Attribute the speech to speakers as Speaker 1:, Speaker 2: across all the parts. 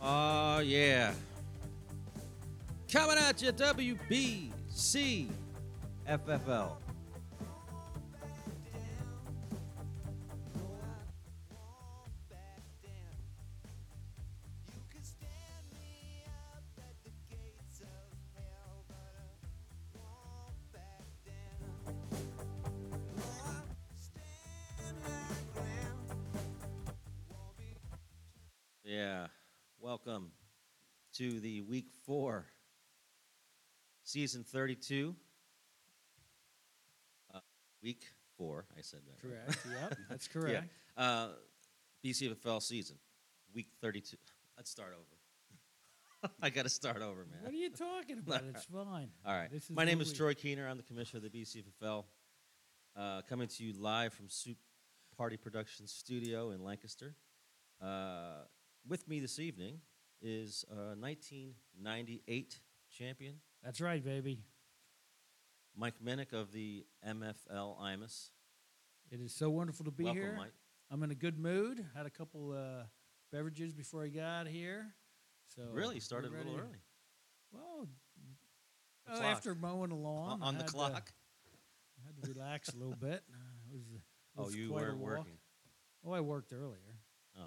Speaker 1: Oh, yeah. Coming at you, WBC FFL. Yeah. Welcome to the week four, season 32. Uh, week four, I said that. right.
Speaker 2: Correct. Yep, that's correct.
Speaker 1: Yeah. Uh, BCFL season, week 32. Let's start over. I got to start over, man.
Speaker 2: What are you talking about? It's fine.
Speaker 1: All right.
Speaker 2: This is
Speaker 1: My
Speaker 2: the
Speaker 1: name is
Speaker 2: week.
Speaker 1: Troy Keener. I'm the commissioner of the BCFL, uh, coming to you live from Soup Party Productions Studio in Lancaster. Uh, with me this evening is uh, 1998 champion
Speaker 2: That's right, baby.
Speaker 1: Mike Minnick of the MFL IMUS.
Speaker 2: It is so wonderful to be
Speaker 1: Welcome,
Speaker 2: here.
Speaker 1: Mike.
Speaker 2: I'm in a good mood. Had a couple uh, beverages before I got here. So
Speaker 1: really
Speaker 2: Oh, we're
Speaker 1: started a little
Speaker 2: ready to-
Speaker 1: early
Speaker 2: Well,
Speaker 1: The
Speaker 2: uh,
Speaker 1: clock.
Speaker 2: after mowing the
Speaker 1: O- on,
Speaker 2: lawn, I
Speaker 1: the
Speaker 2: had uh, to-
Speaker 1: clock.
Speaker 2: I had to relax a little bit. It was, it
Speaker 1: oh,
Speaker 2: was
Speaker 1: you
Speaker 2: quite a
Speaker 1: weren't
Speaker 2: walk.
Speaker 1: working.
Speaker 2: Oh, I worked earlier.
Speaker 1: Oh,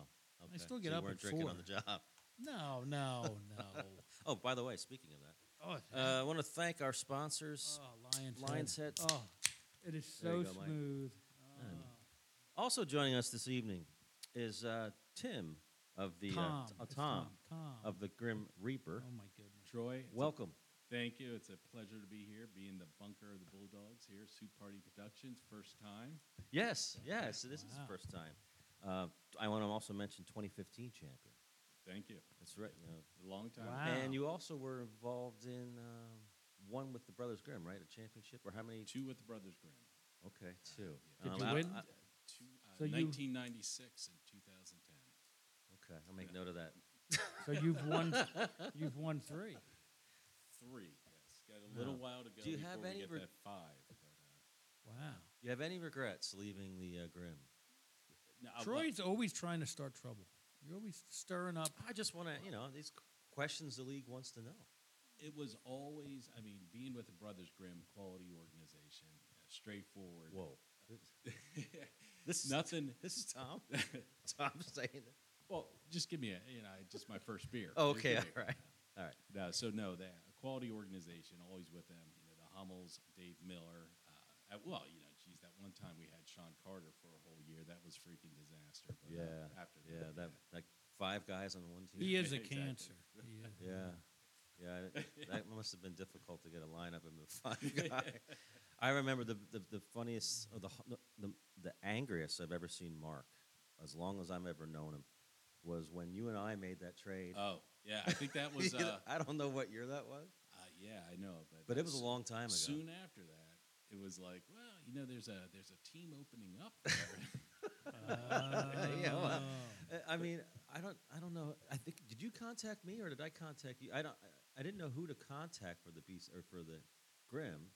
Speaker 1: okay.
Speaker 2: still
Speaker 1: So
Speaker 2: get
Speaker 1: you
Speaker 2: up
Speaker 1: weren't
Speaker 2: at
Speaker 1: drinking on the
Speaker 2: four.
Speaker 1: job.
Speaker 2: No, no, no.
Speaker 1: Oh, by the way, speaking of that,
Speaker 2: oh,
Speaker 1: uh, I want to thank our sponsors.
Speaker 2: oh, lion's,
Speaker 1: Lion's head.
Speaker 2: Oh, it is
Speaker 1: There
Speaker 2: so
Speaker 1: you go, Mike.
Speaker 2: smooth.
Speaker 1: Um,
Speaker 2: Oh.
Speaker 1: Also joining us this evening is uh, Tim of the
Speaker 2: Tom.
Speaker 1: Uh, t- uh,
Speaker 2: It's
Speaker 1: Tom,
Speaker 2: Tom.
Speaker 1: of the Grim Reaper.
Speaker 2: oh my goodness.
Speaker 3: Troy, it's a-
Speaker 1: Welcome.
Speaker 3: thank you. It's a pleasure to be here, be in the bunker of the Bulldogs here, Soup Party Productions, first time.
Speaker 1: Yes, yes. This is the
Speaker 2: Wow.
Speaker 1: first time. Uh, I want to also mention 2015 champion.
Speaker 3: Thank you.
Speaker 1: That's right. you know.
Speaker 3: A long time.
Speaker 2: Wow.
Speaker 1: And you also were involved in um, one with the Brothers Grimm, right? A championship or how many?
Speaker 3: Two with the Brothers Grimm.
Speaker 1: Okay, two.
Speaker 2: Did
Speaker 1: Um,
Speaker 2: you
Speaker 1: I-
Speaker 2: win?
Speaker 1: I-
Speaker 3: Two, uh,
Speaker 2: So you-
Speaker 3: 1996 and 2010.
Speaker 1: okay, I'll make note of that.
Speaker 2: so you've won. You've won three.
Speaker 3: Three, yes. Got a little
Speaker 1: Wow.
Speaker 3: while to go
Speaker 1: Do you
Speaker 3: before
Speaker 1: have
Speaker 3: we
Speaker 1: any
Speaker 3: get
Speaker 1: reg-
Speaker 3: that five. But, uh,
Speaker 2: Wow.
Speaker 1: You have any regrets leaving the uh, Grimm?
Speaker 3: no, I-
Speaker 2: Troy's always trying to start trouble. You're always stirring up.
Speaker 1: I just want to, you know, these questions the league wants to know.
Speaker 3: it was always, I mean, being with the Brothers Grimm, quality organization, uh, straightforward.
Speaker 1: Whoa. This is
Speaker 3: Nothing.
Speaker 1: This is Tom. Tom saying it.
Speaker 3: Well, just give me a, you know, just my first beer.
Speaker 1: Oh,
Speaker 3: Just
Speaker 1: okay,
Speaker 3: give
Speaker 1: all
Speaker 3: me a-
Speaker 1: right, all right.
Speaker 3: No, so no, that a quality organization, always with them. You know, the Hummels, Dave Miller. Uh, at, well, you know, geez, that one time we had Sean Carter for a whole year. That was freaking disaster. But uh, after that,
Speaker 1: yeah, that like five guys on one team.
Speaker 2: He is a
Speaker 3: Exactly.
Speaker 2: cancer. He is.
Speaker 1: Yeah, yeah. I- That must have been difficult to get a lineup in the five guy. I remember the, the, the funniest, or the, hu- the the angriest I've ever seen Mark, as long as I've ever known him, was when you and I made that trade.
Speaker 3: Oh, yeah, I think that was. Uh,
Speaker 1: I don't know what year that was,
Speaker 3: uh, yeah, I know, but
Speaker 1: but it was a
Speaker 3: that's-
Speaker 1: long time ago.
Speaker 3: Soon after that, it was like, well, you know, there's a there's a team opening up. There.
Speaker 1: Yeah, well,
Speaker 2: Oh.
Speaker 1: Uh, I mean, I don't, I don't know. I think did you contact me or did I contact you? I don't, I didn't know who to contact for the beast or for the Grim.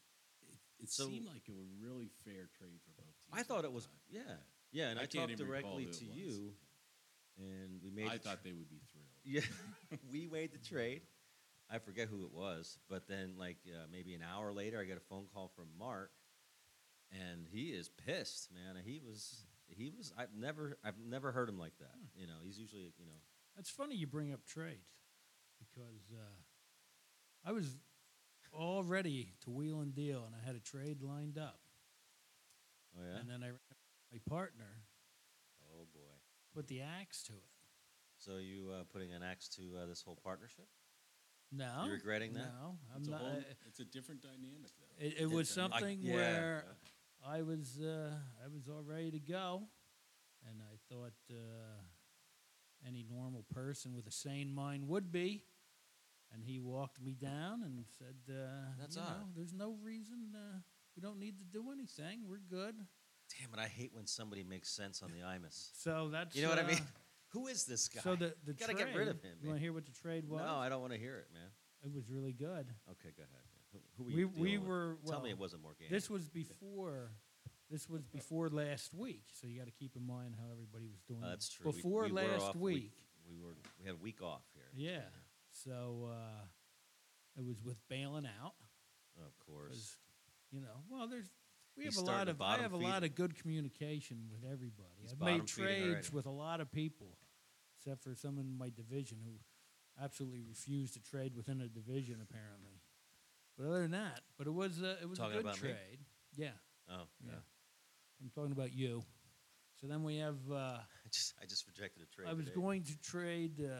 Speaker 3: it
Speaker 1: So-
Speaker 3: seemed like it was a really fair trade for both teams.
Speaker 1: I
Speaker 3: at
Speaker 1: thought
Speaker 3: the
Speaker 1: it was
Speaker 3: time.
Speaker 1: yeah, yeah. And I,
Speaker 3: I can't
Speaker 1: talked
Speaker 3: even recall
Speaker 1: directly
Speaker 3: who it
Speaker 1: to
Speaker 3: was.
Speaker 1: you, and we made.
Speaker 3: I
Speaker 1: the
Speaker 3: thought
Speaker 1: tr-
Speaker 3: they would be thrilled.
Speaker 1: yeah, we made the trade. I forget who it was, but then like uh, maybe an hour later, I get a phone call from Mark, and he is pissed, man. He was, he was. I've never, I've never heard him like that.
Speaker 3: Hmm.
Speaker 1: You know, he's usually, you know,
Speaker 2: That's funny you bring up trades because uh, I was all ready to wheel and deal, and I had a trade lined up,
Speaker 1: oh yeah,
Speaker 2: and then I ran into my partner
Speaker 1: oh boy.
Speaker 2: put the axe to it.
Speaker 1: So you uh, putting an axe to uh, this whole partnership?
Speaker 2: No,
Speaker 1: regretting that?
Speaker 2: No, I'm
Speaker 3: It's a,
Speaker 2: not. uh,
Speaker 3: whole,
Speaker 2: I-
Speaker 3: it's a different dynamic, though.
Speaker 2: It, it was
Speaker 1: Different. I-
Speaker 2: something
Speaker 1: uh, yeah.
Speaker 2: where I was uh, I was all ready to go, and I thought uh, any normal person with a sane mind would be. And he walked me down and said, uh,
Speaker 1: That's
Speaker 2: you know,
Speaker 1: odd.
Speaker 2: There's no reason. Uh, we don't need to do anything. We're good.
Speaker 1: Damn it! I hate when somebody makes sense on the IMUS.
Speaker 2: So that's
Speaker 1: You know what I
Speaker 2: uh,
Speaker 1: mean? Who is this guy?
Speaker 2: So the the
Speaker 1: gotta
Speaker 2: trade,
Speaker 1: get rid of him.
Speaker 2: You
Speaker 1: man.
Speaker 2: want to hear what the trade was?
Speaker 1: No, I don't want to hear it, man.
Speaker 2: it was really good.
Speaker 1: Okay, go ahead. man. Who, who were
Speaker 2: We-
Speaker 1: you
Speaker 2: we
Speaker 1: dealing with?
Speaker 2: were-
Speaker 1: Tell me
Speaker 2: well,
Speaker 1: it wasn't Morgan.
Speaker 2: This was before. This was before last week, so you got to keep in mind how everybody was doing.
Speaker 1: Oh, Uh, that's true. We-
Speaker 2: Before
Speaker 1: we were
Speaker 2: last
Speaker 1: off- we-
Speaker 2: week,
Speaker 1: we, were we had a week off here.
Speaker 2: Yeah. So uh, it was with bailing out.
Speaker 1: Oh, Of course.
Speaker 2: 'cause, you know, well, there's we
Speaker 1: He's
Speaker 2: have a
Speaker 1: starting
Speaker 2: lot
Speaker 1: to
Speaker 2: of I
Speaker 1: bottom
Speaker 2: have a
Speaker 1: feed
Speaker 2: lot
Speaker 1: him.
Speaker 2: of good communication with everybody.
Speaker 1: He's
Speaker 2: I've
Speaker 1: bottom
Speaker 2: made
Speaker 1: feeding
Speaker 2: trades
Speaker 1: already.
Speaker 2: with a lot of people, except for some in my division who absolutely refused to trade within a division apparently. But other than that, but it was a, it was
Speaker 1: Talking
Speaker 2: a good
Speaker 1: about me?
Speaker 2: trade. Yeah,
Speaker 1: Oh, yeah.
Speaker 2: Yeah. I'm talking about you. So then we have uh,
Speaker 1: I just I just rejected a trade.
Speaker 2: I was
Speaker 1: today.
Speaker 2: going to trade uh,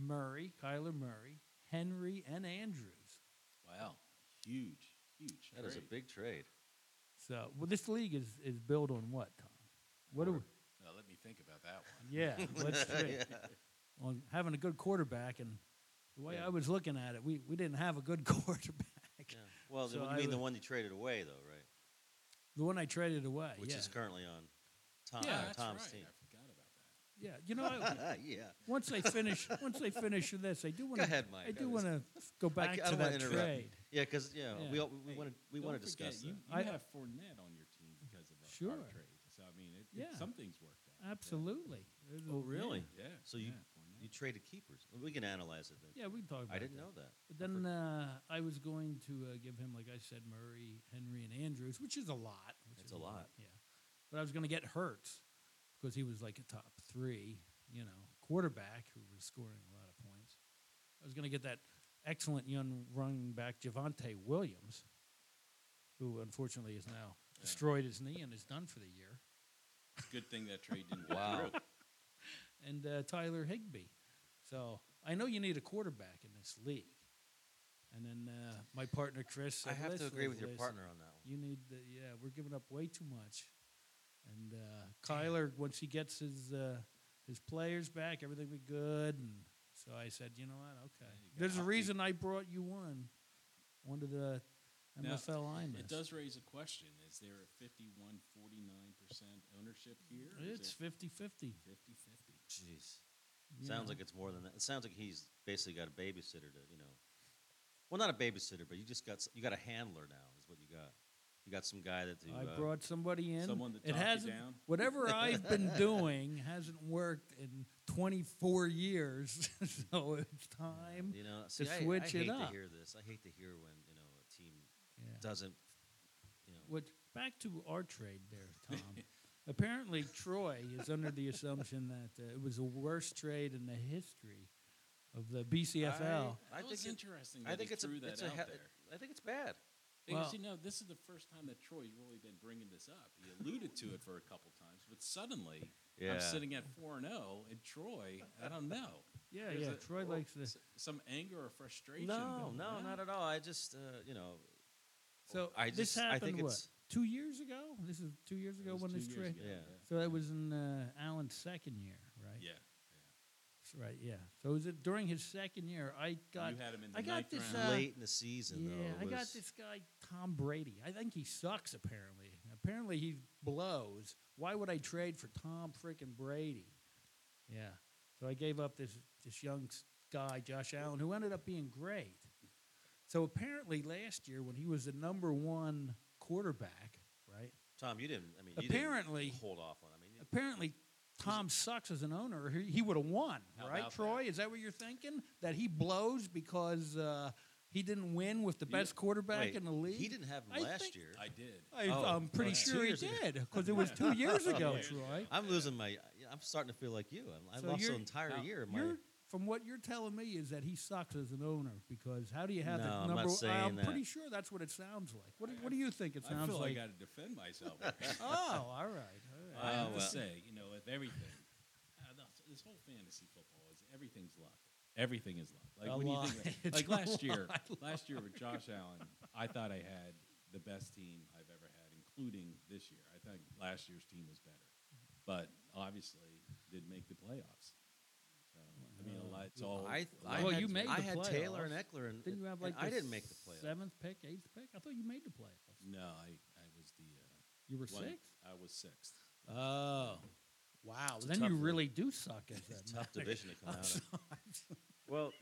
Speaker 2: Murray, Kyler Murray, Henry, and Andrews.
Speaker 3: Wow, huge, huge.
Speaker 1: That is a
Speaker 3: trade.
Speaker 1: big trade.
Speaker 2: So, well, this league is, is built on what, Tom? What do we?
Speaker 3: Now, let me think about that one.
Speaker 2: Yeah, let's trade.
Speaker 1: Yeah.
Speaker 2: on having a good quarterback, and the way
Speaker 1: Yeah.
Speaker 2: I was looking at it, we, we didn't have a good quarterback.
Speaker 1: Yeah. Well,
Speaker 2: So
Speaker 1: you
Speaker 2: I
Speaker 1: mean the
Speaker 2: would-
Speaker 1: one you traded away, though, right?
Speaker 2: The one I traded away,
Speaker 1: Which
Speaker 2: Uh, yeah,
Speaker 1: is currently on Tom, uh,
Speaker 3: yeah, that's
Speaker 1: Tom's
Speaker 3: right.
Speaker 1: team. Ah,
Speaker 3: I forgot about that.
Speaker 2: yeah. You know, I,
Speaker 1: yeah.
Speaker 2: once I finish, once I finish this, I do want to,
Speaker 1: ahead, Mike.
Speaker 2: I
Speaker 1: I
Speaker 2: do
Speaker 1: was-
Speaker 2: want to go
Speaker 1: I
Speaker 2: back
Speaker 1: c- I
Speaker 2: to
Speaker 1: don't wanna
Speaker 2: that
Speaker 1: interrupt you.
Speaker 2: trade.
Speaker 1: Yeah, because yeah,
Speaker 2: Yeah.
Speaker 1: we all, we
Speaker 3: Hey,
Speaker 1: want to we want to
Speaker 3: Don't forget,
Speaker 1: discuss
Speaker 3: You,
Speaker 1: that.
Speaker 3: you
Speaker 2: I-
Speaker 3: have Fournette on your team because of our- our,
Speaker 2: Sure.
Speaker 3: trade. So I mean, it, it-
Speaker 2: Yeah.
Speaker 3: some things worked out. Yeah.
Speaker 2: Absolutely. There's a-
Speaker 1: Oh, really?
Speaker 3: Yeah.
Speaker 1: So you-
Speaker 3: yeah, Fournette.
Speaker 1: You traded keepers. We can analyze it then.
Speaker 2: Yeah, we can talk about.
Speaker 1: I didn't
Speaker 2: that.
Speaker 1: know that.
Speaker 2: But then uh, I was going to uh, give him, like I said, Murray, Henry, and Andrews, which is a lot. Which
Speaker 1: It's
Speaker 2: is
Speaker 1: a lot.
Speaker 2: Yeah. But I was going to get Hurts because he was like a top three, you know, quarterback who was scoring a lot of points. I was going to get that excellent young running back, Javante Williams, who unfortunately has now destroyed his knee and is done for the year,
Speaker 3: Good thing that trade didn't go
Speaker 1: Wow.
Speaker 3: through.
Speaker 2: and uh, Tyler Higbee. So I know you need a quarterback in this league. And then uh, my partner Chris.
Speaker 1: I
Speaker 2: said,
Speaker 1: have to
Speaker 2: "Listen,
Speaker 1: agree with your
Speaker 2: listen,
Speaker 1: partner on that one.
Speaker 2: You need the yeah. We're giving up way too much. And uh, Kyler, once he gets his uh, his players back, everything be good. And so I said, you know what? Okay.
Speaker 3: you go.
Speaker 2: There's a
Speaker 3: I'll keep-
Speaker 2: reason I brought you one onto the
Speaker 3: Now,
Speaker 2: NFL line.
Speaker 3: It does raise a question. Is there a 51 49% ownership here? or is
Speaker 2: It's
Speaker 3: it
Speaker 2: 50 50.
Speaker 3: 50 50.
Speaker 1: Jeez. Sounds like it's more than that. It sounds like he's basically got a babysitter to, you know, well, not a babysitter, but you just got s- you got a handler now. Is what you got. You got some guy that.
Speaker 2: I
Speaker 1: uh,
Speaker 2: brought somebody in.
Speaker 3: Someone to
Speaker 2: it
Speaker 3: talk you
Speaker 2: hasn't,
Speaker 3: down?
Speaker 2: Whatever I've been doing hasn't worked in 24 years, so it's time.
Speaker 1: You know, see, I- I,
Speaker 2: switch it
Speaker 1: hate
Speaker 2: up.
Speaker 1: to hear this. I hate to hear when you know a team
Speaker 2: Yeah.
Speaker 1: doesn't. You know,
Speaker 2: What back to our trade there, Tom. Apparently, Troy is under the assumption that uh, it was the worst trade in the history of the BCFL.
Speaker 1: I
Speaker 3: That was
Speaker 1: think it-
Speaker 3: interesting.
Speaker 1: I think it's a,
Speaker 3: threw that
Speaker 1: it's a
Speaker 3: out
Speaker 1: ha-
Speaker 3: there.
Speaker 1: I think it's bad.
Speaker 3: Because
Speaker 2: Well-
Speaker 3: you know, this is the first time that Troy's really been bringing this up. He alluded to it for a couple times, but suddenly
Speaker 1: Yeah.
Speaker 3: I'm sitting at four and zero, and Troy, I don't know.
Speaker 2: yeah,
Speaker 3: There's
Speaker 2: yeah.
Speaker 3: a-
Speaker 2: Troy
Speaker 3: well,
Speaker 2: likes this.
Speaker 3: s- some anger or frustration.
Speaker 1: No,
Speaker 3: going
Speaker 1: no,
Speaker 3: on.
Speaker 1: not at all. I just, uh, you know,
Speaker 2: So
Speaker 1: I
Speaker 2: this
Speaker 1: just- I
Speaker 2: happened
Speaker 1: think
Speaker 2: what
Speaker 1: it's-
Speaker 2: two years ago. This is two years
Speaker 3: It
Speaker 2: ago
Speaker 3: was
Speaker 2: when
Speaker 3: two
Speaker 2: this
Speaker 3: years
Speaker 2: trade.
Speaker 3: ago,
Speaker 1: Yeah.
Speaker 2: So that was in uh, Allen's second year, right?
Speaker 3: yeah.
Speaker 2: S- Right. Yeah. So was it during his second year? I got.
Speaker 3: you had him in the
Speaker 2: I got
Speaker 3: ninth
Speaker 2: this,
Speaker 3: round.
Speaker 2: uh,
Speaker 1: late in the season.
Speaker 2: yeah,
Speaker 1: though, it
Speaker 2: I got
Speaker 1: was-
Speaker 2: this guy Tom Brady. I think he sucks. Apparently, apparently he blows. Why would I trade for Tom freaking Brady? Yeah. So I gave up this this young s- guy Josh Allen, who ended up being great. So apparently last year when he was the number one quarterback, right?
Speaker 1: Tom, you didn't. I mean, you
Speaker 2: Apparently-
Speaker 1: didn't hold off on. I mean, you-
Speaker 2: Apparently. Tom sucks as an owner. or He, he would have won,
Speaker 3: How
Speaker 2: right,
Speaker 3: about
Speaker 2: Troy? Is that what you're thinking? That he blows because uh, he didn't win with the
Speaker 3: You-
Speaker 2: best quarterback
Speaker 1: wait,
Speaker 2: in the league?
Speaker 1: He didn't have him
Speaker 2: I
Speaker 1: last
Speaker 2: think-
Speaker 1: year.
Speaker 3: I did.
Speaker 2: I,
Speaker 1: Oh,
Speaker 2: I'm
Speaker 1: well,
Speaker 2: pretty
Speaker 1: that's two
Speaker 2: sure he
Speaker 1: years ago.
Speaker 2: did because it was two years ago,
Speaker 1: Yeah.
Speaker 2: Troy.
Speaker 1: I'm losing my. I'm starting to feel like you. I'm, I
Speaker 2: So
Speaker 1: lost an
Speaker 2: you're-
Speaker 1: entire
Speaker 2: now,
Speaker 1: year. of My,
Speaker 2: You're, from what you're telling me is that he sucks as an owner because how do you have
Speaker 1: No,
Speaker 2: that
Speaker 1: I'm not
Speaker 2: number?
Speaker 1: saying that.
Speaker 2: pretty sure that's what it sounds like. What, do- what do you think it
Speaker 3: I
Speaker 2: sounds
Speaker 3: feel
Speaker 2: like?
Speaker 3: I got to defend myself. I
Speaker 2: oh, all right. All right.
Speaker 1: Uh,
Speaker 3: have to
Speaker 1: well.
Speaker 3: say, you know, with everything, uh, the- this whole fantasy football is everything's luck. Everything is luck. Like
Speaker 2: A
Speaker 3: when you
Speaker 2: lie.
Speaker 3: think
Speaker 2: It's
Speaker 3: about, like
Speaker 2: a
Speaker 3: last year,
Speaker 2: lie,
Speaker 3: last year with Josh Allen, I thought I had the best team I've ever had, including this year. I think last year's team was better, but obviously did make the playoffs. So I mean, a lot. It's all.
Speaker 1: I, I
Speaker 3: a lot-
Speaker 2: Well,
Speaker 1: had,
Speaker 2: you made
Speaker 1: I
Speaker 2: the
Speaker 1: had Taylor and
Speaker 2: playoffs.
Speaker 1: Eckler, and,
Speaker 2: Didn't you have
Speaker 1: and
Speaker 2: like
Speaker 1: I
Speaker 2: the
Speaker 1: didn't make the playoffs.
Speaker 2: seventh pick, eighth pick? I thought you made the playoffs.
Speaker 3: no, I, I was the. Uh,
Speaker 2: You were
Speaker 3: one-
Speaker 2: sixth.
Speaker 3: I was sixth.
Speaker 2: Oh, wow!
Speaker 1: It's a
Speaker 2: then
Speaker 1: tough
Speaker 2: you
Speaker 1: league.
Speaker 2: really do suck as that
Speaker 1: Tough division to come out of. Well,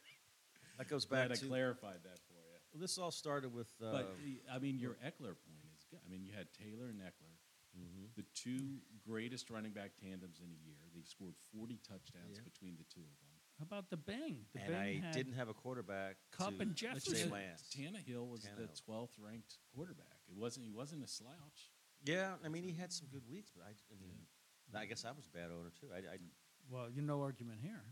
Speaker 1: that goes back
Speaker 3: Glad I
Speaker 1: to
Speaker 3: clarified that for you.
Speaker 1: well, this. All started with. Uh,
Speaker 3: But uh, I mean, your Eckler point is good. I mean, you had Taylor and Eckler,
Speaker 1: mhm.
Speaker 3: the two greatest running back tandems in a year. They've scored 40 touchdowns
Speaker 1: Yeah.
Speaker 3: between the two of them.
Speaker 2: How about the Bing? The
Speaker 1: and
Speaker 2: Bing
Speaker 1: I
Speaker 2: had-
Speaker 1: didn't have a quarterback.
Speaker 2: Cup
Speaker 1: to
Speaker 2: and
Speaker 1: save
Speaker 2: Jefferson.
Speaker 1: my ass.
Speaker 3: Tannehill was the
Speaker 1: Tannehill.
Speaker 3: twelfth ranked quarterback. It wasn't. He wasn't a slouch.
Speaker 1: Yeah, I mean he had some good weeks, but I, I mean, I guess I was a bad owner too. I, I
Speaker 2: Well, you no argument here.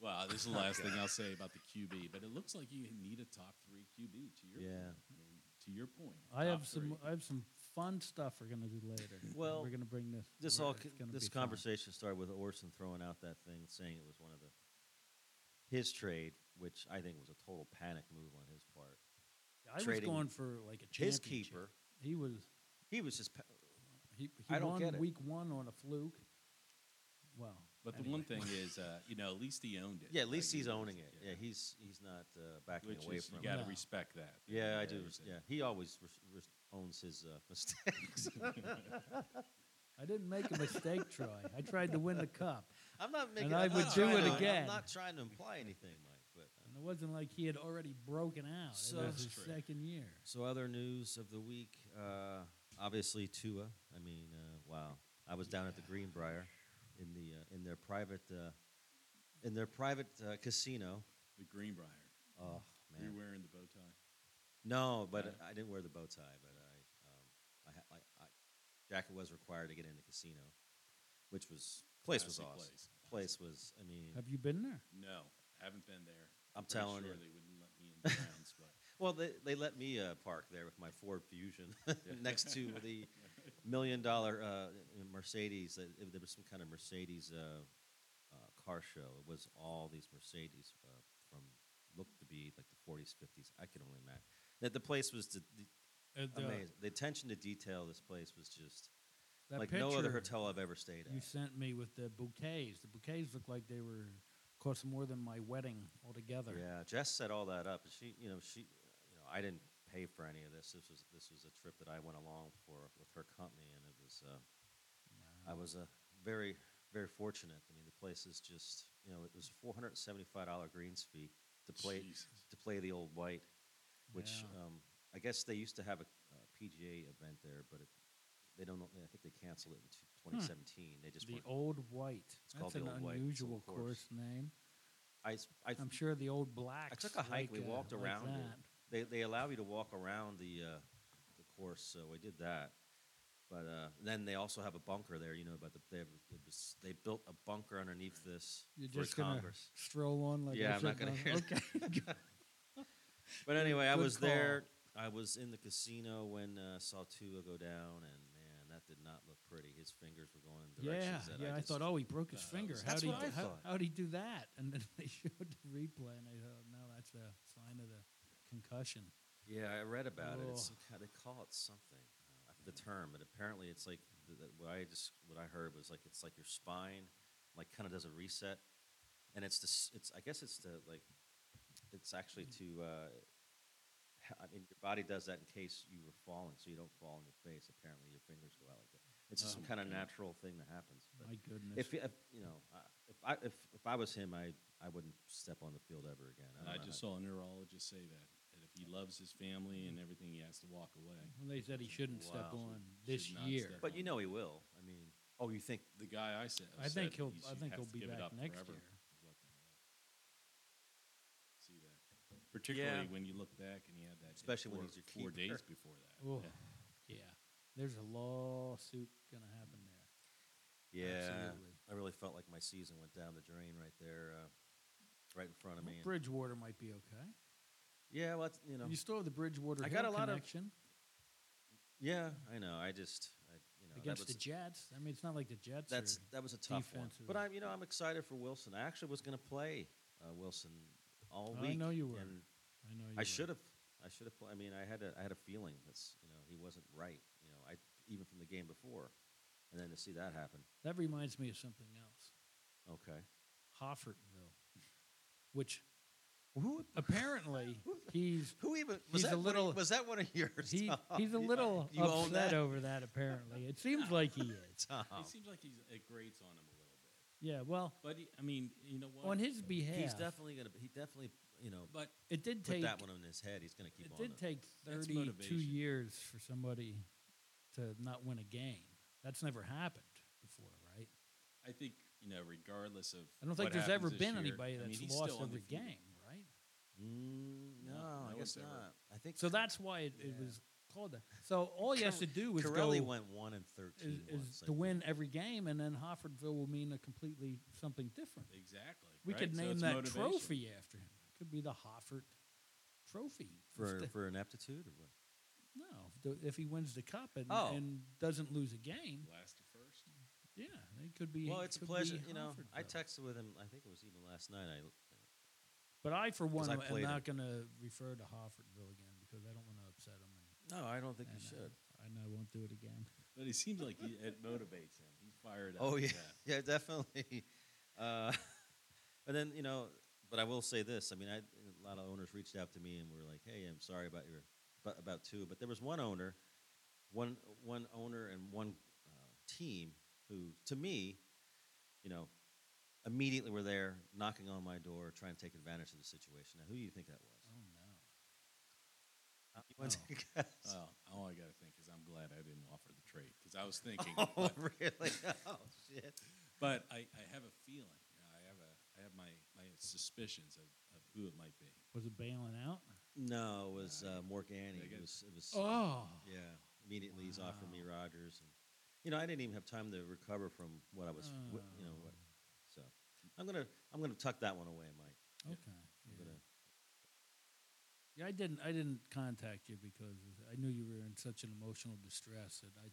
Speaker 3: Well, this is
Speaker 1: Oh,
Speaker 3: the last thing I'll say about the QB, but it looks like you need a top three QB. To your
Speaker 1: Yeah.
Speaker 3: point. I mean, to your point,
Speaker 2: I
Speaker 3: top
Speaker 2: have some.
Speaker 3: three.
Speaker 2: I have some fun stuff we're gonna do later.
Speaker 1: Well,
Speaker 2: we're gonna bring this.
Speaker 1: this
Speaker 2: we're-
Speaker 1: all
Speaker 2: it's
Speaker 1: c-
Speaker 2: gonna
Speaker 1: this
Speaker 2: be fun.
Speaker 1: conversation started with Orson throwing out that thing, saying it was one of the his trade, which I think was a total panic move on his part.
Speaker 2: I was
Speaker 1: trading
Speaker 2: going for like a
Speaker 1: His
Speaker 2: championship.
Speaker 1: keeper,
Speaker 2: He was.
Speaker 1: he was just pa-
Speaker 2: He, he
Speaker 1: I don't
Speaker 2: won
Speaker 1: get it.
Speaker 2: week one on a fluke. Well,
Speaker 3: But the
Speaker 2: anyway.
Speaker 3: one thing is, uh, you know, at least he owned it.
Speaker 1: yeah. At least
Speaker 3: Like,
Speaker 1: he's
Speaker 3: he-
Speaker 1: owning it. Yeah, he's he's not uh, backing
Speaker 3: which
Speaker 1: away
Speaker 3: is,
Speaker 1: from
Speaker 3: you got
Speaker 1: it.
Speaker 3: to
Speaker 2: No.
Speaker 3: respect that.
Speaker 1: Yeah, I do.
Speaker 3: you
Speaker 1: res-
Speaker 3: said-
Speaker 1: Yeah, he always res- res- owns his uh, mistakes.
Speaker 2: I didn't make a mistake, Troy. I tried to win the cup,
Speaker 1: I'm not making.
Speaker 2: And I
Speaker 1: I'm
Speaker 2: would
Speaker 1: not
Speaker 2: do
Speaker 1: trying
Speaker 2: it
Speaker 1: to-
Speaker 2: again.
Speaker 1: I'm not trying to imply anything, Mike. But uh,
Speaker 2: and it wasn't like he had already broken out.
Speaker 1: So-
Speaker 2: it was
Speaker 3: That's
Speaker 2: his
Speaker 3: true.
Speaker 2: second year.
Speaker 1: So other news of the week, uh, obviously Tua. I mean, uh, wow. I was down at the Greenbrier in the uh, in their private uh, in their private uh, casino.
Speaker 3: the Greenbrier.
Speaker 1: Oh
Speaker 3: You're
Speaker 1: man,
Speaker 3: wearing the bow tie.
Speaker 1: no, but
Speaker 3: Yeah.
Speaker 1: I didn't wear the bow tie. But I, um, I, had, like, I jacket was required to get in the casino, which was place was
Speaker 3: Classy
Speaker 1: awesome. Place
Speaker 3: place.
Speaker 1: was, I mean,
Speaker 2: Have you been there?
Speaker 3: No, haven't been there.
Speaker 1: I'm
Speaker 3: Pretty
Speaker 1: telling
Speaker 3: sure
Speaker 1: you.
Speaker 3: they wouldn't let me in the grounds, but
Speaker 1: well, they they let me uh, park there with my Ford Fusion next to the million dollar uh, Mercedes. uh, There was some kind of Mercedes uh, uh, car show. It was all these Mercedes uh, from looked to be like the 40s, 50s. I can only imagine that the place was the, the amazing. The attention to detail. of This place was just
Speaker 2: That
Speaker 1: like no other
Speaker 2: picture
Speaker 1: hotel I've ever stayed
Speaker 2: You
Speaker 1: at.
Speaker 2: sent me with the bouquets. The bouquets looked like they were cost more than my wedding altogether.
Speaker 1: Yeah, Jess set all that up. and She, you know, she, you know, I didn't pay for any of this. This was this was a trip that I went along for with her company, and it was. Uh, I was uh, very very fortunate. I mean, the place is just you know it was four hundred seventy five dollar greens fee to play
Speaker 3: Jesus.
Speaker 1: to play the old white, which
Speaker 2: Yeah.
Speaker 1: um, I guess they used to have a, uh PGA event there, but it, they don't. know- I think they canceled it in twenty seventeen. They just
Speaker 2: Hmm. the
Speaker 1: weren't-
Speaker 2: Old White.
Speaker 1: called
Speaker 2: That's
Speaker 1: the
Speaker 2: an
Speaker 1: Old White. It's an
Speaker 2: unusual
Speaker 1: old course.
Speaker 2: name.
Speaker 1: I s- I
Speaker 2: I'm sure the Old Black.
Speaker 1: I took a hike. we walked around
Speaker 2: Like
Speaker 1: it. They they allow you to walk around the uh, the course, so we did that. But uh, then they also have a bunker there, you know. But the, they have, it was, they built a bunker underneath this
Speaker 2: You're
Speaker 1: for
Speaker 2: just gonna
Speaker 1: Congress.
Speaker 2: stroll on like
Speaker 1: Yeah,
Speaker 2: I
Speaker 1: I'm not
Speaker 2: said,
Speaker 1: gonna
Speaker 2: Don?
Speaker 1: hear
Speaker 2: Okay.
Speaker 1: But anyway, I
Speaker 2: Good
Speaker 1: was there. I was in the casino when uh, saw Tua go down, and man, that did not look pretty. His fingers were going in
Speaker 2: yeah,
Speaker 1: directions that
Speaker 2: yeah.
Speaker 1: I,
Speaker 2: I,
Speaker 1: just,
Speaker 2: thought, oh, he broke his
Speaker 3: No, that
Speaker 2: finger.
Speaker 3: was-
Speaker 2: How'd
Speaker 1: That's
Speaker 2: he,
Speaker 1: what I
Speaker 2: how,
Speaker 1: thought.
Speaker 2: how'd he do that? And then they showed the replay, and I thought, no, that's a sign of the concussion.
Speaker 1: yeah, I read about it. It's
Speaker 2: Oh.
Speaker 1: some kind they call it something, uh, the term, but apparently it's like th- th- what I just what I heard was like it's like your spine, like kind of does a reset, and it's this. It's I guess it's the like, it's actually to. Uh, h- I mean, your body does that in case you were falling, so you don't fall on your face. Apparently, your fingers go out like that. It's just some kind of natural thing that happens. But
Speaker 2: My goodness.
Speaker 1: if, if you know, I- if I if, if I was him, I, I wouldn't step on the field ever again.
Speaker 3: And
Speaker 1: don't
Speaker 3: I
Speaker 1: know
Speaker 3: just
Speaker 1: how-
Speaker 3: saw a neurologist say that that if he loves his family
Speaker 1: Mm-hmm.
Speaker 3: and everything, he has to walk away.
Speaker 2: Well, they said he shouldn't step
Speaker 1: Wow.
Speaker 2: on this
Speaker 3: Should not
Speaker 2: year.
Speaker 3: step
Speaker 1: but you know he will. I mean, oh, you think?
Speaker 3: The guy I said,
Speaker 2: I
Speaker 3: said
Speaker 2: think he'll-
Speaker 3: he's-
Speaker 2: I
Speaker 3: you
Speaker 2: think
Speaker 3: have
Speaker 2: he'll
Speaker 3: to
Speaker 2: be
Speaker 3: give it
Speaker 2: back
Speaker 3: up
Speaker 2: next
Speaker 3: forever.
Speaker 2: year.
Speaker 3: Let them See that, particularly when you look back and he had that, hit
Speaker 1: Especially when
Speaker 3: four,
Speaker 1: he's your
Speaker 3: four
Speaker 1: keeper.
Speaker 3: days before that.
Speaker 2: Oh,
Speaker 3: Yeah.
Speaker 2: yeah. There's a lawsuit gonna happen there.
Speaker 1: Yeah,
Speaker 2: Absolutely.
Speaker 1: I really felt like my season went down the drain right there, uh, right in front of me.
Speaker 2: Well,
Speaker 1: and-
Speaker 2: Bridgewater might be okay.
Speaker 1: yeah, well, that's, you know,
Speaker 2: You still have the Bridgewater
Speaker 1: I got a
Speaker 2: Hill
Speaker 1: lot of-
Speaker 2: connection
Speaker 1: yeah, I know. I just, I, you know,
Speaker 2: against
Speaker 1: that
Speaker 2: the
Speaker 1: was,
Speaker 2: Jets. I mean, it's not like the Jets.
Speaker 1: that's
Speaker 2: are,
Speaker 1: that was a tough
Speaker 2: defense
Speaker 1: one.
Speaker 2: or-
Speaker 1: But I'm, you know, I'm excited for Wilson. I actually was going to play uh, Wilson all
Speaker 2: Oh, I
Speaker 1: week.
Speaker 2: know you were.
Speaker 1: and
Speaker 2: I know. You
Speaker 1: I
Speaker 2: were.
Speaker 1: should have. I should have. pl- I mean, I had a. I had a feeling that's you know he wasn't right. You know, I even from the game before, and then to see that happen.
Speaker 2: That reminds me of something else.
Speaker 1: Okay.
Speaker 2: Hoffertville, which
Speaker 1: Who?
Speaker 2: apparently he's
Speaker 1: Who even was
Speaker 2: He's
Speaker 1: that?
Speaker 2: a
Speaker 1: one of-
Speaker 2: little-
Speaker 1: was that one of yours?
Speaker 2: he,
Speaker 1: Tom?
Speaker 2: he's a little
Speaker 1: You own
Speaker 2: upset
Speaker 1: that?
Speaker 2: over that. Apparently, it seems like he is.
Speaker 1: Tom.
Speaker 3: It seems like he's, it grates on him a little bit.
Speaker 2: Yeah. Well,
Speaker 3: But he, I mean, you know what?
Speaker 2: on his behalf,
Speaker 1: He's definitely gonna. He definitely. You know,
Speaker 3: but
Speaker 2: it did
Speaker 1: put
Speaker 2: take
Speaker 1: that one on his head. He's gonna keep
Speaker 2: It
Speaker 1: on.
Speaker 2: did
Speaker 1: it.
Speaker 2: take
Speaker 3: That's
Speaker 2: 32
Speaker 3: motivation.
Speaker 2: years for somebody to not win a game. That's never happened before, right?
Speaker 3: I think you know, regardless of.
Speaker 2: I don't think
Speaker 3: what
Speaker 2: there's
Speaker 3: happens
Speaker 2: ever
Speaker 3: this
Speaker 2: been
Speaker 3: year,
Speaker 2: anybody
Speaker 3: I
Speaker 2: that's
Speaker 3: mean, he's
Speaker 2: lost
Speaker 3: still
Speaker 2: every
Speaker 3: undefeated.
Speaker 2: game, right?
Speaker 1: Mm, no,
Speaker 3: No, no
Speaker 1: I guess
Speaker 3: one's ever-
Speaker 1: not. I think
Speaker 2: So that's why it, it
Speaker 1: Yeah.
Speaker 2: was called that. So all he has to do is
Speaker 1: Corelli
Speaker 2: go
Speaker 1: went one and
Speaker 2: is,
Speaker 1: thirteen.
Speaker 2: is to win every game, and then Hoffertville will mean a completely something different.
Speaker 3: Exactly.
Speaker 2: We
Speaker 3: right?
Speaker 2: could
Speaker 3: So
Speaker 2: name
Speaker 3: it's
Speaker 2: that
Speaker 3: motivation.
Speaker 2: trophy after him. Could be the Hoffert Trophy
Speaker 1: for
Speaker 2: Instead-
Speaker 1: for ineptitude or what?
Speaker 2: No, th- if he wins the cup and,
Speaker 1: Oh.
Speaker 2: and doesn't lose a game,
Speaker 3: Last to first.
Speaker 2: yeah, it could be.
Speaker 1: Well, it's a
Speaker 2: could be
Speaker 1: pleasure. You know, I
Speaker 2: Hoffertville.
Speaker 1: texted with him. I think it was even last night. I
Speaker 2: But I, for one,
Speaker 1: I
Speaker 2: am am
Speaker 1: played
Speaker 2: not going to refer to Hoffertville again because I don't want to upset him. And,
Speaker 1: no, I don't think
Speaker 2: and, uh, and I won't do it again.
Speaker 3: But he seems like he, it motivates him. He's fired up.
Speaker 1: Oh yeah, yeah, definitely. Uh, and then you know, but I will say this. I mean, I, a lot of owners reached out to me and were like, "Hey, I'm sorry about your about, about two, but there was one owner, one one owner and one uh, team who, to me, you know, immediately were there knocking on my door, trying to take advantage of the situation. Now, who do you think that was?
Speaker 2: Oh no!
Speaker 1: Uh, you want to
Speaker 2: Oh.
Speaker 1: take a guess?
Speaker 3: Well, all I got to think is I'm glad I didn't offer the trade because I was thinking,
Speaker 1: Oh,
Speaker 3: but,
Speaker 1: really? Oh, shit.
Speaker 3: but I, I have a feeling. You know, I have a I have my, my suspicions of, of who it might be.
Speaker 2: Was it bailing out?
Speaker 1: No, it was
Speaker 3: Uh,
Speaker 1: uh, Morgani. It was,
Speaker 3: guess-
Speaker 1: it was
Speaker 2: Oh,
Speaker 1: Yeah, immediately he's offering me
Speaker 2: Wow.
Speaker 1: Rogers, and you know I didn't even have time to recover from what I was, wi- you know, what. So
Speaker 2: Oh.
Speaker 1: I'm gonna I'm gonna tuck that one away, Mike.
Speaker 2: okay.
Speaker 1: I'm
Speaker 2: Yeah.
Speaker 1: gonna
Speaker 2: Yeah, I didn't. I didn't contact you because I knew you were in such an emotional distress that I.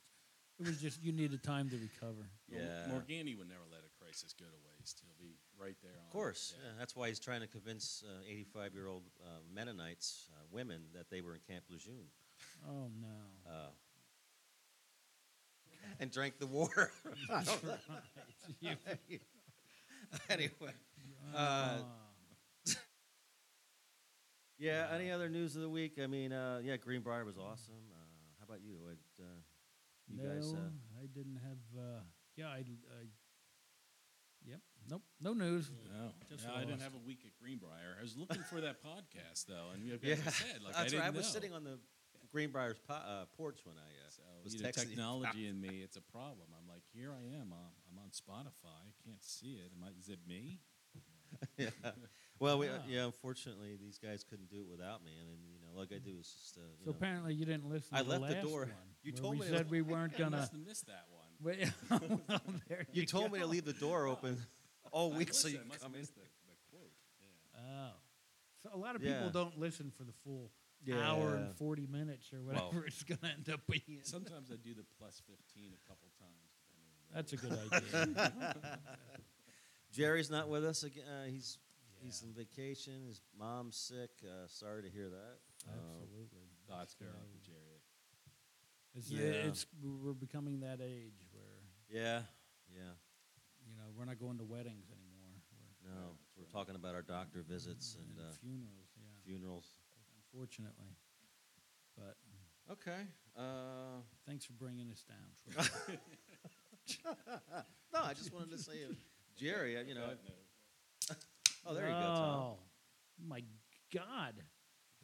Speaker 2: It was just you needed time to recover.
Speaker 3: Well,
Speaker 1: Yeah.
Speaker 3: Morgani would never let a crisis go to waste. He'll be right there. On
Speaker 1: Of course,
Speaker 3: it.
Speaker 1: yeah. that's why he's trying to convince 85 year old uh, Mennonites uh, women that they were in Camp Lejeune
Speaker 2: Oh no!
Speaker 1: uh, and drank the water. I don't know. anyway, uh,
Speaker 2: Oh.
Speaker 1: yeah. Any other news of the week? I mean, uh, yeah, Greenbrier was awesome. Uh, how about you? What, uh, you
Speaker 2: no,
Speaker 1: guys? Uh,
Speaker 2: I didn't have. Uh, yeah, I, I. Yep. Nope. No news.
Speaker 3: No,
Speaker 2: Just
Speaker 3: no I didn't
Speaker 2: lost.
Speaker 3: have a week at Greenbrier. I was looking for that podcast though, and you
Speaker 1: Yeah,
Speaker 3: guys said like I
Speaker 1: that's
Speaker 3: didn't
Speaker 1: right. I was
Speaker 3: know.
Speaker 1: sitting on the Greenbrier's po- uh, porch when I uh,
Speaker 3: So
Speaker 1: was
Speaker 3: you know,
Speaker 1: texting.
Speaker 3: technology in me, it's a problem. I'm like, here I am. I'm, I'm on Spotify. I can't see it. Am I, is it me?
Speaker 1: yeah. Well, we, uh,
Speaker 2: Ah.
Speaker 1: yeah. Unfortunately, these guys couldn't do it without me. I mean, you know, like I do is just uh, you
Speaker 2: So
Speaker 1: know,
Speaker 2: apparently you didn't listen.
Speaker 1: I
Speaker 2: to
Speaker 1: left
Speaker 2: the
Speaker 1: the
Speaker 2: last
Speaker 1: door.
Speaker 2: One,
Speaker 1: You
Speaker 2: where
Speaker 1: told
Speaker 2: we
Speaker 1: me to
Speaker 2: said
Speaker 1: le-
Speaker 2: we weren't
Speaker 3: I
Speaker 2: gonna.
Speaker 3: must have missed that one.
Speaker 2: Wait, well, there
Speaker 1: you told
Speaker 2: go.
Speaker 1: me to leave the door open all
Speaker 3: I
Speaker 1: week so
Speaker 3: must-
Speaker 1: you
Speaker 3: I
Speaker 1: could
Speaker 3: must
Speaker 1: come
Speaker 3: have
Speaker 1: in.
Speaker 3: missed The, the quote. Yeah.
Speaker 2: Oh, so a lot of people
Speaker 1: Yeah.
Speaker 2: don't listen for the full hour
Speaker 1: Yeah.
Speaker 2: and forty minutes or
Speaker 1: Well.
Speaker 2: whatever it's gonna end up being.
Speaker 3: Sometimes I do the plus 15 a couple times. Depending on
Speaker 2: That's a good idea.
Speaker 1: Jerry's not with us again. Uh, he's he's
Speaker 2: Yeah.
Speaker 1: on vacation. His mom's sick. Uh, sorry to hear that. Uh,
Speaker 2: Absolutely.
Speaker 3: thoughts go out
Speaker 2: So,
Speaker 3: to Jerry.
Speaker 2: It's,
Speaker 1: Yeah.
Speaker 2: it's we're becoming that age where
Speaker 1: yeah, yeah.
Speaker 2: you know we're not going to weddings anymore. We're
Speaker 1: No, we're
Speaker 3: Yeah, that's right. Mm-hmm.
Speaker 1: talking about our doctor visits and
Speaker 2: and
Speaker 1: uh,
Speaker 2: funerals. Yeah.
Speaker 1: funerals.
Speaker 2: unfortunately. But
Speaker 1: Okay. Uh,
Speaker 2: thanks for bringing us down. Troy.
Speaker 1: no, I just wanted to say, uh, Jerry. uh, You know,
Speaker 3: That note.
Speaker 1: Oh, there you go, Tom.
Speaker 2: Oh, my God.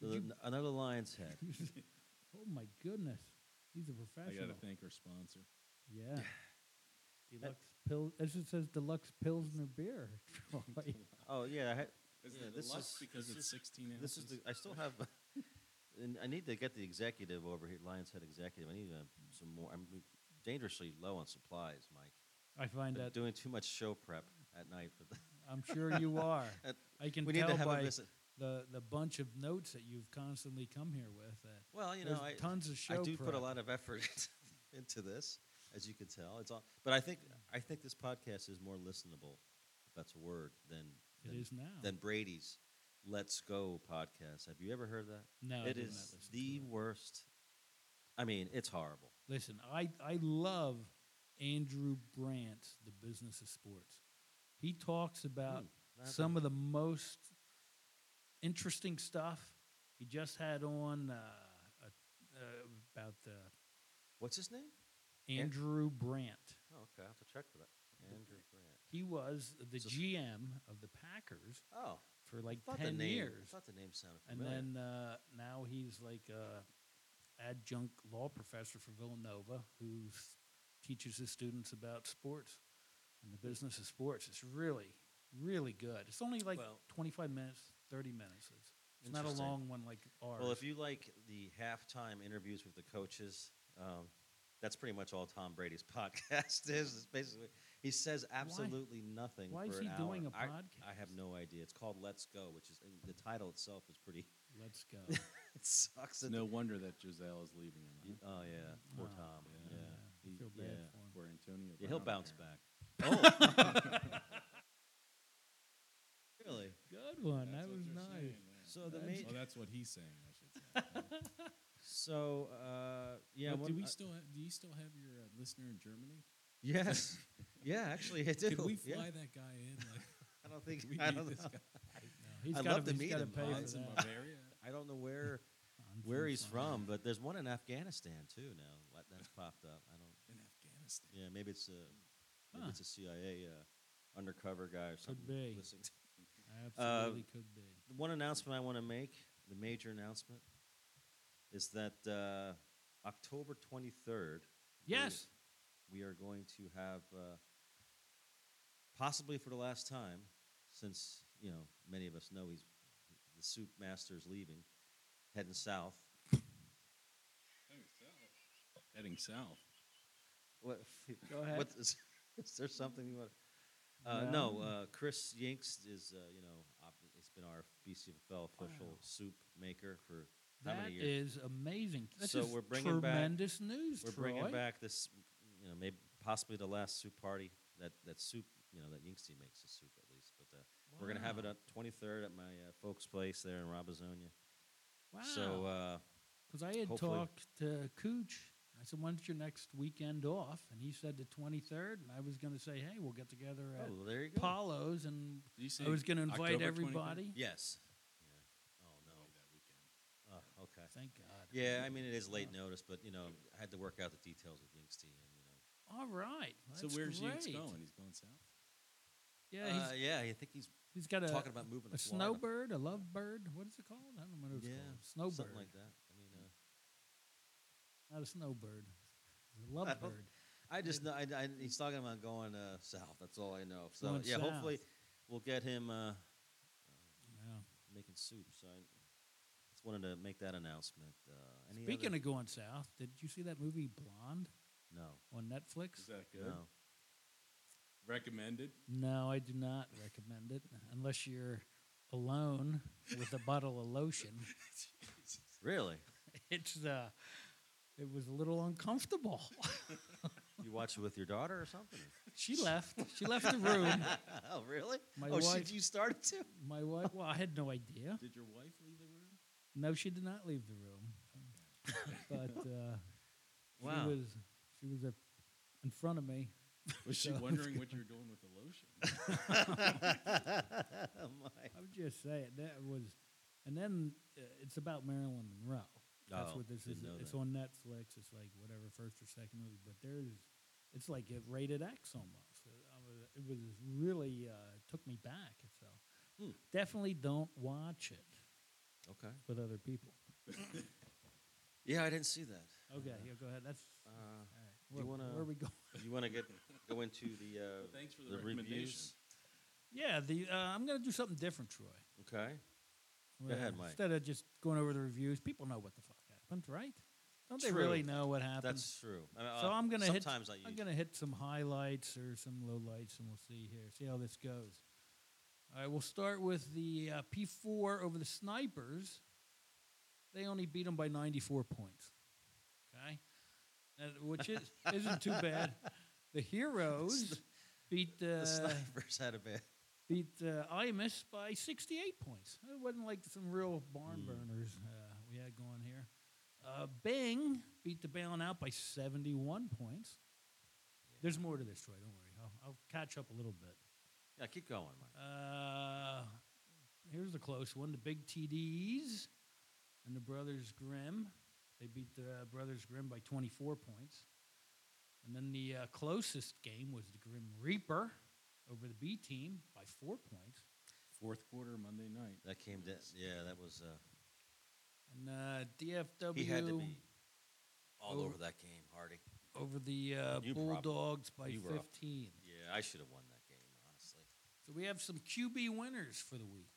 Speaker 1: The-
Speaker 2: you-
Speaker 1: another lion's head.
Speaker 2: Oh, my goodness. He's a
Speaker 3: I got
Speaker 2: professional.
Speaker 3: to thank our sponsor.
Speaker 2: Yeah. Deluxe Pils. As it says, Deluxe Pilsner beer. Troy.
Speaker 1: Oh yeah, I had,
Speaker 3: Is
Speaker 1: Yeah,
Speaker 3: it
Speaker 1: this
Speaker 3: deluxe
Speaker 1: is-
Speaker 3: because
Speaker 1: this
Speaker 3: it's 16 ounces?
Speaker 1: this is the. I still have. and I need to get the executive over here, Lion's Head executive. I need uh, some more. I'm dangerously low on supplies, Mike.
Speaker 2: I find
Speaker 1: Been
Speaker 2: that
Speaker 1: doing too much show prep at night for the.
Speaker 2: I'm sure you are.
Speaker 1: At-
Speaker 2: I can
Speaker 1: Uh, we need
Speaker 2: tell
Speaker 1: to have
Speaker 2: by
Speaker 1: a visit.
Speaker 2: the the bunch of notes that you've constantly come here with. That
Speaker 1: Well, you
Speaker 2: there's
Speaker 1: know, I,
Speaker 2: tons of
Speaker 1: I
Speaker 2: show.
Speaker 1: do put a
Speaker 2: prep.
Speaker 1: lot of effort into this, as you can tell. It's all, but I think I think this podcast is more listenable, if that's a word, than
Speaker 2: It
Speaker 1: than
Speaker 2: is now.
Speaker 1: than Brady's Let's Go podcast. Have you ever heard of that?
Speaker 2: No, I
Speaker 1: it
Speaker 2: did not
Speaker 1: is
Speaker 2: listen to
Speaker 1: the
Speaker 2: it.
Speaker 1: worst. I mean, it's horrible.
Speaker 2: Listen, I, I love Andrew Brandt's The Business of Sports. He talks about
Speaker 1: not
Speaker 2: some of the most interesting stuff. He just had on uh, uh, uh, about the
Speaker 1: What's his name? An-
Speaker 2: Andrew Brandt.
Speaker 1: Oh, okay, I will have to check for that. Andrew Brandt.
Speaker 2: He was the
Speaker 1: So-
Speaker 2: GM of the Packers
Speaker 1: Oh,
Speaker 2: for like
Speaker 1: I thought the
Speaker 2: 10
Speaker 1: name.
Speaker 2: years.
Speaker 1: I thought the name sounded
Speaker 2: And
Speaker 1: familiar.
Speaker 2: then uh, now he's like a adjunct law professor for Villanova who s- teaches his students about sports. in the business of sports. It's really, really good. It's only like
Speaker 1: Well-
Speaker 2: 25 minutes, 30 minutes. It's, it's not a
Speaker 1: Interesting.
Speaker 2: long one like ours.
Speaker 1: Well, if you like the halftime interviews with the coaches, um, that's pretty much all Tom Brady's podcast is. It's basically, he says absolutely nothing.
Speaker 2: why
Speaker 1: for
Speaker 2: is
Speaker 1: an
Speaker 2: he doing
Speaker 1: hour.
Speaker 2: a
Speaker 1: I- I,
Speaker 2: podcast?
Speaker 1: have no idea. It's called "Let's Go," which is the title itself is pretty.
Speaker 2: Let's go.
Speaker 1: It sucks. that
Speaker 3: no wonder that Giselle is leaving him. huh?
Speaker 1: you- oh yeah, poor
Speaker 2: Oh,
Speaker 1: Tom.
Speaker 3: yeah.
Speaker 1: Yeah,
Speaker 2: I
Speaker 1: He-
Speaker 2: feel bad
Speaker 1: yeah.
Speaker 2: for him.
Speaker 3: For Antonio,
Speaker 1: Yeah, he'll
Speaker 3: Brown,
Speaker 1: bounce
Speaker 3: apparently.
Speaker 1: back. Oh, really?
Speaker 2: Good one.
Speaker 3: That's
Speaker 2: that
Speaker 3: what
Speaker 2: was
Speaker 3: they're
Speaker 2: nice.
Speaker 3: saying, yeah.
Speaker 1: So the
Speaker 2: That's-
Speaker 1: main,
Speaker 3: Well, Oh, that's what he's saying. I should say.
Speaker 1: so uh, yeah.
Speaker 3: But
Speaker 1: one-
Speaker 3: do we
Speaker 1: uh,
Speaker 3: still have, do you still have your uh, listener in Germany?
Speaker 1: yes, yeah. Actually, I do.
Speaker 3: Could we
Speaker 1: Yeah.
Speaker 3: fly that guy in? Like,
Speaker 1: I don't think.
Speaker 3: we
Speaker 1: I
Speaker 3: need
Speaker 1: don't
Speaker 3: this
Speaker 1: know.
Speaker 3: guy.
Speaker 2: No, he's
Speaker 1: I'd
Speaker 2: gotta-
Speaker 1: love to
Speaker 2: he's
Speaker 1: meet
Speaker 2: gotta
Speaker 1: him,
Speaker 2: pay for
Speaker 3: Hans in
Speaker 2: that.
Speaker 3: Bavaria.
Speaker 1: I don't know where
Speaker 2: I'm
Speaker 1: where
Speaker 2: from
Speaker 1: he's
Speaker 2: Florida.
Speaker 1: from, but there's one in Afghanistan too now. Like, That's popped up. I don't.
Speaker 3: in Afghanistan.
Speaker 1: Yeah, maybe it's a maybe
Speaker 2: Huh.
Speaker 1: it's a CIA uh, undercover guy or something.
Speaker 2: be.
Speaker 1: listening to-
Speaker 2: Absolutely could be.
Speaker 1: The One announcement I want to make, the major announcement, is that uh, October 23rd. we-
Speaker 2: Yes.
Speaker 1: We are going to have uh, possibly for the last time, since you know many of us know he's the soup master is leaving, heading south.
Speaker 3: Heading south.
Speaker 1: What?
Speaker 2: Go ahead.
Speaker 1: What is, is there something you want? Uh,
Speaker 2: No.
Speaker 1: no, uh, Chris Yinks is uh, you know op- it's been our BCFL official
Speaker 2: Wow.
Speaker 1: soup maker for how
Speaker 2: That
Speaker 1: many years?
Speaker 2: is amazing. That's
Speaker 1: So
Speaker 2: just
Speaker 1: we're bringing back-
Speaker 2: tremendous news.
Speaker 1: We're bringing
Speaker 2: Troy.
Speaker 1: back this you know maybe possibly the last soup party that that soup you know that Yinksy makes the soup at least, but uh, we're gonna have it
Speaker 2: Wow.
Speaker 1: on 23rd at my uh, folks' place there in Robizonia.
Speaker 2: Wow.
Speaker 1: So uh,
Speaker 2: Because I had
Speaker 1: Hopefully.
Speaker 2: talked to Cooch. I said, "When's your next weekend off?" And he said the twenty third. And I was going to say, "Hey, we'll get together at
Speaker 1: oh, well, there you go.
Speaker 2: Apollo's," and
Speaker 3: Did you say
Speaker 2: I was going to invite
Speaker 3: October
Speaker 2: everybody.
Speaker 3: 23rd?
Speaker 1: yes. Yeah. Oh no. Oh, okay.
Speaker 2: Thank God.
Speaker 1: Yeah, I mean it is late notice, but you know I had to work out the details with Yingste, and you know.
Speaker 2: All right.
Speaker 3: So
Speaker 2: that's
Speaker 3: where's
Speaker 2: great.
Speaker 3: Yates going? He's going south.
Speaker 2: Yeah, he's,
Speaker 1: Uh, yeah, I think he's
Speaker 2: he's got a
Speaker 1: talking about moving
Speaker 2: a
Speaker 1: to Florida.
Speaker 2: snowbird, a lovebird. What is it called? I don't know what it's
Speaker 1: Yeah,
Speaker 2: called. Snowbird,
Speaker 1: something like that. I mean, uh,
Speaker 2: not a snowbird. A
Speaker 1: I don't-
Speaker 2: lovebird.
Speaker 1: I just know I, I, he's talking about going uh, south. That's all I know. So
Speaker 2: Going
Speaker 1: yeah, hopefully
Speaker 2: south.
Speaker 1: we'll get him uh,
Speaker 2: Yeah.
Speaker 1: making soup. So I just wanted to make that announcement. Uh, any
Speaker 2: Speaking
Speaker 1: other-
Speaker 2: of going south, did you see that movie Blonde
Speaker 1: no,
Speaker 2: on Netflix?
Speaker 3: Is that good?
Speaker 1: no,
Speaker 3: Recommended.
Speaker 2: No, I do not recommend it unless you're alone with a bottle of lotion.
Speaker 1: really,
Speaker 2: It's uh, it was a little uncomfortable.
Speaker 1: you watch it with your daughter or something?
Speaker 2: she left. She left the room.
Speaker 1: oh, really?
Speaker 2: My
Speaker 1: oh,
Speaker 2: wife-
Speaker 1: shit, you started to?
Speaker 2: My wife. Well, I had no idea.
Speaker 3: Did your wife leave the room?
Speaker 2: No, she did not leave the room. But uh,
Speaker 1: Wow.
Speaker 2: she was she was up in front of me.
Speaker 3: Was she
Speaker 2: So-
Speaker 3: wondering what you're doing with the lotion?
Speaker 1: Oh, my.
Speaker 2: I would just say it. That was, and then uh, it's about Marilyn Monroe. That's
Speaker 1: Oh,
Speaker 2: what this is.
Speaker 1: didn't know
Speaker 2: It's
Speaker 1: that.
Speaker 2: on Netflix. It's like whatever first or second movie, but there's, it's like a rated X almost. Uh, I was, it was really uh, took me back. So
Speaker 1: Hmm.
Speaker 2: definitely don't watch it
Speaker 1: Okay.
Speaker 2: with other people.
Speaker 1: Yeah, I didn't see that.
Speaker 2: Okay, yeah, go ahead. That's
Speaker 1: Uh,
Speaker 2: all right.
Speaker 1: you
Speaker 2: Where,
Speaker 1: wanna-
Speaker 2: where are we going?
Speaker 1: you want to get go into the uh,
Speaker 3: Well, thanks for the
Speaker 1: the
Speaker 3: recommendation.
Speaker 1: reviews?
Speaker 2: yeah, the uh, I'm gonna do something different, Troy.
Speaker 1: Okay.
Speaker 2: Well,
Speaker 1: ahead, Mike.
Speaker 2: Instead of just going over the reviews, people know what the fuck happened, right? Don't they
Speaker 1: True.
Speaker 2: really know what happened?
Speaker 1: That's true. I mean,
Speaker 2: So
Speaker 1: uh,
Speaker 2: I'm gonna hit.
Speaker 1: sometimes I
Speaker 2: am
Speaker 1: use
Speaker 2: gonna hit some highlights or some lowlights, and we'll see here. See how this goes. All right, we'll start with the uh, P4 over the Snipers. They only beat them by 94 points. Okay, That- which is, isn't too bad. The Heroes beat
Speaker 1: the
Speaker 2: uh,
Speaker 1: snipers had a bit.
Speaker 2: beat uh, Imus by 68 points. It wasn't like some real barn burners uh, we had going here. Uh, Bing beat the Ballin out by 71 points. There's more to this, Troy. Don't worry. I'll, I'll catch up a little bit.
Speaker 1: Yeah, keep going, Mike.
Speaker 2: Uh, here's the close one the Big TDs and the Brothers Grimm. They beat the uh, Brothers Grimm by 24 points. And then the uh, closest game was the Grim Reaper over the B team by four points.
Speaker 3: Fourth quarter Monday night.
Speaker 1: That came down. Yeah, that was. Uh,
Speaker 2: And uh, DFW
Speaker 1: he had to be all
Speaker 2: Oh.
Speaker 1: over that game, Hardy.
Speaker 2: over the uh,
Speaker 1: You prob-
Speaker 2: Bulldogs by
Speaker 1: you were up.
Speaker 2: 15.
Speaker 1: Yeah, Yeah, I should have won that game, honestly.
Speaker 2: So we have some QB winners for the week.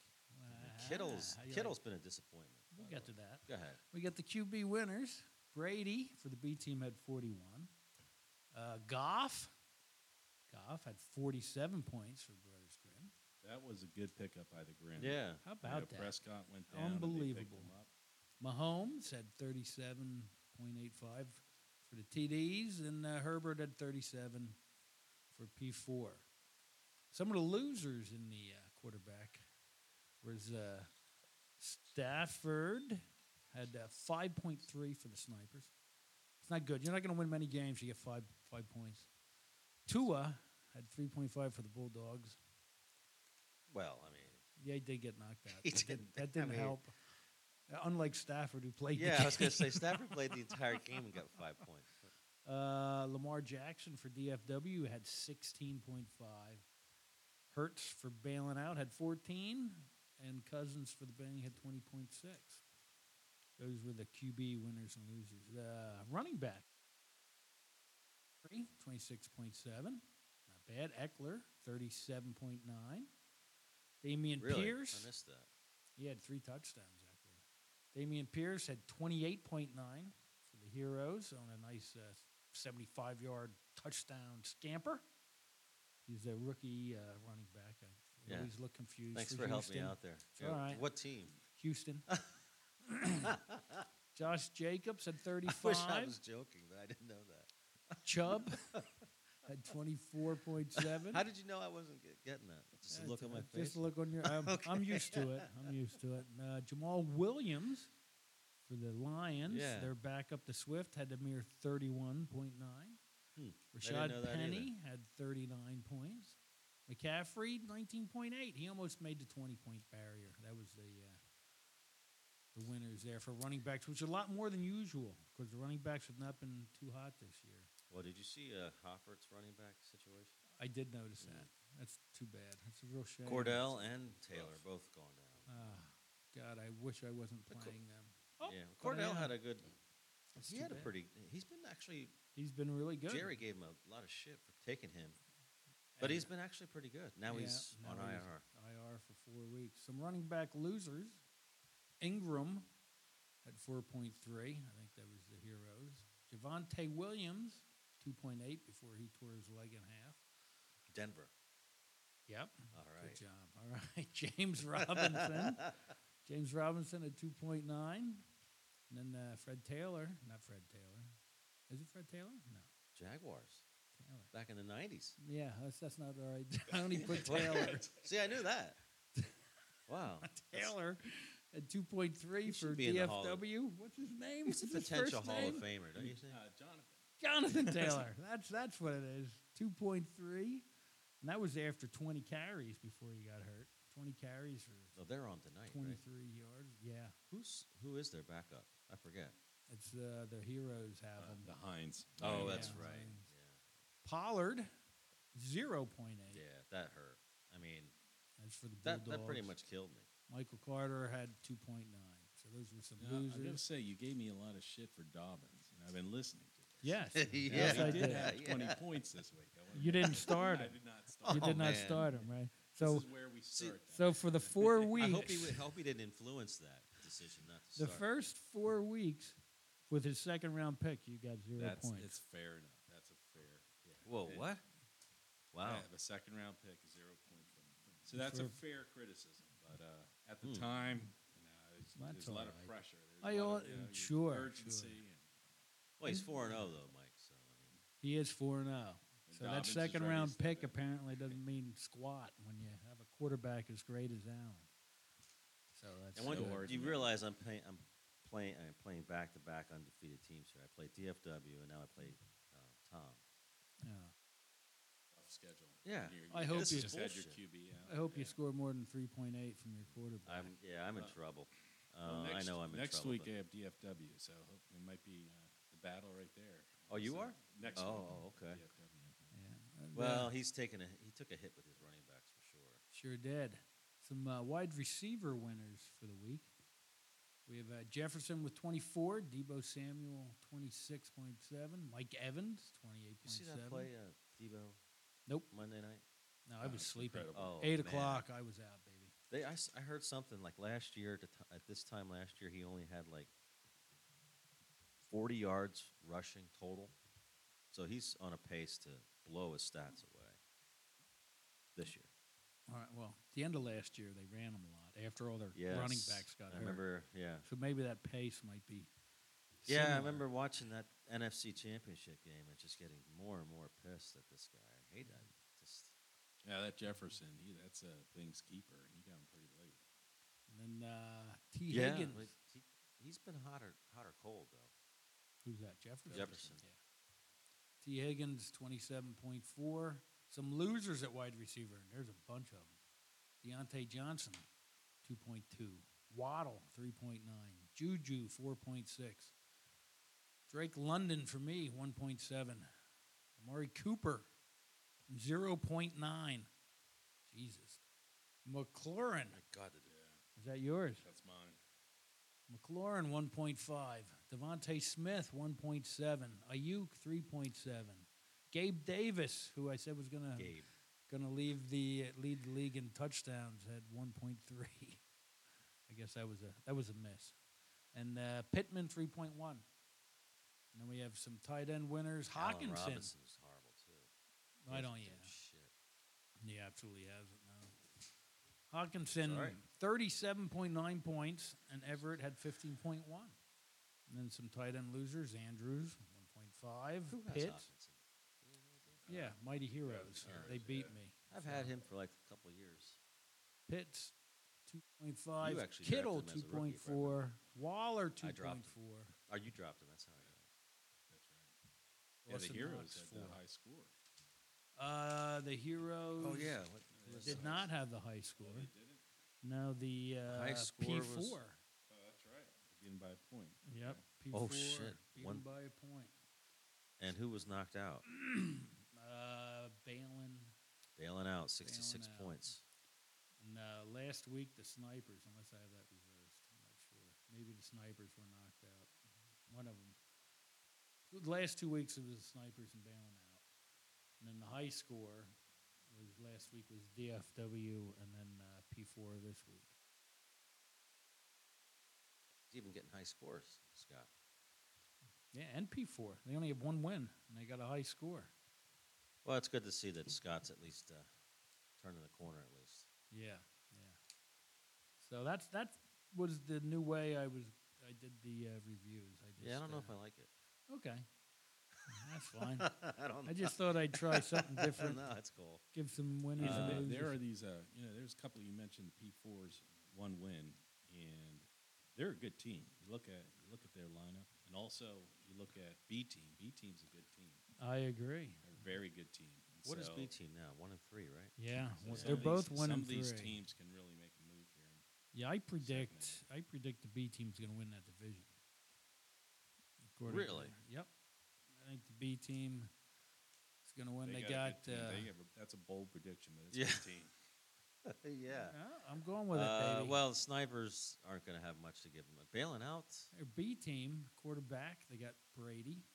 Speaker 1: Kittle's
Speaker 2: Ah, how you like-
Speaker 1: Kittle's been a disappointment.
Speaker 2: We'll
Speaker 1: by
Speaker 2: get
Speaker 1: the
Speaker 2: to
Speaker 1: way.
Speaker 2: that.
Speaker 1: Go ahead.
Speaker 2: We got the QB winners. Brady for the B team had 41. Uh, Goff. Goff had 47 points for Brothers Grimm.
Speaker 3: That was a good pickup by the Grim.
Speaker 1: Yeah.
Speaker 2: How about that?
Speaker 3: Prescott went down. and they picked
Speaker 2: Unbelievable.
Speaker 3: him up.
Speaker 2: Mahomes had 37.85 for the TDs, and uh, Herbert had 37 for P4. Some of the losers in the uh, quarterback was uh, Stafford had uh, 5.3 for the snipers. It's not good. You're not going to win many games. You get five five points. Tua had 3.5 for the Bulldogs.
Speaker 1: Well, I mean,
Speaker 2: Yeah, he did get knocked out.
Speaker 1: He
Speaker 2: That
Speaker 1: didn't.
Speaker 2: That
Speaker 1: I
Speaker 2: didn't
Speaker 1: mean-
Speaker 2: help. Uh, Unlike Stafford, who played. the
Speaker 1: yeah, I was going
Speaker 2: game.
Speaker 1: to say Stafford played the entire game and got five points.
Speaker 2: Uh, Lamar Jackson for DFW had 16.5. Hertz for bailing out had 14. And Cousins for the Bang had 20.6. Those were the QB winners and losers. Uh, running back, three, 26.7. Not bad. Eckler, 37.9. Damian
Speaker 1: Really,
Speaker 2: Pierce.
Speaker 1: I missed that.
Speaker 2: He had three touchdowns out there. Damian Pierce had 28.9 for the Heroes on a nice 75 yard touchdown scamper. He's a rookie uh, running back. I
Speaker 1: Yeah.
Speaker 2: always look confused.
Speaker 1: Thanks for
Speaker 2: for
Speaker 1: helping me
Speaker 2: Houston.
Speaker 1: out there.
Speaker 2: It's all right.
Speaker 1: What team?
Speaker 2: Houston. Josh Jacobs had
Speaker 1: I
Speaker 2: 35.
Speaker 1: wish I was joking, but I didn't know that.
Speaker 2: Chubb had 24.7.
Speaker 1: How did you know I wasn't get, getting that? Just a
Speaker 2: That's
Speaker 1: look on
Speaker 2: all
Speaker 1: my
Speaker 2: right.
Speaker 1: face.
Speaker 2: Just a look on your. I'm, I'm used to it. I'm used to it. Uh, Jamal Williams for the Lions.
Speaker 1: Yeah.
Speaker 2: They're back up to Swift. Had a mere 31.9.
Speaker 1: Hmm. I didn't
Speaker 2: Rashad
Speaker 1: know that either.
Speaker 2: Penny had 39 points. McCaffrey 19.8. He almost made the 20 point barrier. That was the uh, the winners there for running backs, which is a lot more than usual because the running backs have not been too hot this year.
Speaker 1: Well, did you see uh, Hoffert's running back situation?
Speaker 2: I did notice that. That's too bad. That's a real shame.
Speaker 1: Hmm. Cordell and Taylor both gone down.
Speaker 2: Ah, God, I wish I wasn't
Speaker 1: But Cor-
Speaker 2: playing them.
Speaker 1: yeah,
Speaker 2: but
Speaker 1: Cordell
Speaker 2: I
Speaker 1: had
Speaker 2: am.
Speaker 1: a good.
Speaker 2: It's
Speaker 1: He
Speaker 2: too
Speaker 1: had a
Speaker 2: bad.
Speaker 1: pretty. He's been actually.
Speaker 2: He's been really good.
Speaker 1: Jerry gave him a lot of shit for taking him, but
Speaker 2: And-
Speaker 1: he's been actually pretty good. Now
Speaker 2: Yeah,
Speaker 1: he's
Speaker 2: now
Speaker 1: on
Speaker 2: he's
Speaker 1: IR.
Speaker 2: IR for four weeks. Some running back losers. Ingram at 4.3. I think that was the heroes. Javante Williams, 2.8 before he tore his leg in half.
Speaker 1: Denver.
Speaker 2: Yep.
Speaker 1: All
Speaker 2: Good
Speaker 1: right.
Speaker 2: job. All right. James Robinson. James Robinson at 2.9. And then uh, Fred Taylor. Not Fred Taylor. Is it Fred Taylor? No.
Speaker 1: Jaguars
Speaker 2: Taylor.
Speaker 1: back in the nineties.
Speaker 2: Yeah, that's, that's not all right. I only put Taylor.
Speaker 1: See, I knew that. Wow.
Speaker 2: Taylor at 2.3
Speaker 1: should
Speaker 2: for
Speaker 1: be in the Hall of-
Speaker 2: DFW. What's his name?
Speaker 1: He's a
Speaker 2: What's his
Speaker 1: potential
Speaker 2: first
Speaker 1: Hall
Speaker 2: name?
Speaker 1: of Famer, don't you think?
Speaker 3: Uh, Jonathan.
Speaker 2: Jonathan Taylor. That's that's what it is. 2.3. And that was after 20 carries before he got hurt. 20 carries for
Speaker 1: No, they're on tonight, right?
Speaker 2: 23 yards. Yeah.
Speaker 1: Who's who is their backup? I forget.
Speaker 2: It's uh, the heroes have
Speaker 3: Uh,
Speaker 2: him.
Speaker 3: the Hines.
Speaker 1: Oh,
Speaker 2: yeah.
Speaker 1: that's right.
Speaker 2: Pollard 0.8.
Speaker 1: Yeah. yeah, that hurt. I mean,
Speaker 2: That's for the
Speaker 1: that
Speaker 2: Bulldogs.
Speaker 1: that pretty much killed me.
Speaker 2: Michael Carter had 2.9. So those were some
Speaker 3: Now, I'm gonna
Speaker 2: losers.
Speaker 3: say you gave me a lot of shit for Dobbins, and I've been listening to this.
Speaker 2: Yes.
Speaker 1: Yeah.
Speaker 3: Now,
Speaker 2: Yes,
Speaker 3: he
Speaker 2: I
Speaker 3: did
Speaker 2: did.
Speaker 3: have
Speaker 1: Yeah.
Speaker 3: 20 points this week. I wanna
Speaker 2: You
Speaker 3: make-
Speaker 2: didn't start
Speaker 3: I
Speaker 2: him.
Speaker 3: did not start.
Speaker 2: You
Speaker 1: Oh,
Speaker 2: did not
Speaker 1: man.
Speaker 2: start him, right?
Speaker 3: this
Speaker 2: So,
Speaker 3: is where we
Speaker 1: See,
Speaker 3: start.
Speaker 2: so for the four weeks,
Speaker 1: I hope he would- hope he didn't influence that decision not to
Speaker 2: the
Speaker 1: start.
Speaker 2: first four weeks with his second round pick, you got zero
Speaker 3: that's
Speaker 2: points.
Speaker 3: it's fair enough. That's a fair. Yeah.
Speaker 1: Whoa,
Speaker 3: It-
Speaker 1: what? Wow.
Speaker 3: Yeah, the second round pick, zero point from him. So that's a
Speaker 2: For-
Speaker 3: fair criticism, but uh, at the
Speaker 1: Hmm.
Speaker 3: time, you know, it's-
Speaker 2: That's
Speaker 3: there's a lot
Speaker 2: all
Speaker 3: of
Speaker 2: right.
Speaker 3: pressure.
Speaker 2: I
Speaker 3: There's a lot
Speaker 2: al-
Speaker 3: of, you know,
Speaker 2: sure,
Speaker 3: urgency.
Speaker 2: sure.
Speaker 3: and-
Speaker 1: Well, he's four and zero though, Mike. So I
Speaker 2: he is four and zero.
Speaker 3: And
Speaker 2: So
Speaker 3: Dobbins
Speaker 2: that
Speaker 3: is
Speaker 2: second
Speaker 3: ready to
Speaker 2: round
Speaker 3: step
Speaker 2: pick
Speaker 3: in.
Speaker 2: apparently doesn't mean squat when you have a quarterback as great as Allen. So that's
Speaker 1: mean, and
Speaker 3: no
Speaker 1: when
Speaker 3: worries
Speaker 1: you
Speaker 3: about it.
Speaker 1: realize I'm playing, I'm playing, I'm playing back to back undefeated teams here. I played DFW and now I played uh, Tom.
Speaker 2: yeah.
Speaker 3: Tough schedule.
Speaker 1: Yeah.
Speaker 3: And you're-
Speaker 2: I
Speaker 3: you
Speaker 2: hope
Speaker 3: just
Speaker 2: you-
Speaker 3: just had your
Speaker 1: Bullshit.
Speaker 3: QB out.
Speaker 2: I hope you
Speaker 3: Yeah.
Speaker 2: score more than three point eight from your quarterback.
Speaker 1: I'm yeah, I'm in
Speaker 3: Well,
Speaker 1: trouble.
Speaker 3: Well,
Speaker 1: Uh,
Speaker 3: next,
Speaker 1: I know I'm in
Speaker 3: next
Speaker 1: trouble.
Speaker 3: week
Speaker 1: but-
Speaker 3: I have DFW, so hope it might be uh, the battle right there.
Speaker 1: Oh, you
Speaker 3: So
Speaker 1: are?
Speaker 3: next.
Speaker 1: Oh,
Speaker 3: week,
Speaker 1: okay.
Speaker 3: DFW.
Speaker 2: yeah. Uh,
Speaker 1: well, he's taken a he took a hit with his running backs for sure.
Speaker 2: Sure did. Some uh, wide receiver winners for the week. We have uh, Jefferson with 24, Debo Samuel 26.7, Mike Evans
Speaker 1: You see
Speaker 2: 28.7.
Speaker 1: that play, uh, Debo?
Speaker 2: Nope.
Speaker 1: Monday night.
Speaker 2: No, I
Speaker 3: Oh,
Speaker 2: was
Speaker 3: it's
Speaker 2: sleeping.
Speaker 1: Oh,
Speaker 3: incredible.
Speaker 2: Eight
Speaker 1: man.
Speaker 2: o'clock, I was out, baby.
Speaker 1: They, I, s- I heard something like last year at, the t- at this time last year he only had like 40 yards rushing total, so he's on a pace to blow his stats away this year.
Speaker 2: All right. Well, the end of last year they ran them a lot. After all their running
Speaker 1: Yes,
Speaker 2: backs got
Speaker 1: I
Speaker 2: hurt,
Speaker 1: remember. Yeah,
Speaker 2: so maybe that pace might be.
Speaker 1: yeah. I
Speaker 2: similar.
Speaker 1: remember watching that NFC Championship game and just getting more and more pissed at this guy. I hate that. Just
Speaker 3: Yeah, that Jefferson, he that's a things keeper, and he got him pretty late.
Speaker 2: And then uh, T.
Speaker 1: yeah,
Speaker 2: Higgins.
Speaker 1: but he, he's been hot or hot or cold though.
Speaker 2: Who's that? Jefferson.
Speaker 1: Jefferson.
Speaker 2: Yeah. T. Higgins, twenty-seven point four. Some losers at wide receiver, and there's a bunch of them. Deontay Johnson, two point two. Waddle, three point nine. Juju, four point six. Drake London for me, one point seven. Amari Cooper, zero point nine. Jesus. McLaurin,
Speaker 3: My God, yeah,
Speaker 2: is that yours?
Speaker 3: that's mine.
Speaker 2: McLaurin 1.5, Devontae Smith 1.7, Ayuk 3.7, Gabe Davis, who I said was gonna
Speaker 1: Gabe,
Speaker 2: gonna leave the lead the league in touchdowns, had 1.3. I guess that was a that was a miss, and uh, Pittman 3.1. And then we have some tight end winners.
Speaker 1: Allen
Speaker 2: Hawkinson,
Speaker 1: Robinson was horrible too.
Speaker 2: right on,
Speaker 1: He's
Speaker 2: yeah,
Speaker 1: doing Shit.
Speaker 2: he absolutely hasn't. No. Hawkinson,
Speaker 1: Sorry.
Speaker 2: 37.9 points, and Everett had 15.1. And then some tight end losers Andrews, 1.5.
Speaker 1: Who has
Speaker 2: Pitt.
Speaker 1: Hopkinson?
Speaker 2: Yeah, Mighty Heroes.
Speaker 3: Heroes,
Speaker 2: They
Speaker 3: yeah.
Speaker 2: beat me.
Speaker 1: I've had him for like a couple of years.
Speaker 2: Pitts, 2.5.
Speaker 1: You actually
Speaker 2: Kittle,
Speaker 1: drafted him as a rookie, if I remember.
Speaker 2: 2.4. Waller, 2.4.
Speaker 1: I dropped him. Or Oh, you dropped him. That's how I got him.
Speaker 2: Dawson
Speaker 3: That's right. yeah, the heroes
Speaker 2: Knox,
Speaker 3: had
Speaker 2: four.
Speaker 3: the high score.
Speaker 2: Uh, the Heroes
Speaker 1: Oh, What,
Speaker 3: who was
Speaker 2: did not have the high score.
Speaker 3: Oh, they didn't.
Speaker 2: No, the uh,
Speaker 1: High score
Speaker 2: P4.
Speaker 1: was-
Speaker 3: Oh, that's right. Again by a point.
Speaker 2: Yep. P4.
Speaker 1: Oh, shit.
Speaker 2: Beat
Speaker 1: One-
Speaker 2: him by a point.
Speaker 1: And who was knocked out?
Speaker 2: Uh, Balin.
Speaker 1: Bailing out, 66
Speaker 2: out.
Speaker 1: points.
Speaker 2: And uh, last week, the snipers, unless I have that reversed, I'm not sure. Maybe the snipers were knocked out. One of them. The last two weeks, it was the snipers and bailing out. And then the high score was last week was DFW and then uh, P4 this week.
Speaker 1: He's even getting high scores, Scott.
Speaker 2: Yeah, and P4. They only have one win, and they got a high score.
Speaker 1: Well, it's good to see that Scott's at least uh, turning the corner, at least.
Speaker 2: Yeah, yeah. So that's that was the new way I was. I did the uh, reviews. I just,
Speaker 1: Yeah, I don't know
Speaker 2: uh,
Speaker 1: if I like it.
Speaker 2: Okay. That's fine.
Speaker 1: I don't know.
Speaker 2: I just thought I'd try something different.
Speaker 1: no, that's cool.
Speaker 2: Give some
Speaker 3: Yeah,
Speaker 2: winners
Speaker 1: Uh,
Speaker 3: so
Speaker 2: and
Speaker 3: there,
Speaker 2: losers.
Speaker 3: there are these, uh, you know, there's a couple you mentioned. The P4s, one win, and they're a good team. You look at you look at their lineup, and also you look at B team. B team's a good team.
Speaker 2: I agree.
Speaker 3: They're a very good team. And
Speaker 1: What is
Speaker 3: so-
Speaker 1: B team now? One and three, right?
Speaker 2: Yeah, well,
Speaker 3: so some
Speaker 2: they're
Speaker 3: of these-
Speaker 2: both one and
Speaker 3: Some of
Speaker 2: three.
Speaker 3: these teams can really make a move here.
Speaker 2: yeah, I predict. I predict the B team's going to win that division. According to
Speaker 1: Really?
Speaker 2: their- yep. I think the B team is going to win. They,
Speaker 3: a
Speaker 2: got.
Speaker 3: good team.
Speaker 2: uh,
Speaker 3: They have a- that's a bold prediction, but it's
Speaker 1: Yeah.
Speaker 3: a good team.
Speaker 1: yeah.
Speaker 2: yeah, I'm going with it,
Speaker 1: Uh,
Speaker 2: baby.
Speaker 1: well, the snipers aren't going to have much to give them. Bailing out?
Speaker 2: Their B team quarterback, they got Brady,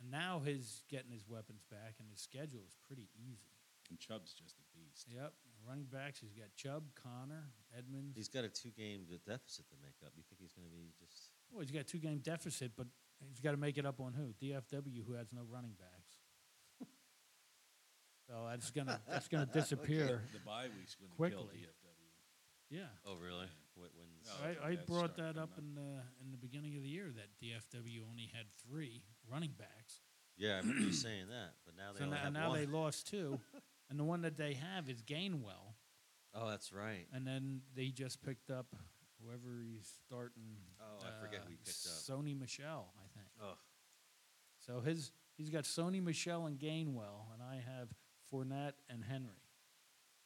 Speaker 2: and now his getting his weapons back, and his schedule is pretty easy.
Speaker 3: And Chubb's just a beast.
Speaker 2: Yep, running backs. He's got Chubb, Connor, Edmonds.
Speaker 1: He's got a two game deficit to make up. You think he's going to be just.
Speaker 2: Well, he's got a two game deficit, but he's got to make it up on who? DFW, who has no running backs. so that's gonna that's gonna disappear.
Speaker 3: The bye weeks wouldn't kill
Speaker 2: Quickly.
Speaker 3: DFW.
Speaker 2: Yeah,
Speaker 1: Oh, really? Oh, What wins?
Speaker 3: No.
Speaker 2: I,
Speaker 3: think
Speaker 2: I
Speaker 3: Oh, that's
Speaker 2: brought
Speaker 3: starting
Speaker 2: that up in
Speaker 3: coming
Speaker 2: the in the beginning of the year that DFW only had three running backs,
Speaker 1: Yeah, I remember you saying that, but now they
Speaker 2: so
Speaker 1: only
Speaker 2: now,
Speaker 1: have
Speaker 2: now
Speaker 1: one.
Speaker 2: they lost two, and the one that they have is Gainwell,
Speaker 1: oh, that's right.
Speaker 2: and then they just picked up whoever he's starting.
Speaker 1: Oh, I forget who he picked up.
Speaker 2: Sony Michelle, I think.
Speaker 1: Oh,
Speaker 2: So his he's got Sony Michelle and Gainwell, and I have Fournette and Henry.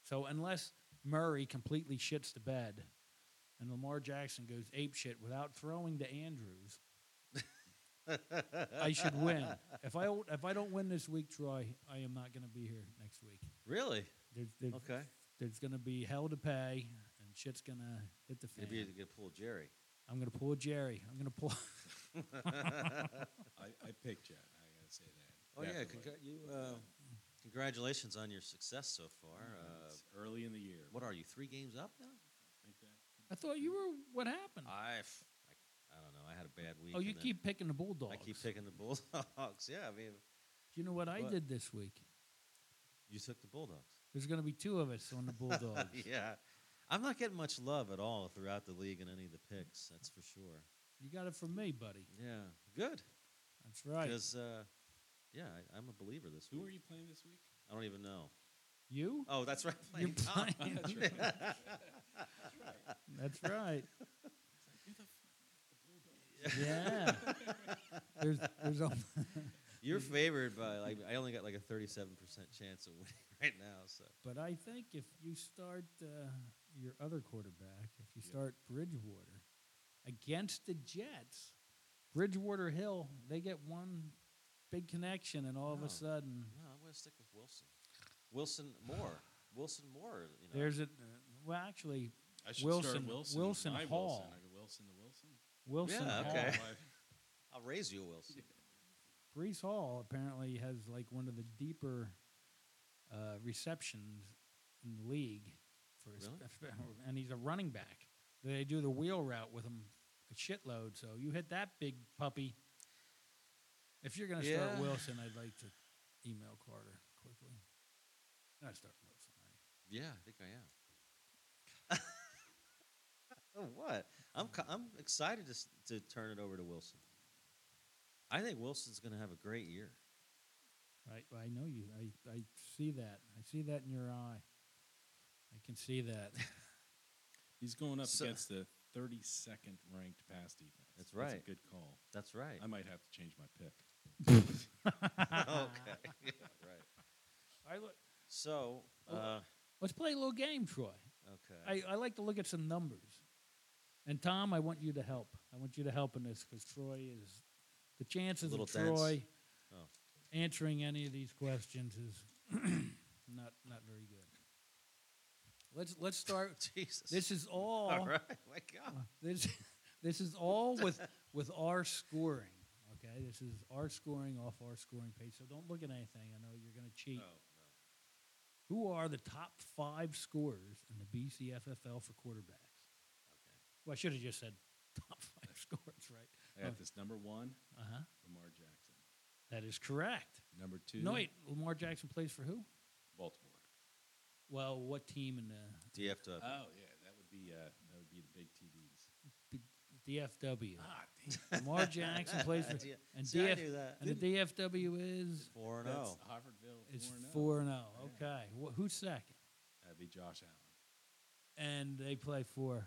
Speaker 2: So unless Murray completely shits the bed, and Lamar Jackson goes ape shit without throwing to Andrews, I should win. If I don't- if I don't win this week, Troy, I am not going to be here next week.
Speaker 1: really?
Speaker 2: There's there's,
Speaker 1: Okay.
Speaker 2: there's going to be hell to pay, and shit's going to hit the fan.
Speaker 1: Maybe you could pull Jerry.
Speaker 2: I'm going to pull a Jerry. I'm going to pull.
Speaker 3: I, I picked Jet. I gotta say that.
Speaker 1: Oh yeah,
Speaker 3: Definitely.
Speaker 1: congra- you uh, Congratulations on your success so far. Uh,
Speaker 3: It's early in the year.
Speaker 1: what are you? Three games up now?
Speaker 3: Like that.
Speaker 2: I thought you were. What happened?
Speaker 1: I, f- I- I don't know. I had a bad week.
Speaker 2: oh, you
Speaker 1: and then
Speaker 2: keep picking the Bulldogs.
Speaker 1: I keep picking the Bulldogs. Yeah, I mean,
Speaker 2: Do you know what I
Speaker 1: What?
Speaker 2: did this week?
Speaker 1: you took the Bulldogs.
Speaker 2: There's going to be two of us on the Bulldogs.
Speaker 1: yeah, I'm not getting much love at all throughout the league in any of the picks. That's for sure.
Speaker 2: You got it from me, buddy.
Speaker 1: Yeah, good.
Speaker 2: That's right.
Speaker 1: Because uh, yeah, I, I'm a believer this
Speaker 3: Who
Speaker 1: week.
Speaker 3: are you playing this week?
Speaker 1: I don't even know.
Speaker 2: You?
Speaker 1: Oh, that's right.
Speaker 2: You're
Speaker 1: playing Tom.
Speaker 2: playing.
Speaker 3: That's right.
Speaker 2: That's right.
Speaker 3: Who the fuck is the Bulldogs?
Speaker 2: Yeah. There's, there's a,
Speaker 1: You're favored by like I only got like a 37 percent chance of winning right now. So
Speaker 2: but I think if you start uh, your other quarterback, if you
Speaker 3: Yeah.
Speaker 2: start Bridgewater against the Jets, Bridgewater Hill, they get one big connection, and all of
Speaker 1: No.
Speaker 2: a sudden,
Speaker 1: no, I'm gonna stick with Wilson. Wilson Moore. Wilson Moore. You know.
Speaker 2: there's a. uh, Well, actually,
Speaker 3: I should
Speaker 2: Wilson-
Speaker 3: start Wilson.
Speaker 2: Wilson
Speaker 3: My
Speaker 2: Hall.
Speaker 3: Wilson. I go Wilson to Wilson.
Speaker 2: Wilson
Speaker 1: Yeah,
Speaker 2: Hall,
Speaker 1: Ah, okay.
Speaker 3: Hall, I-
Speaker 1: I'll raise you, a Wilson.
Speaker 2: Brees Hall apparently has like one of the deeper uh, receptions in the league, for his- and he's a running back. They do the wheel route with him a shitload. So you hit that big puppy. If you're going to
Speaker 1: Yeah.
Speaker 2: start Wilson, I'd like to email Carter quickly. Not start Wilson. I-
Speaker 1: Yeah, I think I am. oh, what? I'm co- I'm excited to s- to turn it over to Wilson. I think Wilson's going to have a great year.
Speaker 2: I, I know you. I, I see that. I see that in your eye. I can see that.
Speaker 3: He's going up
Speaker 1: So-
Speaker 3: against the 32nd ranked pass defense.
Speaker 1: That's
Speaker 3: That's
Speaker 1: right.
Speaker 3: a good call.
Speaker 1: That's right.
Speaker 3: I might have to change my pick.
Speaker 1: okay. Yeah, right.
Speaker 2: I look,
Speaker 1: So,
Speaker 2: Oh.
Speaker 1: uh,
Speaker 2: let's play a little game, Troy.
Speaker 1: okay.
Speaker 2: I, I like to look at some numbers. And Tom, I want you to help. I want you to help in this because Troy is the chances
Speaker 1: little
Speaker 2: of
Speaker 1: dense.
Speaker 2: Troy
Speaker 1: Oh.
Speaker 2: answering any of these questions is not not very good. Let's let's start.
Speaker 1: Jesus.
Speaker 2: this is all,
Speaker 1: All right. My God.
Speaker 2: this this is all with with our scoring. Okay, this is our scoring off our scoring page. So don't look at anything. I know you're going to cheat.
Speaker 1: Oh.
Speaker 2: Who are the top five scorers in the BCFFL for quarterbacks? Well, I should have just said top five scores, right?
Speaker 3: I got this number one,
Speaker 2: Uh huh.
Speaker 3: Lamar Jackson.
Speaker 2: That is correct.
Speaker 3: Number two,
Speaker 2: No, wait. Lamar Jackson plays for who?
Speaker 3: Baltimore.
Speaker 2: Well, what team in the
Speaker 1: Do you have to?
Speaker 2: Uh,
Speaker 3: Oh yeah, that would be uh, that would be the big TDs.
Speaker 2: DFW?
Speaker 3: Ah, damn.
Speaker 2: Lamar Jackson plays for
Speaker 1: Yeah.
Speaker 2: and
Speaker 1: See, I
Speaker 2: DF
Speaker 1: knew that.
Speaker 2: and the DFW is
Speaker 1: Four and oh?
Speaker 3: That's
Speaker 1: zero.
Speaker 3: Harvardville.
Speaker 2: is
Speaker 3: four. oh.
Speaker 2: four and zero. Okay, Wh- who's second?
Speaker 3: That'd be Josh Allen.
Speaker 2: And they play for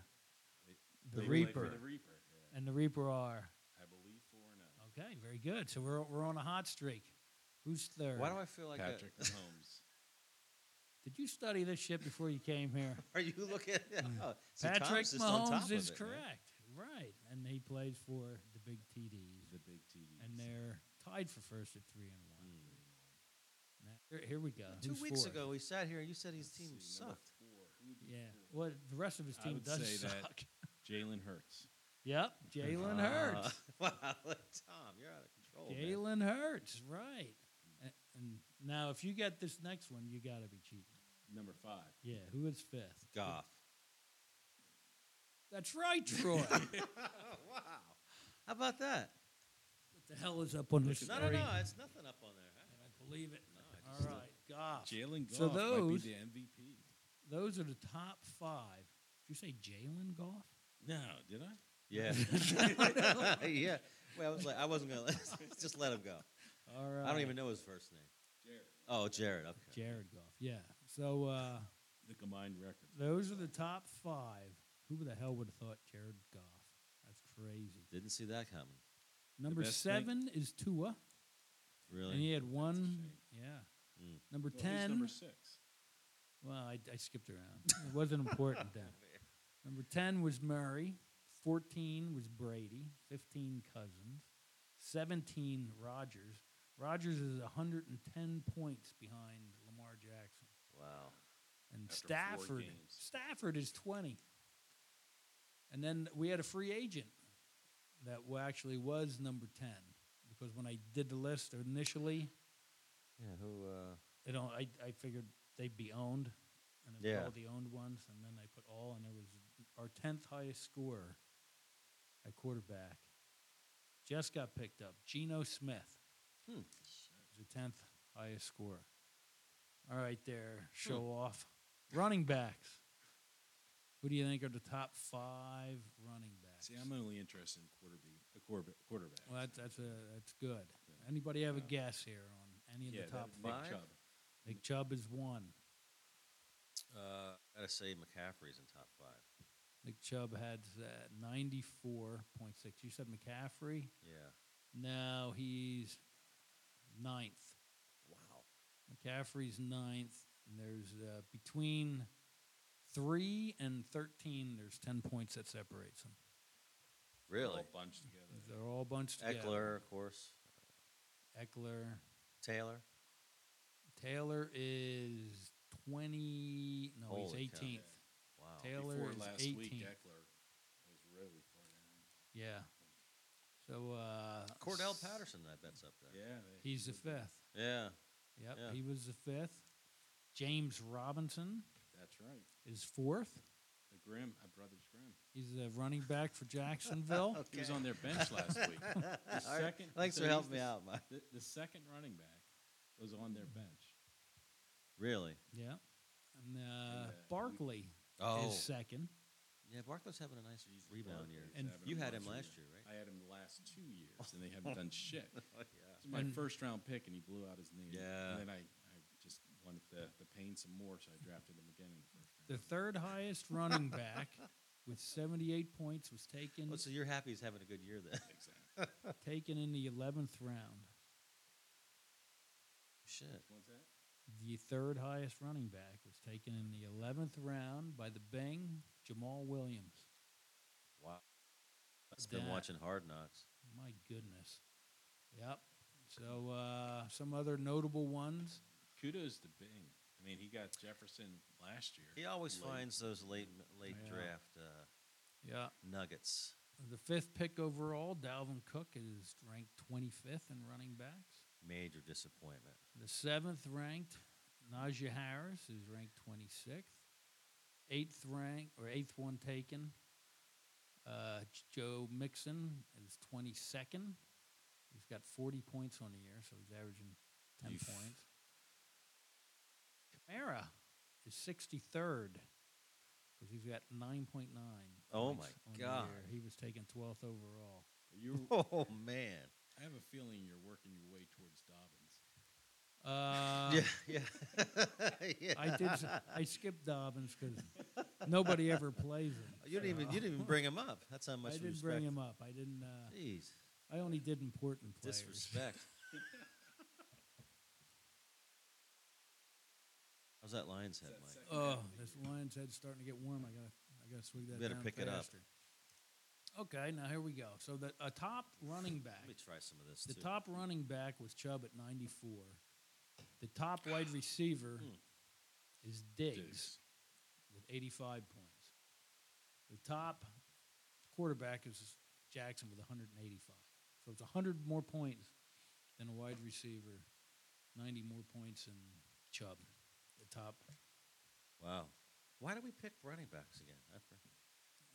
Speaker 2: the
Speaker 3: They played
Speaker 2: Reaper,
Speaker 3: For the Reaper. Yeah.
Speaker 2: and the Reaper are
Speaker 3: I believe four and oh.
Speaker 2: okay. Very good. So we're we're on a hot streak. Who's third?
Speaker 1: Why do I feel like a-
Speaker 3: Patrick Mahomes.
Speaker 2: Did you study this shit before you came here?
Speaker 1: Are you looking? Oh, so Tom's
Speaker 2: Mm. Patrick
Speaker 1: just on top
Speaker 2: Mahomes
Speaker 1: of
Speaker 2: is
Speaker 1: it, man.
Speaker 2: correct. Right. And he plays for the big TDs.
Speaker 3: the big TDs.
Speaker 2: And they're tied for first at three and one. Now, here, here we go.
Speaker 1: Hmm. Two
Speaker 2: Who's
Speaker 1: weeks
Speaker 2: fourth?
Speaker 1: ago, we sat here. and You said his
Speaker 3: Let's
Speaker 1: team
Speaker 3: see, number
Speaker 1: sucked.
Speaker 3: four. Who would be
Speaker 2: Yeah.
Speaker 3: four?
Speaker 2: Well, the rest of his
Speaker 3: I
Speaker 2: team
Speaker 3: would
Speaker 2: does
Speaker 3: say
Speaker 2: suck.
Speaker 3: that- Jalen Hurts.
Speaker 2: Yep. Jalen Hurts.
Speaker 1: wow, Tom, you're out of control. Ah, oh, man.
Speaker 2: Jalen Hurts. Right. And, and now, if you get this next one, you got to be cheating.
Speaker 3: Number five.
Speaker 2: Yeah. Who is fifth?
Speaker 1: Goff.
Speaker 2: That's right, Troy. what
Speaker 1: Oh, wow. How about that?
Speaker 2: the hell is up on this
Speaker 1: No,
Speaker 2: screen?
Speaker 1: no, no. It's nothing up on there. huh?
Speaker 2: I believe it.
Speaker 1: I
Speaker 2: All right. Goff.
Speaker 3: Jalen Goff
Speaker 2: Ah, So
Speaker 3: might
Speaker 2: those-
Speaker 3: be the MVP.
Speaker 2: Those are the top five. Did you say Jalen Goff?
Speaker 3: No, did I?
Speaker 1: Yeah. yeah. Well, I was like, I wasn't gonna let, just let him go.
Speaker 2: All right.
Speaker 1: I don't even know his first name.
Speaker 3: Jared.
Speaker 1: Oh, Jared. Okay.
Speaker 2: Jared Goff. Yeah. So uh,
Speaker 3: The combined record.
Speaker 2: those are the top five. Who the hell would have thought Jared Goff? That's crazy.
Speaker 1: Didn't see that coming.
Speaker 2: Number
Speaker 3: best thing-
Speaker 2: seven is Tua, and he
Speaker 1: Really?
Speaker 2: had one.
Speaker 3: shame.
Speaker 2: Yeah.
Speaker 1: Mm.
Speaker 2: Number
Speaker 3: Well, he's
Speaker 2: ten.
Speaker 3: number six.
Speaker 2: well, I, I skipped around. It wasn't important then. Number ten was Murray. Fourteen was Brady. Fifteen Cousins. Seventeen Rogers. Rogers is 110 points behind Lamar Jackson.
Speaker 1: Wow.
Speaker 2: And
Speaker 3: After four
Speaker 2: Stafford,
Speaker 3: games.
Speaker 2: Stafford is 20. And then we had a free agent that wa- actually was number 10 because when I did the list initially,
Speaker 1: Yeah. Who? Uh,
Speaker 2: They don't. I, I figured they'd be owned, and it was
Speaker 1: Yeah.
Speaker 2: all the owned ones, and then I put all, and it was our tenth highest scorer at quarterback. Just got picked up, Geno Smith.
Speaker 1: Hmm.
Speaker 2: was the tenth highest scorer. All right, there,
Speaker 1: Hmm.
Speaker 2: show off. Running backs. Who do you think are the top five running backs?
Speaker 3: See, I'm only interested in quarterback. Quarterback. quarterback.
Speaker 2: well, that's that's, uh that's good. Anybody have a
Speaker 3: Yeah.
Speaker 2: guess here on any of the top
Speaker 1: Nick
Speaker 2: five?
Speaker 1: five? Chubb.
Speaker 2: Nick Chubb is one.
Speaker 1: Uh, I gotta say McCaffrey's in top five.
Speaker 2: Nick Chubb had uh, 94.6. You said McCaffrey?
Speaker 1: Yeah.
Speaker 2: No, he's ninth.
Speaker 1: Wow.
Speaker 2: McCaffrey's ninth. And there's uh, between three and 13, there's 10 points that separates them.
Speaker 1: Really?
Speaker 3: All bunched together.
Speaker 2: They're all bunched together.
Speaker 1: Eckler, of course.
Speaker 2: Eckler.
Speaker 1: Taylor.
Speaker 2: Taylor is 20. No,
Speaker 1: Holy
Speaker 2: he's
Speaker 1: cow.
Speaker 2: 18th.
Speaker 1: Wow.
Speaker 2: Taylor
Speaker 3: Before
Speaker 2: is
Speaker 3: last
Speaker 2: 18th.
Speaker 3: week, Eckler was really far down.
Speaker 2: Yeah. So uh,
Speaker 1: Cordell Patterson, I bet's up there.
Speaker 3: Yeah, they-
Speaker 2: He's the
Speaker 3: they-
Speaker 2: fifth.
Speaker 1: Yeah.
Speaker 2: Yep,
Speaker 1: Yeah.
Speaker 2: he was the fifth. James Robinson
Speaker 3: That's right.
Speaker 2: is fourth.
Speaker 3: The Grimm, uh, brothers Grimm.
Speaker 2: He's the running back for Jacksonville.
Speaker 1: Okay.
Speaker 3: He was on their bench last week. The
Speaker 1: All right.
Speaker 3: second,
Speaker 1: Thanks
Speaker 3: so
Speaker 1: for
Speaker 3: he's
Speaker 1: helping
Speaker 3: the
Speaker 1: me
Speaker 3: s-
Speaker 1: out, Mike.
Speaker 3: The, the second running back was on their bench.
Speaker 1: Really?
Speaker 2: yeah. And uh,
Speaker 3: uh,
Speaker 2: Barkley
Speaker 1: Oh.
Speaker 2: is second.
Speaker 1: Yeah, Barklow's having a nice
Speaker 3: He's
Speaker 1: rebound
Speaker 3: Barkley's
Speaker 1: year.
Speaker 2: And
Speaker 3: having
Speaker 1: You
Speaker 3: a
Speaker 1: had him
Speaker 3: monster
Speaker 1: last
Speaker 3: year.
Speaker 1: year, right?
Speaker 3: I had him the last two years, and they haven't done shit. It
Speaker 1: Oh, yeah.
Speaker 3: was my
Speaker 2: And-
Speaker 3: first round pick, and he blew out his knee.
Speaker 1: Yeah.
Speaker 3: And then I, I just wanted the, the pain some more, so I drafted him again in the first round.
Speaker 2: The third highest running back with 78 points was taken
Speaker 1: Oh, so you're happy he's having a good year then?
Speaker 3: Exactly.
Speaker 2: taken in the 11th round.
Speaker 1: Shit.
Speaker 3: What's that?
Speaker 2: The third highest running back was taken in the 11th round by the Bing, Jamal Williams.
Speaker 1: Wow. I've been
Speaker 2: That-
Speaker 1: watching Hard Knocks.
Speaker 2: My goodness. Yep. So uh, some other notable ones.
Speaker 3: Kudos to Bing. I mean, he got Jefferson last year.
Speaker 1: He always
Speaker 3: Late.
Speaker 1: finds those late late
Speaker 2: Yeah.
Speaker 1: draft uh,
Speaker 2: Yeah.
Speaker 1: nuggets.
Speaker 2: The fifth pick overall, Dalvin Cook is ranked 25th in running backs.
Speaker 1: Major disappointment.
Speaker 2: The seventh ranked, Najee Harris is ranked 26th. Eighth rank or eighth one taken, uh, J- Joe Mixon is 22nd. He's got 40 points on the year, so he's averaging 10
Speaker 1: Oof.
Speaker 2: points. Kamara is 63rd because he's got 9.9.
Speaker 1: Oh
Speaker 2: points
Speaker 1: my
Speaker 2: on the
Speaker 1: God.
Speaker 2: year. He was taken 12th overall.
Speaker 3: You,
Speaker 1: Oh man.
Speaker 3: I have a feeling you're working your way towards Dobbins.
Speaker 2: Uh,
Speaker 1: yeah, yeah. yeah.
Speaker 2: I did. s- I skipped Dobbins because nobody ever plays him.
Speaker 1: you didn't even
Speaker 2: so-
Speaker 1: you didn't even bring him up. That's how
Speaker 2: I
Speaker 1: much
Speaker 2: didn't
Speaker 1: respect.
Speaker 2: bring him up. I didn't. Uh,
Speaker 1: Jeez,
Speaker 2: I only did important players.
Speaker 1: disrespect. How's that lion's head,
Speaker 3: Is that
Speaker 1: Mike?
Speaker 3: second
Speaker 2: Oh,
Speaker 3: half of the
Speaker 2: this
Speaker 3: year?
Speaker 2: lion's head's starting to get warm. I gotta. I gotta swig that.
Speaker 1: Better
Speaker 2: down
Speaker 1: pick it up.
Speaker 2: faster. Okay, now here we go. So the a top running back.
Speaker 1: Let me try some of this
Speaker 2: The
Speaker 1: too.
Speaker 2: top running back was Chubb at 94. The top wide receiver
Speaker 1: Hmm.
Speaker 2: is Diggs,
Speaker 3: Diggs.
Speaker 2: with 85 points. The top quarterback is Jackson with 185. So it's 100 more points than a wide receiver, 90 more points than Chubb. The top,
Speaker 1: Wow. Why do we pick running backs again? I for-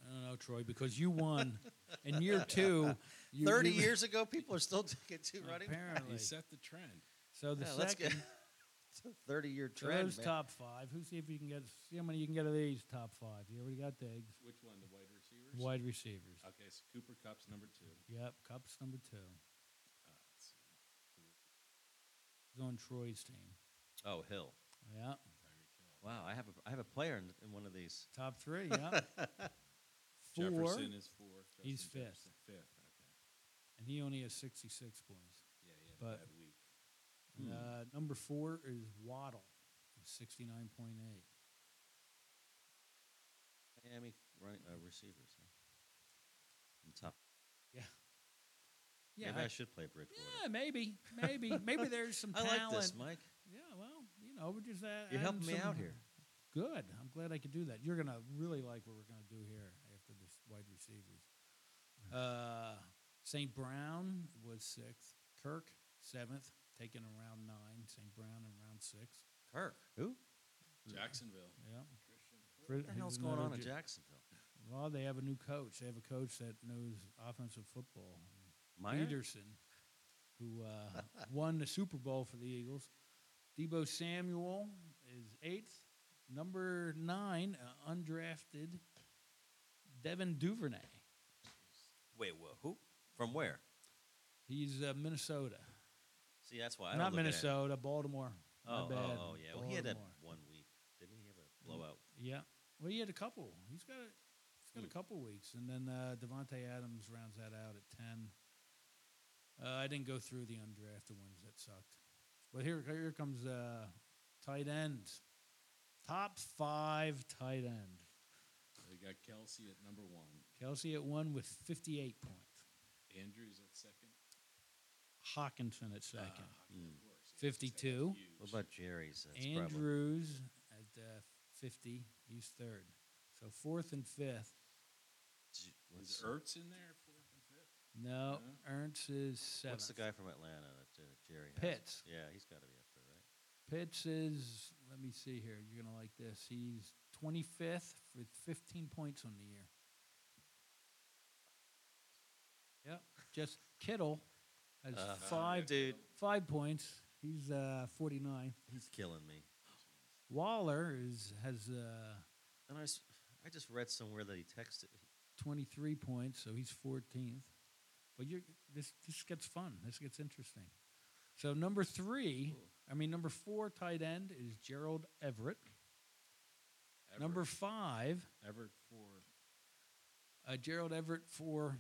Speaker 2: I don't know, Troy, because you won in year two. You,
Speaker 1: Thirty
Speaker 2: you-
Speaker 1: years ago, people are still taking two running. backs.
Speaker 2: Apparently.
Speaker 3: He set the trend.
Speaker 2: So the
Speaker 1: Yeah, let's
Speaker 2: second.
Speaker 1: get it's a thirty-year
Speaker 2: So
Speaker 1: trend.
Speaker 2: those
Speaker 1: man.
Speaker 2: top five. Who see if you can get see how many you can get of these top five. You already got Diggs,
Speaker 3: Which one, the wide receivers?
Speaker 2: wide receivers.
Speaker 3: Okay, so Cooper Cup's number two.
Speaker 2: Yep, Cups number two.
Speaker 3: Uh, let's see.
Speaker 2: He's on Troy's team.
Speaker 1: Oh, Hill.
Speaker 2: Yeah,
Speaker 3: Tyreek Hill.
Speaker 1: Wow, I have a I have a player in, in one of these.
Speaker 2: top three. Yeah, four,
Speaker 3: Jefferson is four.
Speaker 2: He's
Speaker 3: Justin
Speaker 2: fifth.
Speaker 3: Jefferson, Fifth. Okay.
Speaker 2: and he only has sixty-six points.
Speaker 3: Yeah, he had a
Speaker 2: But-
Speaker 3: bad week.
Speaker 1: Hmm.
Speaker 2: And, uh, number four is Waddle, with sixty-nine point eight.
Speaker 1: Miami running uh, receivers. Huh? In top.
Speaker 2: Yeah,
Speaker 1: Maybe I,
Speaker 2: I-
Speaker 1: should play Bridgewater.
Speaker 2: yeah, maybe, maybe, maybe there's some
Speaker 1: I like
Speaker 2: talent.
Speaker 1: this, Mike.
Speaker 2: Yeah, well, you know, we're just uh,
Speaker 1: You're helping me
Speaker 2: adding
Speaker 1: out
Speaker 2: some-
Speaker 1: here.
Speaker 2: Good. I'm glad I could do that. You're gonna really like what we're gonna do here after this wide receivers. Uh, St. Brown was sixth. Kirk seventh. taken in round nine, St. Brown in round six.
Speaker 1: Kirk, who?
Speaker 3: Jacksonville.
Speaker 2: Yeah.
Speaker 1: What the hell's going on in Jacksonville?
Speaker 2: Well, they have a new coach. They have a coach that knows offensive football.
Speaker 1: Meyer?
Speaker 2: Peterson, who uh, won the Super Bowl for the Eagles. Debo Samuel is eighth. Number nine, uh, undrafted Devin Duvernay.
Speaker 1: Wait, wha- who? From where?
Speaker 2: He's uh, Minnesota.
Speaker 1: See, that's why I don't
Speaker 2: Not
Speaker 1: look at it.
Speaker 2: Minnesota, Baltimore. My
Speaker 1: Oh, oh,
Speaker 2: bad.
Speaker 1: oh, yeah. Well, he had that
Speaker 2: Baltimore. Hmm.
Speaker 1: one week, didn't he? Have a blowout.
Speaker 2: Yeah. Well, he had a couple. He's got a, he's
Speaker 1: Hmm.
Speaker 2: got a couple weeks, and then uh, Devonte Adams rounds that out at ten. Uh, I didn't go through the undrafted ones. That sucked. But here, here comes uh, tight end. Top five tight end.
Speaker 3: They got Kelsey at number one.
Speaker 2: Kelsey at one with fifty-eight points.
Speaker 3: Andrews at second.
Speaker 2: Hawkinson at second. Hmm.
Speaker 3: Ah, hockey, of course. Yeah,
Speaker 2: 52.
Speaker 3: huge.
Speaker 1: What about Jerry's? uh, That's probably
Speaker 2: Andrews at uh, fifty. He's third. So fourth and fifth.
Speaker 1: J-
Speaker 3: Is
Speaker 1: what's,
Speaker 3: Ertz in there? Fourth and fifth?
Speaker 2: No,
Speaker 1: Uh-huh.
Speaker 2: Ernst is seventh.
Speaker 1: what's the guy from Atlanta that uh, Jerry has?
Speaker 2: Pitts.
Speaker 1: Yeah, he's got to be up there, right?
Speaker 2: Pitts is, let me see here. You're going to like this. He's 25th with 15 points on the year. Yep. Just Kittle has
Speaker 1: Uh,
Speaker 2: five
Speaker 1: dude.
Speaker 2: five points. He's uh, 49.
Speaker 1: He's killing me.
Speaker 2: Waller is has uh,
Speaker 1: And I, s- I just read somewhere that he texted.
Speaker 2: 23 points, so he's 14th. But you're this this gets fun. This gets interesting. So number three, I mean number four tight end is Gerald Everett. Number five
Speaker 3: Everett for
Speaker 2: uh, Gerald Everett for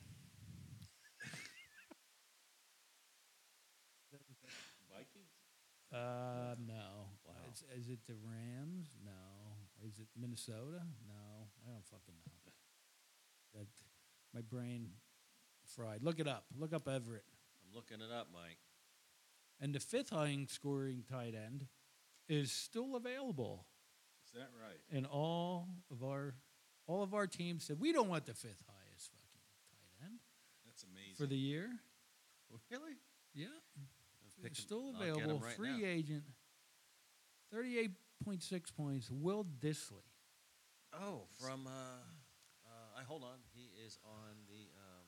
Speaker 3: Vikings.
Speaker 2: uh, no.
Speaker 1: Wow.
Speaker 2: Is, is it the Rams? No. Is it Minnesota? No. I don't fucking know. That my brain fried. Look it up. Look up Everett.
Speaker 1: I'm looking it up, Mike.
Speaker 2: And the fifth highest scoring tight end is still available
Speaker 3: Is that right?
Speaker 2: in all of our all of our teams said we don't want the fifth highest fucking tight end
Speaker 3: That's amazing.
Speaker 2: for the year.
Speaker 1: Really?
Speaker 2: Yeah.
Speaker 1: I'll
Speaker 2: They're
Speaker 1: pick him-
Speaker 2: still
Speaker 1: I'll get him
Speaker 2: available.
Speaker 1: right
Speaker 2: free
Speaker 1: now.
Speaker 2: agent. Thirty-eight point six points. Will Disley.
Speaker 1: Oh, from. Uh, uh, I hold on. He is on the. Um,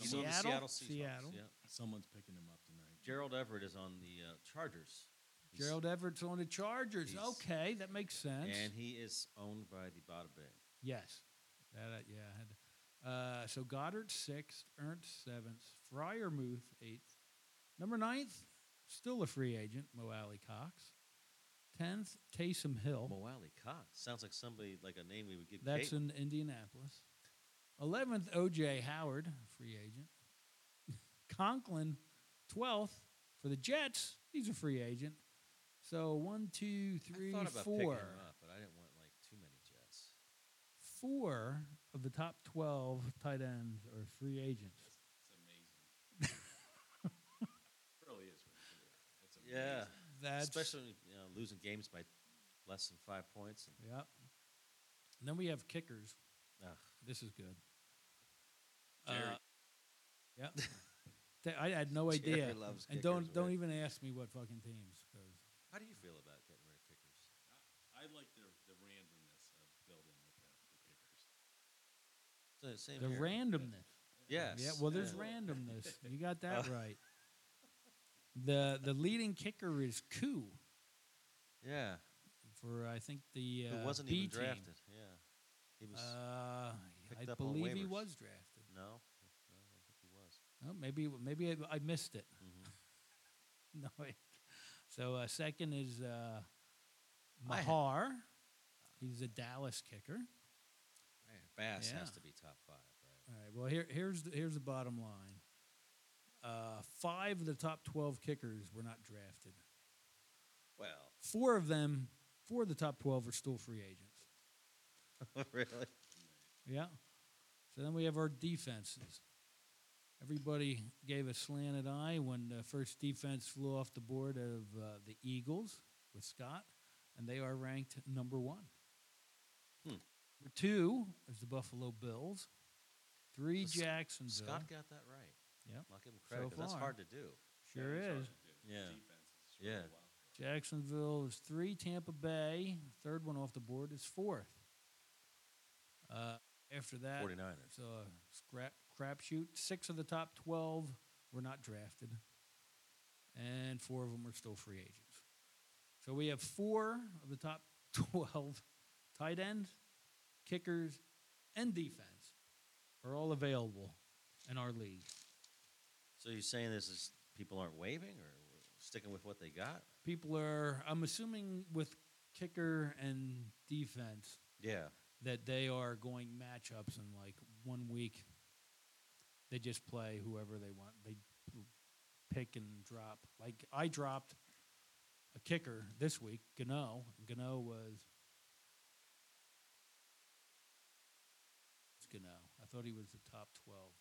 Speaker 2: I'm not positive.
Speaker 1: he's
Speaker 3: Someone-
Speaker 1: on the Seattle
Speaker 2: Seattle?
Speaker 1: Seahawks.
Speaker 2: Seattle.
Speaker 1: Yeah.
Speaker 3: someone's picking him up tonight.
Speaker 1: Gerald Everett is on the uh, Chargers. He's-
Speaker 2: Gerald Everett's on the Chargers.
Speaker 1: he's-
Speaker 2: Okay, that makes sense.
Speaker 1: And he is owned by the Bada Bing.
Speaker 2: yes. That I- yeah. I had to- uh, so Goddard sixth, Ernst seventh, Fryermuth eighth, number ninth, still a free agent, Mo Alley Cox. Tenth, Taysom Hill.
Speaker 1: Moali Cox. Sounds like somebody, like a name we would give
Speaker 2: Oh. That's
Speaker 1: Kate.
Speaker 2: in Indianapolis. 11th, O.J. Howard, free agent. Conklin, 12th for the Jets. He's a free agent. So one, two, three,
Speaker 1: I thought about picking
Speaker 2: four.
Speaker 1: him up, but I didn't want like too many Jets.
Speaker 2: Four of the top 12 tight ends are free agents.
Speaker 3: It's amazing. it really is. That's amazing.
Speaker 1: Yeah,
Speaker 2: That's
Speaker 1: especially you know, losing games by less than five points. And,
Speaker 2: Yep. And then we have kickers.
Speaker 1: ugh.
Speaker 2: This is good.
Speaker 3: Jerry.
Speaker 2: Uh, yep. Th- I had no
Speaker 1: Jerry
Speaker 2: idea.
Speaker 1: loves
Speaker 2: and
Speaker 1: kickers,
Speaker 2: don't don't
Speaker 1: man.
Speaker 2: even ask me what fucking teams. 'cause
Speaker 1: How do you feel about getting rid of kickers?
Speaker 3: I like the, the randomness of building with the, the kickers.
Speaker 1: So the same
Speaker 2: The
Speaker 1: here.
Speaker 2: randomness.
Speaker 1: Yes.
Speaker 2: Yeah, well, there's
Speaker 1: yeah.
Speaker 2: randomness. You got that right. The the leading kicker is Koo
Speaker 1: Yeah,
Speaker 2: for I think the uh,
Speaker 1: who wasn't
Speaker 2: B
Speaker 1: even
Speaker 2: team.
Speaker 1: drafted. Yeah, he was.
Speaker 2: Uh,
Speaker 1: picked
Speaker 2: I
Speaker 1: up on
Speaker 2: believe he
Speaker 1: waivers.
Speaker 2: was drafted.
Speaker 1: no, no, I don't think he was.
Speaker 2: Oh, maybe maybe I, I missed it.
Speaker 1: Mhm. Mm-hmm.
Speaker 2: no, wait. so uh, second is uh,
Speaker 1: I had-
Speaker 2: Mahar. He's a Dallas kicker.
Speaker 1: Man, Bass has
Speaker 2: Yeah.
Speaker 1: to be top five, right?
Speaker 2: All right. Well, here, here's the, here's the bottom line. Uh, five of the top twelve kickers were not drafted.
Speaker 1: Well,
Speaker 2: Four of them, four of the top twelve, are still free agents.
Speaker 1: really.
Speaker 2: Yeah. So then we have our defenses. Everybody gave a slanted eye when the first defense flew off the board of uh, the Eagles with Scott, and they are ranked number one.
Speaker 1: Hmm.
Speaker 2: Number two is the Buffalo Bills. Three
Speaker 1: So Sc-
Speaker 2: Jacksonville.
Speaker 1: Scott got that right.
Speaker 2: Yep.
Speaker 1: I'll give him credit. 'cause that's
Speaker 2: far.
Speaker 1: hard to do.
Speaker 2: Sure is.
Speaker 1: Yeah. Yeah.
Speaker 3: yeah.
Speaker 2: Jacksonville is three. Tampa Bay, third one off the board, is fourth. Uh, after that,
Speaker 4: 49ers.
Speaker 2: So a scrap crapshoot. Six of the top twelve were not drafted, and four of them are still free agents. So we have four of the top twelve tight end, kickers, and defense are all available in our league.
Speaker 1: So you're saying this is people aren't waving or sticking with what they got?
Speaker 2: People are, I'm assuming, with kicker and defense
Speaker 1: Yeah.
Speaker 2: that they are going matchups in like one week. They just play whoever they want. They p- pick and drop. Like I dropped a kicker this week, Gano. Gano was it's Gano. I thought he was the top twelve.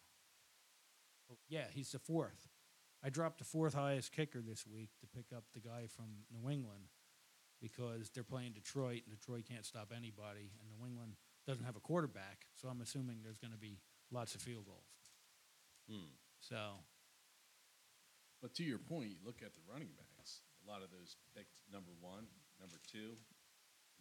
Speaker 2: Oh, yeah, he's the fourth. I dropped the fourth highest kicker this week to pick up the guy from New England because they're playing Detroit, and Detroit can't stop anybody, and New England doesn't have a quarterback, so I'm assuming there's going to be lots of field goals.
Speaker 1: Hmm.
Speaker 2: So
Speaker 3: But to your point, you look at the running backs. A lot of those picked number one, number two.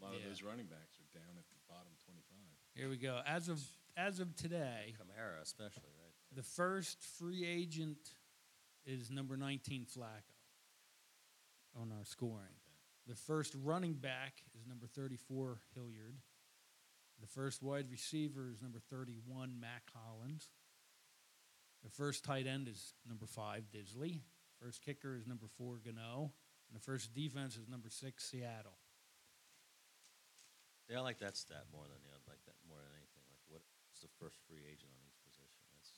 Speaker 3: A lot
Speaker 2: Yeah.
Speaker 3: of those running backs are down at the bottom 25.
Speaker 2: here we go. As of as of today,
Speaker 1: Camara especially, right?
Speaker 2: the first free agent is number 19 Flacco on our scoring. The first running back is number 34 Hilliard. The first wide receiver is number 31 Mac Hollins. The first tight end is number five, Disley. First kicker is number four, Gano. And the first defense is number six, Seattle.
Speaker 1: Yeah, I like that stat more than the other, like that more than anything. Like what's the first free agent on each position? That's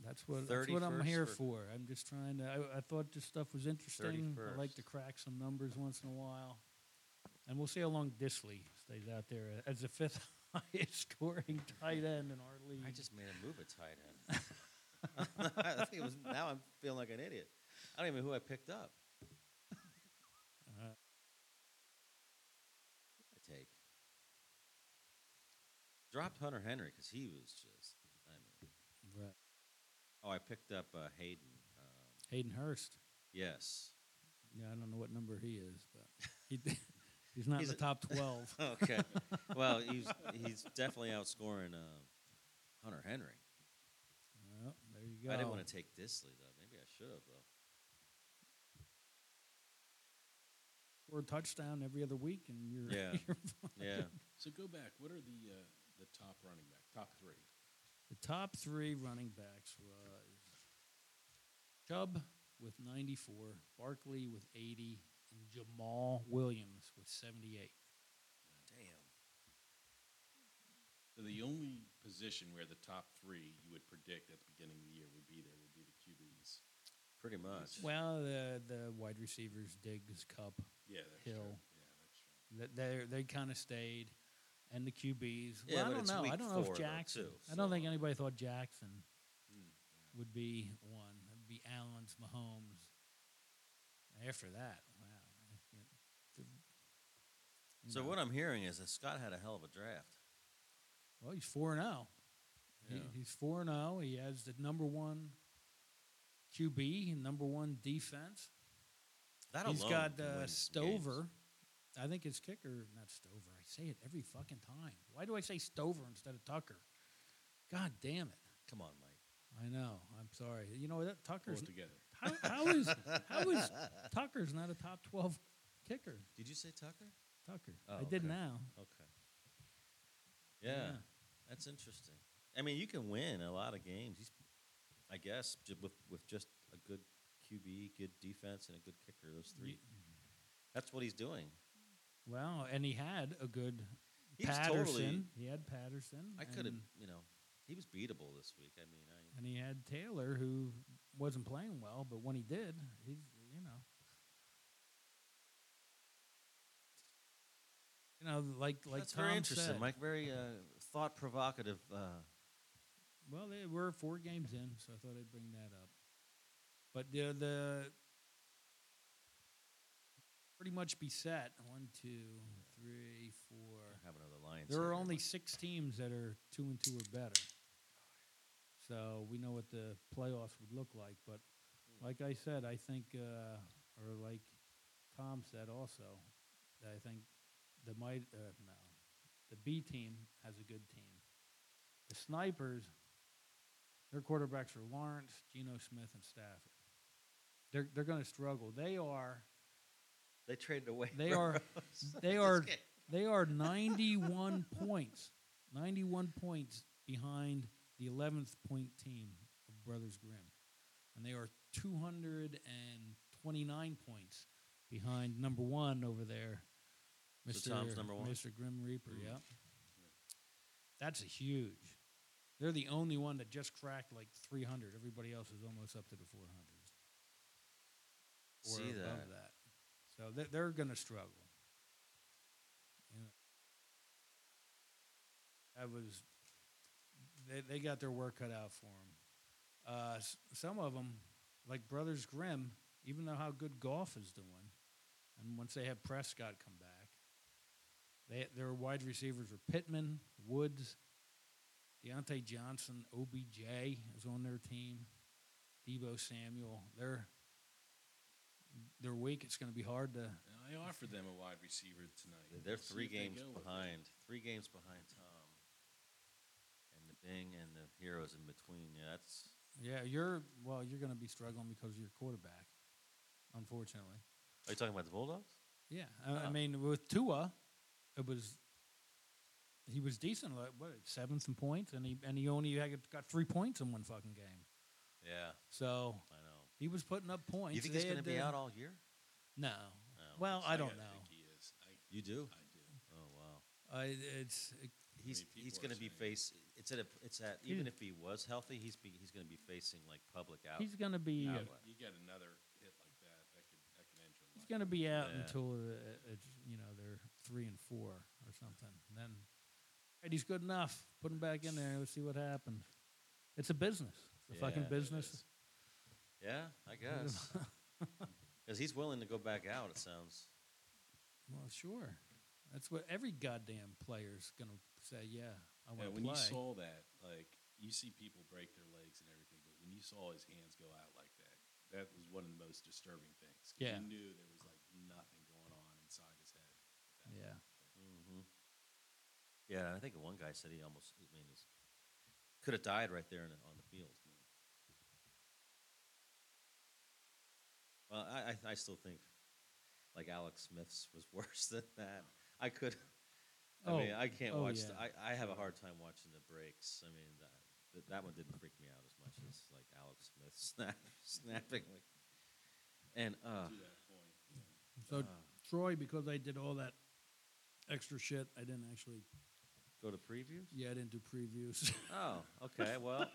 Speaker 2: That's what, that's what I'm
Speaker 1: 31st
Speaker 2: here
Speaker 1: for-
Speaker 2: for. I'm just trying to. I, I thought this stuff was interesting. I like
Speaker 1: 31st.
Speaker 2: to crack some numbers once in a while. And we'll see how long Disley stays out there as the fifth highest scoring tight end in our league.
Speaker 1: I just made him move a tight end. I think it was now I'm feeling like an idiot. I don't even know who I picked up.
Speaker 2: Uh,
Speaker 1: I take. Dropped Hunter Henry because he was just. I mean,
Speaker 2: right.
Speaker 1: oh, I picked up uh, Hayden. Um,
Speaker 2: Hayden Hurst.
Speaker 1: yes.
Speaker 2: Yeah, I don't know what number he is, but he, he's not
Speaker 1: He's
Speaker 2: in
Speaker 1: a-
Speaker 2: the top 12.
Speaker 1: Okay. well, he's he's definitely outscoring uh, Hunter Henry.
Speaker 2: well, there you go.
Speaker 1: I didn't want to take Disley though. Maybe I should have though.
Speaker 2: Score a touchdown every other week, and you're.
Speaker 1: Yeah.
Speaker 2: you're
Speaker 1: Yeah.
Speaker 3: So go back. What are the uh, the top running back? Top three.
Speaker 2: The top three running backs was Chubb with 94, Barkley with 80, and Jamal Williams with 78.
Speaker 1: Damn.
Speaker 3: So the only position where the top three you would predict at the beginning of the year would be there would be the QBs.
Speaker 1: Pretty much.
Speaker 2: Well, the the wide receivers, Diggs, Cup,
Speaker 3: Yeah, that's
Speaker 2: Hill.
Speaker 3: true. Yeah, that's true.
Speaker 2: th- they they kind of stayed, and the QBs.
Speaker 1: Yeah,
Speaker 2: well, I
Speaker 1: but
Speaker 2: don't
Speaker 1: it's
Speaker 2: know. I
Speaker 1: week
Speaker 2: don't know
Speaker 1: four,
Speaker 2: if
Speaker 1: though,
Speaker 2: Jackson.
Speaker 1: too,
Speaker 2: I don't
Speaker 1: so- Hmm,
Speaker 2: think anybody thought Jackson
Speaker 3: Mm, yeah.
Speaker 2: would be one. It'd be Allen's, Mahomes. After that, wow. You
Speaker 1: So
Speaker 2: know.
Speaker 1: what I'm hearing is that Scott had a hell of a draft.
Speaker 2: Well, he's four and zero.
Speaker 1: Yeah.
Speaker 2: He, he's four and zero. He has the number one QB and number one defense.
Speaker 1: That
Speaker 2: He's
Speaker 1: alone
Speaker 2: got
Speaker 1: can win
Speaker 2: uh,
Speaker 1: games.
Speaker 2: Stover. I think his kicker, not Stover. I say it every fucking time. Why do I say Stover instead of Tucker? God damn it!
Speaker 1: Come on, Mike.
Speaker 2: I know. I'm sorry. You know that
Speaker 3: Pull
Speaker 2: Tucker's
Speaker 3: it together.
Speaker 2: how, how is how is Tucker's not a top twelve kicker?
Speaker 1: Did you say Tucker?
Speaker 2: Tucker.
Speaker 1: Oh,
Speaker 2: I did
Speaker 1: okay.
Speaker 2: now.
Speaker 1: Okay. Yeah,
Speaker 2: Yeah.
Speaker 1: that's interesting. I mean, you can win a lot of games. He's, I guess, ju- with with just a good QB, good defense, and a good kicker. Those three.
Speaker 2: Mm-hmm.
Speaker 1: That's what he's doing.
Speaker 2: Well, and he had a good
Speaker 1: He's
Speaker 2: Patterson.
Speaker 1: totally.
Speaker 2: he had Patterson.
Speaker 1: I could have,
Speaker 2: and-
Speaker 1: you know, he was beatable this week. I mean, I,
Speaker 2: and he had Taylor, who wasn't playing well, but when he did, he's you know, you know, like like
Speaker 1: that's
Speaker 2: Tom
Speaker 1: very interesting,
Speaker 2: said.
Speaker 1: Mike. Very uh, thought provocative. Uh,
Speaker 2: Well, they were four games in, so I thought I'd bring that up. But the the pretty much be set. One, two, three, four.
Speaker 1: have another Lions.
Speaker 2: There
Speaker 1: here,
Speaker 2: are
Speaker 1: here,
Speaker 2: only
Speaker 1: Mike.
Speaker 2: six teams that are two and two or better. So we know what the playoffs would look like, but like I said, I think, uh, or like Tom said also, that I think the might uh, no, the B team has a good team. The snipers, their quarterbacks are Lawrence, Geno Smith, and Stafford. They're they're going to struggle. They are
Speaker 1: They traded away.
Speaker 2: They
Speaker 1: Burrows.
Speaker 2: they are
Speaker 1: kidding.
Speaker 2: they are 91 points 91 points behind the 11th point team of brothers grimm and they are 229 points behind number one over there mr
Speaker 1: So Tom's number one? Mm-hmm.
Speaker 2: mr grim reaper yep that's a huge they're the only one that just cracked like 300 everybody else is almost up to the 400s or
Speaker 1: See
Speaker 2: above
Speaker 1: that.
Speaker 2: that. So they're, they're going to struggle. And that was they, they got their work cut out for them. Uh, s- some of them, like Brothers Grimm, even though how good golf is doing, and once they have Prescott come back, they, their wide receivers are Pittman, Woods, Deontay Johnson, OBJ is on their team, Debo Samuel. They're they're weak. It's going to be hard to.
Speaker 3: I offered them a wide receiver tonight.
Speaker 1: They're
Speaker 3: Let's see
Speaker 1: three
Speaker 3: if they
Speaker 1: games
Speaker 3: go with it.
Speaker 1: behind. Three games behind Tom. And the Bing and the Heroes in between. Yeah, that's
Speaker 2: Yeah, you're well. You're going to be struggling because of your quarterback, unfortunately.
Speaker 1: Are you talking about the Bulldogs?
Speaker 2: Yeah, I, I
Speaker 1: Oh.
Speaker 2: mean with Tua, it was he was decent. Like, what seventh in points, and he and he only had, got three points in one fucking game.
Speaker 1: Yeah,
Speaker 2: So
Speaker 1: I know.
Speaker 2: he was putting up points.
Speaker 1: You think he's
Speaker 2: They
Speaker 1: going to
Speaker 2: had
Speaker 1: be
Speaker 2: to-
Speaker 1: out all year?
Speaker 2: No.
Speaker 1: Oh,
Speaker 2: well, I don't
Speaker 3: gotta
Speaker 2: know.
Speaker 3: think he is. I,
Speaker 1: You do?
Speaker 3: I do.
Speaker 1: Oh wow.
Speaker 2: I it's it,
Speaker 1: He's
Speaker 3: people
Speaker 1: he's
Speaker 3: are
Speaker 1: going to be
Speaker 3: saying-
Speaker 1: face. It's at a, it's at
Speaker 2: He's-
Speaker 1: even if he was healthy, he's be, he's going to be facing like public out.
Speaker 2: he's going to be
Speaker 3: You
Speaker 1: Yeah.
Speaker 2: uh,
Speaker 3: get- You get another hit like that, that could, that could end your
Speaker 2: he's
Speaker 3: life.
Speaker 2: going to be out
Speaker 1: Yeah.
Speaker 2: until uh, it's you know they're three and four or something. And then "Alright, he's good enough. Put him back in there. Let's see what happens. It's a business. It's a fucking
Speaker 1: Yeah, it
Speaker 2: business.
Speaker 1: yeah, I guess because he's willing to go back out. It sounds.
Speaker 2: Well, sure. That's what every goddamn player's going to say. Yeah, I want to
Speaker 3: Yeah, when
Speaker 2: play.
Speaker 3: you saw that, like you see people break their legs and everything, but when you saw his hands go out like that, that was one of the most disturbing things. 'cause
Speaker 2: Yeah.
Speaker 3: you knew there was like nothing going on inside his head. at that
Speaker 2: yeah.
Speaker 3: point.
Speaker 1: hmm Yeah, I think the one guy said he almost. I mean, he's could have died right there in the, on the field. Well, I, I I still think like Alex Smith's was worse than that. I could. I mean,
Speaker 2: Oh,
Speaker 1: I can't
Speaker 2: oh,
Speaker 1: watch.
Speaker 2: yeah.
Speaker 1: The, I I have a hard time watching the breaks. I mean, that th- that one didn't freak me out as much as like Alex Smith snap, snapping like, and uh,
Speaker 3: To that point, yeah.
Speaker 2: So Troy, because I did all that extra shit, I didn't actually.
Speaker 1: go to previews.
Speaker 2: Yeah, I didn't do previews.
Speaker 1: Oh, okay. Well,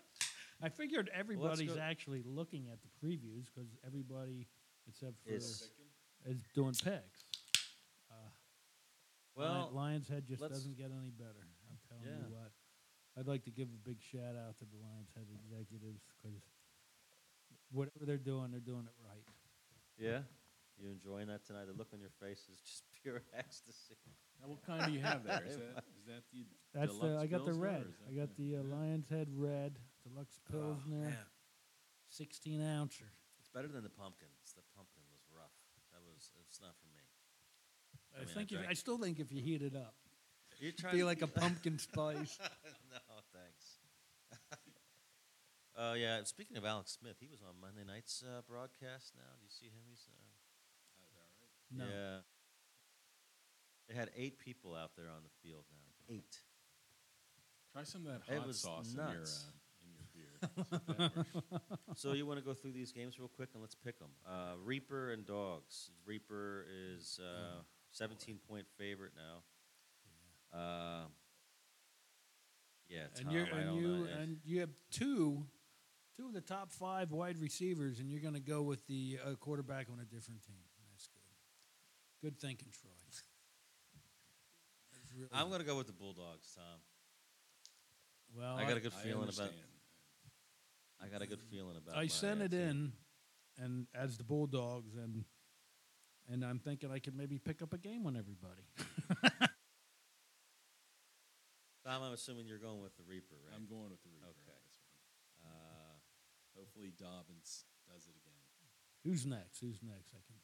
Speaker 2: I figured everybody's
Speaker 1: go-
Speaker 2: actually looking at the previews because everybody, except for,
Speaker 1: Is-
Speaker 2: is,
Speaker 3: Pick 'em.
Speaker 2: doing picks. Lion-
Speaker 1: well,
Speaker 2: Lions Head just
Speaker 1: let's-
Speaker 2: doesn't get any better. I'm telling
Speaker 1: Yeah.
Speaker 2: you what. I'd like to give a big shout out to the Lions Head executives because whatever they're doing, they're doing it right.
Speaker 1: yeah. You enjoying that tonight? The look on your face is just pure ecstasy.
Speaker 3: Now, what kind do you have there? Is that, is that the
Speaker 2: That's the,
Speaker 3: deluxe
Speaker 2: I got the
Speaker 3: Pilsner, or
Speaker 2: red.
Speaker 3: is that
Speaker 2: I got the uh, Lions Head red deluxe
Speaker 1: Oh,
Speaker 2: pills in there, sixteen ouncer.
Speaker 1: It's better than the pumpkins. The pumpkin was rough. That was. It's not for me. I
Speaker 2: I,
Speaker 1: mean, I
Speaker 2: think if,
Speaker 1: drank
Speaker 2: I
Speaker 1: it.
Speaker 2: still think if you heat it up,
Speaker 1: You're trying
Speaker 2: be
Speaker 1: to
Speaker 2: like a
Speaker 1: keep-
Speaker 2: pumpkin spice.
Speaker 1: no, thanks. Oh yeah. Speaking of Alex Smith, he was on Monday night's uh, broadcast. Now, do you see him? He's uh,
Speaker 3: Oh, is that all right?
Speaker 2: No.
Speaker 1: Yeah. They had eight people out there on the field now. Eight.
Speaker 3: Try some of that
Speaker 1: It
Speaker 3: hot
Speaker 1: was
Speaker 3: sauce
Speaker 1: nuts.
Speaker 3: in your uh, in your beer. See if that works.
Speaker 1: so you want to go through these games real quick and let's pick them. Uh, Reaper and Dogs. Reaper is uh, 17 point favorite now. Uh, yeah, Tom,
Speaker 2: and you
Speaker 1: I
Speaker 2: and
Speaker 1: don't
Speaker 2: you
Speaker 1: know.
Speaker 2: and you have two, two of the top five wide receivers, and you're going to go with the uh, quarterback on a different team. That's good. Good thinking, Troy. That's really-
Speaker 1: I'm going to go with the Bulldogs, Tom.
Speaker 2: well,
Speaker 1: I got a good
Speaker 3: I
Speaker 1: feeling about.
Speaker 3: understand.
Speaker 1: I got a good feeling about.
Speaker 2: I
Speaker 1: my,
Speaker 2: sent
Speaker 1: uh,
Speaker 2: it
Speaker 1: team.
Speaker 2: in, and as the Bulldogs, and and I'm thinking I could maybe pick up a game on everybody.
Speaker 1: Tom, I'm assuming you're going with the Reaper, right?
Speaker 3: I'm going with the Reaper
Speaker 1: Okay.
Speaker 3: on this one.
Speaker 1: uh,
Speaker 3: Hopefully Dobbins does it again.
Speaker 2: Who's next? Who's next? I can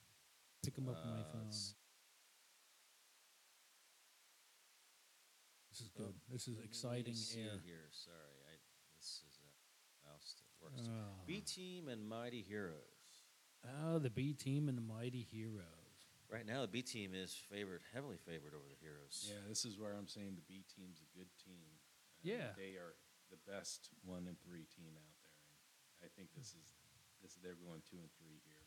Speaker 2: pick them up on my
Speaker 1: Uh,
Speaker 2: phone.
Speaker 1: it's-
Speaker 2: This is
Speaker 1: oh,
Speaker 2: good. This is
Speaker 1: let me
Speaker 2: exciting
Speaker 1: see
Speaker 2: air.
Speaker 1: Here, sorry, I, this is a mouse that works.
Speaker 2: Ah.
Speaker 1: B Team and Mighty Heroes.
Speaker 2: Oh, the B team and the mighty heroes.
Speaker 1: Right now, the B Team is favored, heavily favored over the Heroes.
Speaker 3: Yeah, this is where I'm saying the B team's a good team. and
Speaker 2: Yeah.
Speaker 3: they are the best one and three team out there. And I think this is this they're going two and three here.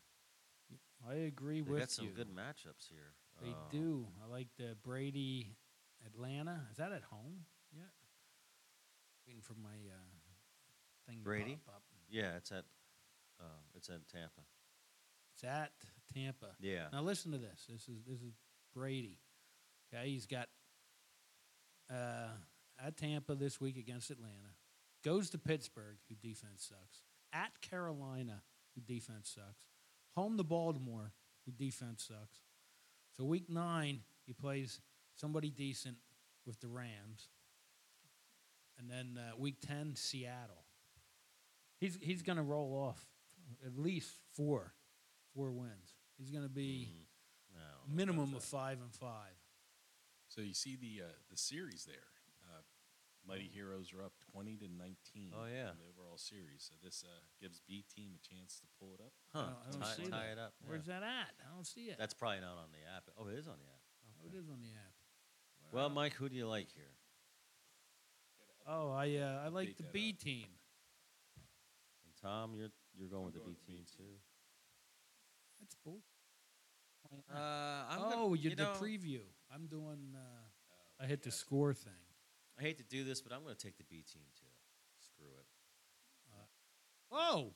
Speaker 2: I agree
Speaker 1: they
Speaker 2: with
Speaker 1: got some
Speaker 2: you.
Speaker 1: good matchups here.
Speaker 2: They
Speaker 1: Uh,
Speaker 2: do. I like the Brady Atlanta. Is that at home yet? Waiting for my uh, thing
Speaker 1: Brady?
Speaker 2: to pop up.
Speaker 1: Yeah, it's at, uh, it's at Tampa.
Speaker 2: It's at Tampa.
Speaker 1: Yeah.
Speaker 2: Now listen to this. This is this is Brady. Okay, he's got uh, at Tampa this week against Atlanta. Goes to Pittsburgh, who defense sucks. At Carolina, who defense sucks. Home to Baltimore, who defense sucks. So week nine, he plays somebody decent with the Rams, and then uh, week ten, Seattle. He's he's going to roll off at least four four wins. He's going to be
Speaker 1: Mm-hmm. No, I don't know about
Speaker 2: minimum
Speaker 1: that.
Speaker 2: of five and five.
Speaker 3: So you see the uh, the series there. Uh, Mighty Heroes are up twenty to
Speaker 1: Mm.
Speaker 3: nineteen.
Speaker 1: Oh, yeah.
Speaker 3: in the overall series. So this uh, gives B team a chance to pull it up.
Speaker 1: Huh,
Speaker 2: I don't
Speaker 1: tie,
Speaker 2: see
Speaker 1: tie
Speaker 2: that.
Speaker 1: it up.
Speaker 2: Where's
Speaker 1: yeah.
Speaker 2: that at? I don't see it.
Speaker 1: That's probably not on the app. Oh, it is on the app.
Speaker 2: oh, it is on the app.
Speaker 1: Well, Mike, who do you like here?
Speaker 2: Oh, I uh, I like
Speaker 3: Beat
Speaker 2: the
Speaker 3: that
Speaker 2: B
Speaker 3: up.
Speaker 2: team.
Speaker 1: And Tom, you're you're going with the
Speaker 3: going
Speaker 1: B
Speaker 3: with the
Speaker 1: team
Speaker 3: B
Speaker 1: too.
Speaker 2: That's bull. Why not?
Speaker 1: Uh, I'm
Speaker 2: oh,
Speaker 1: gonna,
Speaker 2: you
Speaker 1: you
Speaker 2: did
Speaker 1: know, Oh,
Speaker 2: preview. I'm doing. Uh, I hit the score thing.
Speaker 1: I hate to do this, but I'm going to take the B team too. Screw it.
Speaker 2: Oh,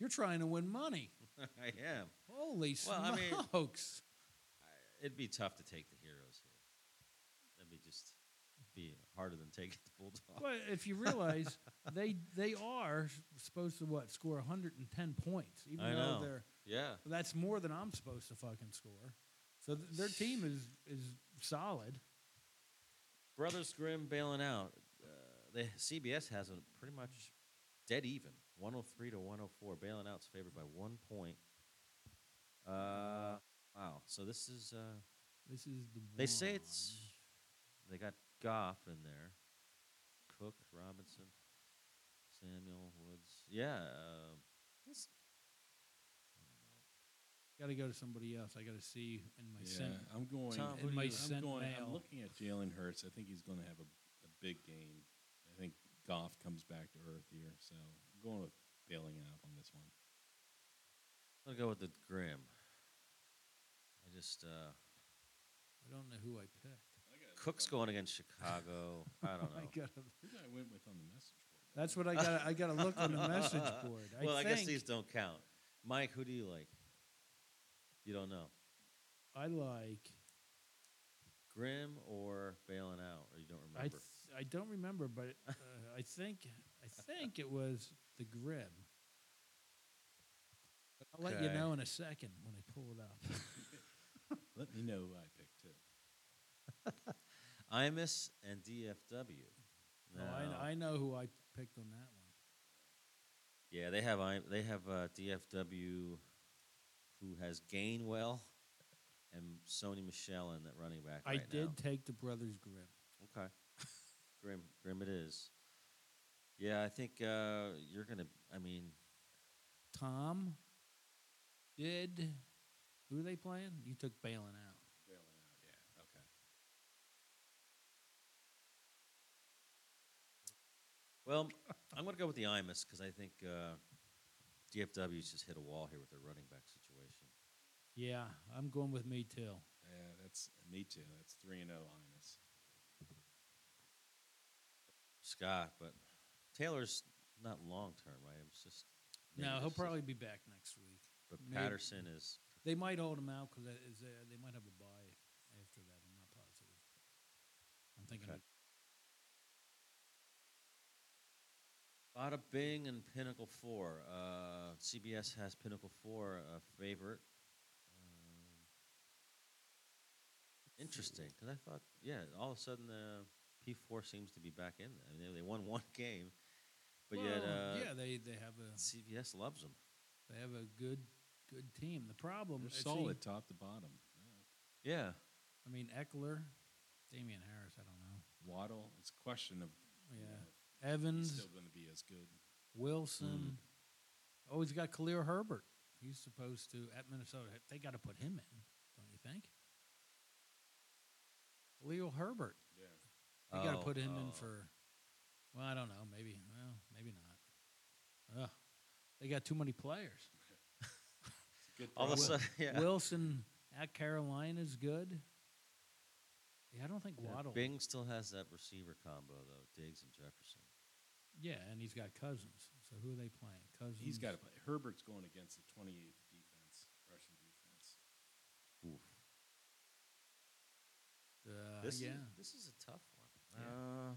Speaker 2: you're trying to win money.
Speaker 1: I am.
Speaker 2: Holy
Speaker 1: Well, I mean-
Speaker 2: smokes!
Speaker 1: It'd be tough to take the heroes here. That'd be just be harder than taking the Bulldogs.
Speaker 2: Well, if you realize they they are supposed to what score 110 points, even
Speaker 1: I
Speaker 2: though
Speaker 1: know.
Speaker 2: they're
Speaker 1: Yeah.
Speaker 2: that's more than I'm supposed to fucking score. So th- their team is is solid.
Speaker 1: Brothers Grimm bailing out. Uh, the CBS has them pretty much dead even, 103 to 104. Bailing out's favored by one point. Uh, wow. So this is. Uh,
Speaker 2: This is the
Speaker 1: They say
Speaker 2: one.
Speaker 1: it's they got Goff in there, Cook, Robinson, Samuel Woods. Yeah, uh, this-
Speaker 2: Got to go to somebody else. I got to see in my sent.
Speaker 3: yeah, I'm going.
Speaker 1: Tom,
Speaker 2: In my
Speaker 3: I'm,
Speaker 2: sent
Speaker 3: going
Speaker 2: mail.
Speaker 3: I'm looking at Jalen Hurts. I think he's going to have a, a big game. I think Goff comes back to earth here. So I'm going with bailing out on this one.
Speaker 1: I'll go with the Grim. I just uh,
Speaker 2: I don't know who I picked.
Speaker 1: Cook's going against Chicago. I don't know.
Speaker 2: I gotta,
Speaker 3: Who I went with on the message board?
Speaker 2: that's what I got. I got to look on the message board. I
Speaker 1: well, I
Speaker 2: think
Speaker 1: guess these don't count. Mike, who do you like? You don't know.
Speaker 2: I like.
Speaker 1: Grim or bailing out, or you don't
Speaker 2: I
Speaker 1: remember.
Speaker 2: th- I don't remember, but uh, I think I think it was the Grim. But I'll let you
Speaker 1: Okay.
Speaker 2: know in a second when I pull it up. Oh,
Speaker 3: Let me know who I picked too.
Speaker 1: Imus and DFW.
Speaker 2: No, I, I know who I picked on that one.
Speaker 1: Yeah, they have I they have uh, DFW, who has Gainwell, and Sony Michelle in that running back.
Speaker 2: I
Speaker 1: right
Speaker 2: did
Speaker 1: now.
Speaker 2: take the Brothers Grimm.
Speaker 1: Okay. grim, grim it is. Yeah, I think uh, you're gonna. I mean,
Speaker 2: Tom did. Who are they playing? You took bailing out.
Speaker 3: Bailing out, yeah. Okay.
Speaker 1: well, I'm gonna go with the Imus because I think uh, DFW's just hit a wall here with their running back situation.
Speaker 2: Yeah, I'm going with me too.
Speaker 3: Yeah, that's me too. That's three and oh zero on us.
Speaker 1: Scott, but Taylor's not long term, right? It's just maybe
Speaker 2: no,
Speaker 1: this
Speaker 2: he'll
Speaker 1: is-
Speaker 2: probably be back next week.
Speaker 1: But
Speaker 2: maybe-
Speaker 1: Patterson is
Speaker 2: They might hold him out because uh, they might have a bye after that. I'm not positive. I'm thinking.
Speaker 1: Okay. Bada Bing and Pinnacle Four. Uh, CBS has Pinnacle Four a favorite. Um, interesting, because I thought, yeah, all of a sudden the P four seems to be back in. there. I mean, they, they won one game, but yet
Speaker 2: Well,
Speaker 1: uh,
Speaker 2: yeah, they they have a
Speaker 1: CBS loves them.
Speaker 2: they have a good good team. The problem
Speaker 3: They're
Speaker 2: is
Speaker 3: solid top to bottom.
Speaker 1: Yeah.
Speaker 2: I mean, Eckler, Damian Harris. I don't know.
Speaker 3: Waddle, it's a question of you know,
Speaker 2: Yeah, Mm.
Speaker 3: if he's
Speaker 2: Evans,
Speaker 3: still going to be as good.
Speaker 2: Wilson.
Speaker 1: Mm.
Speaker 2: Oh, he's got Khalil Herbert. He's supposed to at Minnesota. They got to put him in, don't you think? Khalil Herbert.
Speaker 3: Yeah.
Speaker 2: You got
Speaker 1: Oh,
Speaker 2: to put him in
Speaker 1: oh.
Speaker 2: for. Well, I don't know. Maybe. Well, maybe not. Ugh. They got too many players.
Speaker 3: Good
Speaker 1: All of a
Speaker 3: problem.
Speaker 1: sudden, yeah.
Speaker 2: Wilson at Carolina's good. Yeah, I don't think
Speaker 1: Yeah,
Speaker 2: Waddle.
Speaker 1: Bing still has that receiver combo though, Diggs and Jefferson.
Speaker 2: Yeah, and he's got Cousins. So who are they playing? Cousins.
Speaker 3: He's got to play. Herbert's going against the 28th defense, Russian defense.
Speaker 1: Oof.
Speaker 2: Uh,
Speaker 1: This
Speaker 2: yeah.
Speaker 1: is this is a tough one. Uh,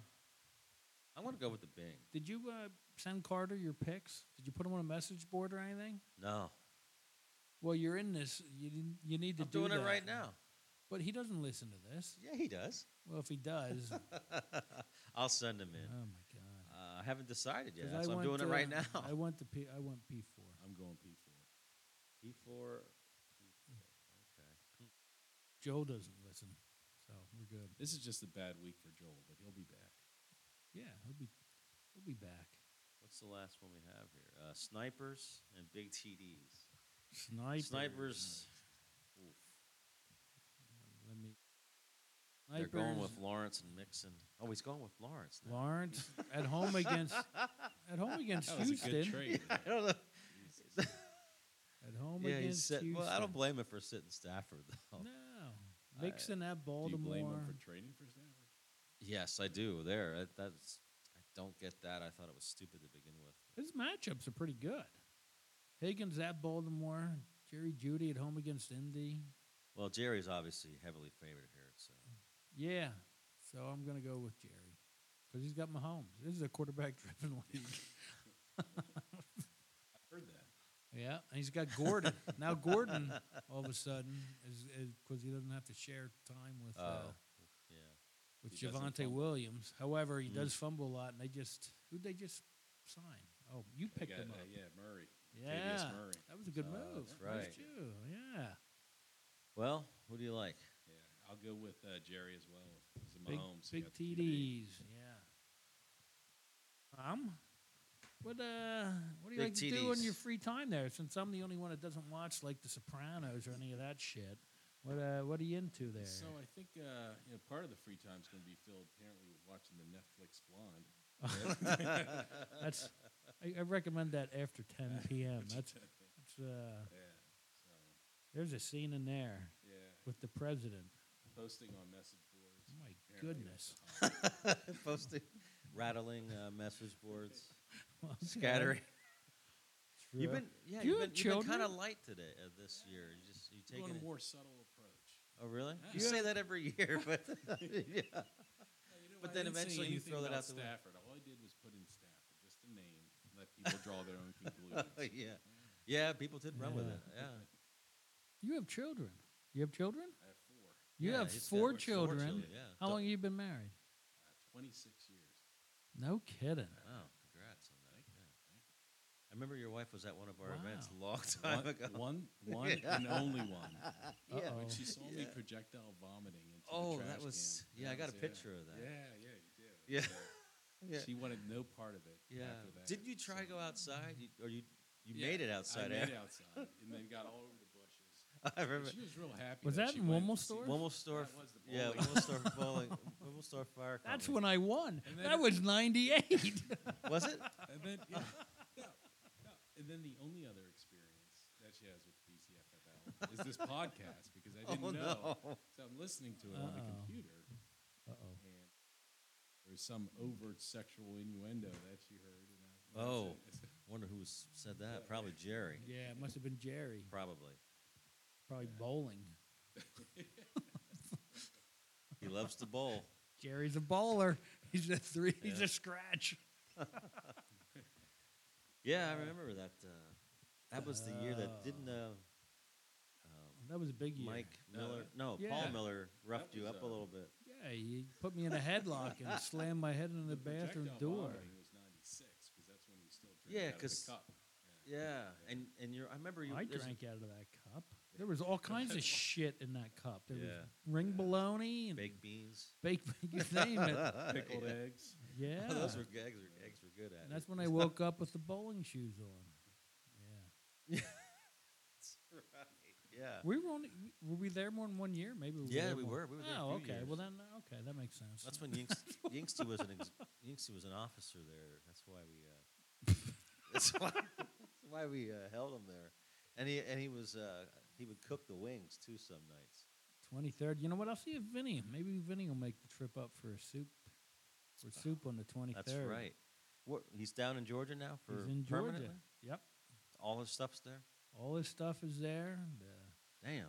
Speaker 1: I'm gonna go with the Bing.
Speaker 2: Did you uh, send Carter your picks? Did you put him on a message board or anything?
Speaker 1: No,
Speaker 2: Well, you're in this. You didn't- you need to
Speaker 1: I'm
Speaker 2: do
Speaker 1: doing it
Speaker 2: that.
Speaker 1: right now.
Speaker 2: But he doesn't listen to this.
Speaker 1: Yeah, he does.
Speaker 2: Well, if he does, oh
Speaker 1: I'll send him in.
Speaker 2: my god.
Speaker 1: Uh, I haven't decided
Speaker 2: 'Cause
Speaker 1: yet,
Speaker 2: I
Speaker 1: so I'm
Speaker 2: want,
Speaker 1: doing it
Speaker 2: uh,
Speaker 1: right now.
Speaker 2: I want the P. I want P four.
Speaker 3: I'm going P4.
Speaker 1: P four. Okay.
Speaker 2: Joe doesn't listen, so we're good.
Speaker 3: This is just a bad week for Joel, but he'll be back.
Speaker 2: Yeah, he'll be he'll be back.
Speaker 1: What's the last one we have here? Uh, snipers and big TDs.
Speaker 2: Snipers.
Speaker 1: Snipers. Oof.
Speaker 2: Let me.
Speaker 1: They're
Speaker 2: Snipers.
Speaker 1: going with Lawrence and Mixon. Oh, he's going with Lawrence. Now.
Speaker 2: Lawrence at home against at home against
Speaker 3: That was a
Speaker 2: Houston.
Speaker 3: good trade.
Speaker 1: I don't know.
Speaker 2: At home
Speaker 1: yeah, he's
Speaker 2: against
Speaker 1: sit-
Speaker 2: Houston.
Speaker 1: well. I don't blame him for sitting Stafford though.
Speaker 2: No,
Speaker 1: I-
Speaker 2: Mixon at
Speaker 3: Oh. Do you
Speaker 2: Baltimore.
Speaker 3: blame him for trading for Stafford?
Speaker 1: Yes, I do. There, I, that's. I don't get that. I thought it was stupid to begin with.
Speaker 2: His matchups are pretty good. Higgins at Baltimore. Jerry Judy at home against Indy.
Speaker 1: Well, Jerry's obviously heavily favored here, so
Speaker 2: Yeah, so I'm gonna go with Jerry because he's got Mahomes. This is a quarterback-driven league.
Speaker 3: I heard that.
Speaker 2: yeah, and he's got Gordon now. Gordon, all of a sudden, is because he doesn't have to share time with. uh,
Speaker 1: Oh. yeah.
Speaker 2: with
Speaker 3: He doesn't
Speaker 2: Javante
Speaker 3: fumble.
Speaker 2: Williams. However, he
Speaker 1: Mm.
Speaker 2: does fumble a lot, and they just who they just sign. Oh, you
Speaker 3: They
Speaker 2: picked
Speaker 3: got,
Speaker 2: him up.
Speaker 3: uh, yeah, Murray.
Speaker 2: yeah,
Speaker 3: Latavius Murray.
Speaker 2: that was a good
Speaker 1: Oh,
Speaker 2: move.
Speaker 1: that's
Speaker 2: Nice
Speaker 1: right.
Speaker 2: you, Yeah,
Speaker 1: Well, who do you like?
Speaker 3: Yeah, I'll go with uh, Jerry as well. It was
Speaker 2: big,
Speaker 3: Mahomes. He
Speaker 2: big
Speaker 3: got the
Speaker 2: TDs. Yeah. Um, what uh, what do you
Speaker 1: Big
Speaker 2: like to do in
Speaker 1: TDs.
Speaker 2: your free time there? Since I'm the only one that doesn't watch like The Sopranos or any of that shit. What uh, what are you into there?
Speaker 3: So I think uh, you know, part of the free time is going to be filled apparently with watching the Netflix Blonde.
Speaker 2: That's I, I recommend that after 10 p.m. That's
Speaker 3: yeah.
Speaker 2: that's uh,
Speaker 3: So
Speaker 2: there's a scene in there
Speaker 3: yeah,
Speaker 2: with the president.
Speaker 3: posting on message boards.
Speaker 2: Oh my
Speaker 3: apparently
Speaker 2: goodness.
Speaker 3: that's hot.
Speaker 1: Posting, rattling uh, message boards,
Speaker 2: Well, okay.
Speaker 1: scattering.
Speaker 2: True.
Speaker 1: You've been yeah.
Speaker 2: Do you
Speaker 1: you've
Speaker 2: have
Speaker 1: been, you've been kind of
Speaker 2: children?
Speaker 1: light today uh, this year. You just you
Speaker 3: Going
Speaker 1: taking
Speaker 3: a
Speaker 1: it.
Speaker 3: more subtle approach.
Speaker 1: Oh really?
Speaker 3: Yeah.
Speaker 1: You
Speaker 3: You
Speaker 1: say that every year, but yeah.
Speaker 3: No, you know
Speaker 1: But
Speaker 3: what? I
Speaker 1: then
Speaker 3: didn't say
Speaker 1: eventually you
Speaker 3: anything
Speaker 1: throw that
Speaker 3: about
Speaker 1: out the window.
Speaker 3: Stafford. All I did was put in Stafford, just a name, let people draw their own conclusions.
Speaker 1: yeah, yeah. People did run with
Speaker 2: Yeah.
Speaker 1: it. Yeah.
Speaker 2: You have children. You have children?
Speaker 3: I have four,
Speaker 2: You
Speaker 1: Yeah,
Speaker 2: have
Speaker 1: he's got
Speaker 2: four
Speaker 1: four
Speaker 2: children.
Speaker 1: children, yeah.
Speaker 2: How
Speaker 1: Don't-
Speaker 2: long have you been married?
Speaker 3: uh, 26 years.
Speaker 2: No kidding.
Speaker 1: Wow, Oh, congrats on that. Yeah. I remember your wife was at one of our events a
Speaker 2: Wow.
Speaker 1: long time
Speaker 3: One,
Speaker 1: ago.
Speaker 3: one, one and only one.
Speaker 1: Yeah.
Speaker 2: Uh-oh.
Speaker 3: When she saw me
Speaker 1: Yeah.
Speaker 3: projectile vomiting into
Speaker 1: Oh,
Speaker 3: the trash
Speaker 1: that was
Speaker 3: can,
Speaker 1: yeah. I
Speaker 3: that
Speaker 1: got a
Speaker 3: was it.
Speaker 1: picture of that.
Speaker 3: Yeah, yeah, you did.
Speaker 1: Yeah.
Speaker 3: So
Speaker 1: Yeah.
Speaker 3: She wanted no part of it.
Speaker 1: Yeah.
Speaker 3: After that.
Speaker 1: Didn't you try to
Speaker 3: so-
Speaker 1: go outside? You, or you you
Speaker 3: Yeah,
Speaker 1: made it outside?
Speaker 3: I made it
Speaker 1: eh?
Speaker 3: outside, and then got all over the bushes.
Speaker 1: I
Speaker 3: But
Speaker 1: remember.
Speaker 3: she was real happy.
Speaker 2: Was that
Speaker 3: she
Speaker 2: in
Speaker 3: went to
Speaker 2: Wilmersdorf?
Speaker 3: see-
Speaker 1: Wilmelsdorf,
Speaker 3: That was the
Speaker 1: yeah,
Speaker 3: bowling.
Speaker 1: Wilmelsdorf bowling, Wilmelsdorf fire.
Speaker 2: That's
Speaker 1: Company.
Speaker 2: when I won.
Speaker 3: And then-
Speaker 2: That was 98.
Speaker 1: was it?
Speaker 3: And then, yeah, no, no. And then the only other experience that she has with BCFFL is this podcast because I didn't
Speaker 1: Oh
Speaker 3: know.
Speaker 1: no!
Speaker 3: So I'm listening to it on the
Speaker 2: Uh-oh.
Speaker 3: computer,
Speaker 2: Uh-oh.
Speaker 3: and there was some overt sexual innuendo that she heard. And I,
Speaker 1: Oh.
Speaker 3: I said-
Speaker 1: Wonder who s- said that? Probably Jerry.
Speaker 2: Yeah, it must have been Jerry.
Speaker 1: Probably.
Speaker 2: Probably bowling.
Speaker 1: He loves to bowl.
Speaker 2: Jerry's a bowler. He's a three. He's
Speaker 1: Yeah.
Speaker 2: a scratch.
Speaker 1: Yeah, I remember that. Uh, that was the year that didn't uh,
Speaker 2: That was a big year.
Speaker 1: Mike
Speaker 3: No,
Speaker 1: Miller? No,
Speaker 2: Yeah.
Speaker 1: Paul Miller roughed
Speaker 3: That
Speaker 1: you
Speaker 3: was,
Speaker 1: up a
Speaker 3: uh,
Speaker 1: little bit.
Speaker 2: Yeah, he put me in a headlock and slammed my head into the, bathroom
Speaker 3: projectile
Speaker 2: door.
Speaker 3: vomiting was 96 because that's when we still drank
Speaker 1: Yeah,
Speaker 3: out of the
Speaker 1: 'cause-
Speaker 3: cup. Yeah.
Speaker 1: Yeah, and and you're. I remember you.
Speaker 2: I
Speaker 1: there's a
Speaker 2: drank out of that cup. There was all kinds of shit in that cup. There
Speaker 1: Yeah.
Speaker 2: was ring bologna and
Speaker 1: baked beans.
Speaker 2: baked, you name it.
Speaker 3: Pickled
Speaker 1: Yeah.
Speaker 3: eggs.
Speaker 2: Yeah,
Speaker 1: Oh, those were g- eggs. Were, eggs were good at.
Speaker 2: And that's
Speaker 1: it.
Speaker 2: when I woke up with the bowling shoes on. Yeah,
Speaker 1: Right, Yeah.
Speaker 2: we were only were we there more than one year? Maybe. We
Speaker 1: Yeah,
Speaker 2: there
Speaker 1: we
Speaker 2: more-
Speaker 1: were. We were there a
Speaker 2: oh,
Speaker 1: few
Speaker 2: okay. Well,
Speaker 1: years.
Speaker 2: then okay, that makes sense.
Speaker 1: That's when Yingst, Yingstu was an ex, Yingstu was an officer there. That's why we. Uh, that's why. That's why we uh, held him there, and he and he was uh, he would cook the wings too some nights.
Speaker 2: twenty third. You know what? I'll see if Vinny. Maybe Vinny will make the trip up for a soup. For soup on the twenty third.
Speaker 1: That's right. What, he's down in Georgia now for
Speaker 2: He's in
Speaker 1: permanently.
Speaker 2: Georgia. Yep.
Speaker 1: All his stuff's there.
Speaker 2: All his stuff is there. The,
Speaker 1: Damn.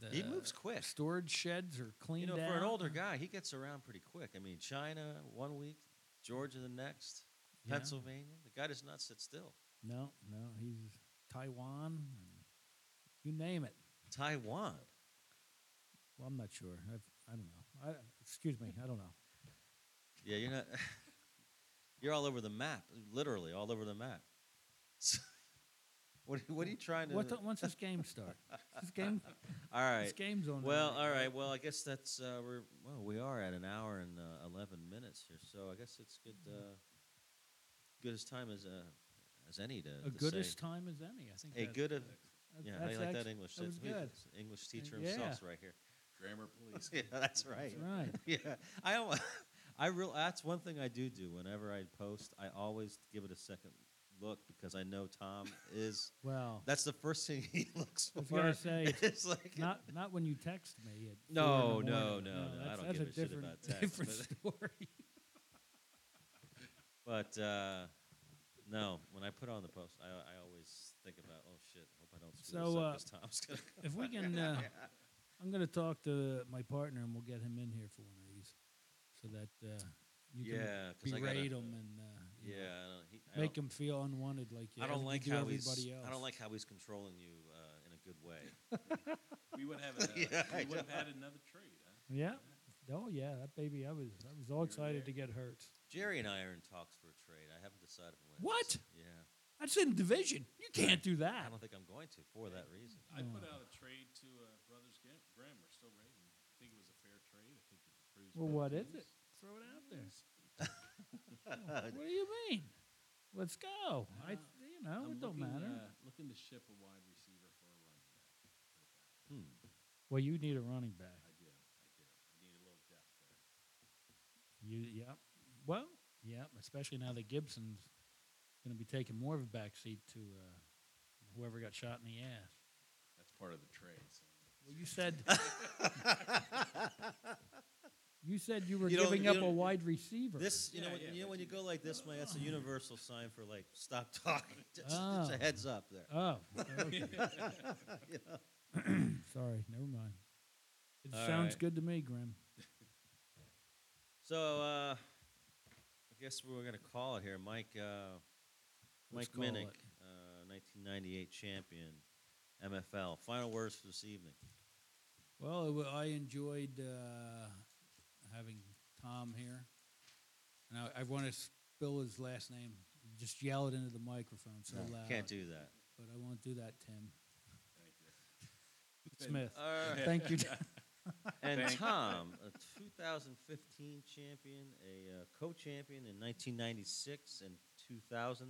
Speaker 2: the
Speaker 1: He moves quick.
Speaker 2: Storage sheds are cleaned
Speaker 1: You know,
Speaker 2: out.
Speaker 1: for an older guy, he gets around pretty quick. I mean, China one week, Georgia the next,
Speaker 2: Yeah.
Speaker 1: Pennsylvania. The guy does not sit still.
Speaker 2: No, no, he's Taiwan. and You name it.
Speaker 1: Taiwan.
Speaker 2: Well, I'm not sure. I've, I don't know. I, excuse me. I don't know.
Speaker 1: Yeah, you're not. you're all over the map, literally all over the map. what, are- what are you trying to?
Speaker 2: What the, when's this game start? this game.
Speaker 1: all right.
Speaker 2: This game's on.
Speaker 1: Well,
Speaker 2: tonight.
Speaker 1: all right. Well, I guess that's uh, we're well, we are at an hour and uh, eleven minutes here, so I guess it's good, uh, good as time as uh, as any to to
Speaker 2: A good
Speaker 1: say.
Speaker 2: as time as any. I think.
Speaker 1: a
Speaker 2: that-
Speaker 1: good of
Speaker 2: that-
Speaker 1: yeah. How
Speaker 2: that's
Speaker 1: you like
Speaker 2: act-
Speaker 1: that English?
Speaker 2: That was
Speaker 1: That's-
Speaker 2: good.
Speaker 1: that's English teacher
Speaker 2: yeah.
Speaker 1: himself right here.
Speaker 3: Grammar police.
Speaker 1: Yeah, that's right.
Speaker 2: That's right.
Speaker 1: Yeah, I alwa- I real that's one thing I do do whenever I post. I always give it a second look because I know Tom is.
Speaker 2: Well,
Speaker 1: That's the first thing he looks for.
Speaker 2: I was gonna say,
Speaker 1: it's like
Speaker 2: not not when you text me. At
Speaker 1: No,
Speaker 2: four in the
Speaker 1: no,
Speaker 2: morning.
Speaker 1: no, no, I
Speaker 2: that's-
Speaker 1: don't
Speaker 2: that's
Speaker 1: give a shit
Speaker 2: different-
Speaker 1: about text,
Speaker 2: Different story.
Speaker 1: But uh, no, when I put on the post, I, I always think about, oh shit, hope I don't screw
Speaker 2: So, uh,
Speaker 1: this up 'cause Tom's gonna.
Speaker 2: if we can, uh, I'm going to talk to my partner and we'll get him in here for one of these, so that uh, you
Speaker 1: Yeah, 'cause
Speaker 2: can
Speaker 1: I gotta-
Speaker 2: berate him and uh, you know,
Speaker 1: Yeah, I don't, he, I
Speaker 2: make
Speaker 1: don't,
Speaker 2: him feel unwanted. Like you
Speaker 1: I don't
Speaker 2: ever- you
Speaker 1: like
Speaker 2: do
Speaker 1: how
Speaker 2: everybody
Speaker 1: he's.
Speaker 2: else.
Speaker 1: I don't like how he's controlling you uh, in a good way.
Speaker 3: We would have a,
Speaker 1: Yeah, I
Speaker 3: we would have
Speaker 1: know.
Speaker 3: had another trade. Huh?
Speaker 2: Yeah. Oh yeah, that baby. I was I was all excited to get hurt.
Speaker 1: Jerry and I are in talks for a trade. I haven't decided when.
Speaker 2: What?
Speaker 1: Yeah,
Speaker 2: That's in division. You can't do
Speaker 1: I
Speaker 2: that.
Speaker 1: don't think I'm going to for that reason.
Speaker 3: I put
Speaker 2: Oh.
Speaker 3: out a trade to uh, Brothers Gra- Grimm. We're still rating. I think it was a fair trade. I think it improves.
Speaker 2: Well, what
Speaker 3: both
Speaker 2: is
Speaker 3: teams.
Speaker 2: it? Throw it out there. what do you mean? Let's go. I,
Speaker 3: Uh,
Speaker 2: you know,
Speaker 3: I'm
Speaker 2: it don't
Speaker 3: looking,
Speaker 2: matter.
Speaker 3: Uh, looking to ship a wide receiver for a running back.
Speaker 2: well, you need a running back.
Speaker 3: I do. I do. I need a little depth there.
Speaker 2: You, yeah. Well, yeah, especially now that Gibson's going to be taking more of a backseat to uh, whoever got shot in the ass.
Speaker 3: That's part of the trade. So.
Speaker 2: Well, you said. you said you were
Speaker 1: You don't-
Speaker 2: giving
Speaker 1: you
Speaker 2: up a
Speaker 1: don't-
Speaker 2: wide receiver.
Speaker 1: This, you know,
Speaker 3: Yeah,
Speaker 1: when-
Speaker 3: yeah,
Speaker 1: you know,
Speaker 3: but
Speaker 1: when you
Speaker 3: you-
Speaker 1: go like this, man, that's a universal sign for like stop talking. Just,
Speaker 2: Oh.
Speaker 1: just a heads up there.
Speaker 2: Oh, okay. sorry. Never mind. It
Speaker 1: All
Speaker 2: sounds
Speaker 1: right.
Speaker 2: good to me, Grim.
Speaker 1: So uh, I guess we're going to call it here, Mike. Uh, Mike
Speaker 2: Let's call
Speaker 1: Minnick,
Speaker 2: it.
Speaker 1: uh, 1998 champion, MFL. Final words for this evening.
Speaker 2: Well, it wa- I enjoyed uh, having Tom here, and I, I want to spill his last name. Just yell it into the microphone so loud.
Speaker 1: Can't do that.
Speaker 2: But I won't do that, Tim
Speaker 3: Thank you.
Speaker 2: Smith.
Speaker 1: All right.
Speaker 2: Thank you.
Speaker 1: and Tom, a 2015 champion, a uh, co-champion in 1996 and 2000.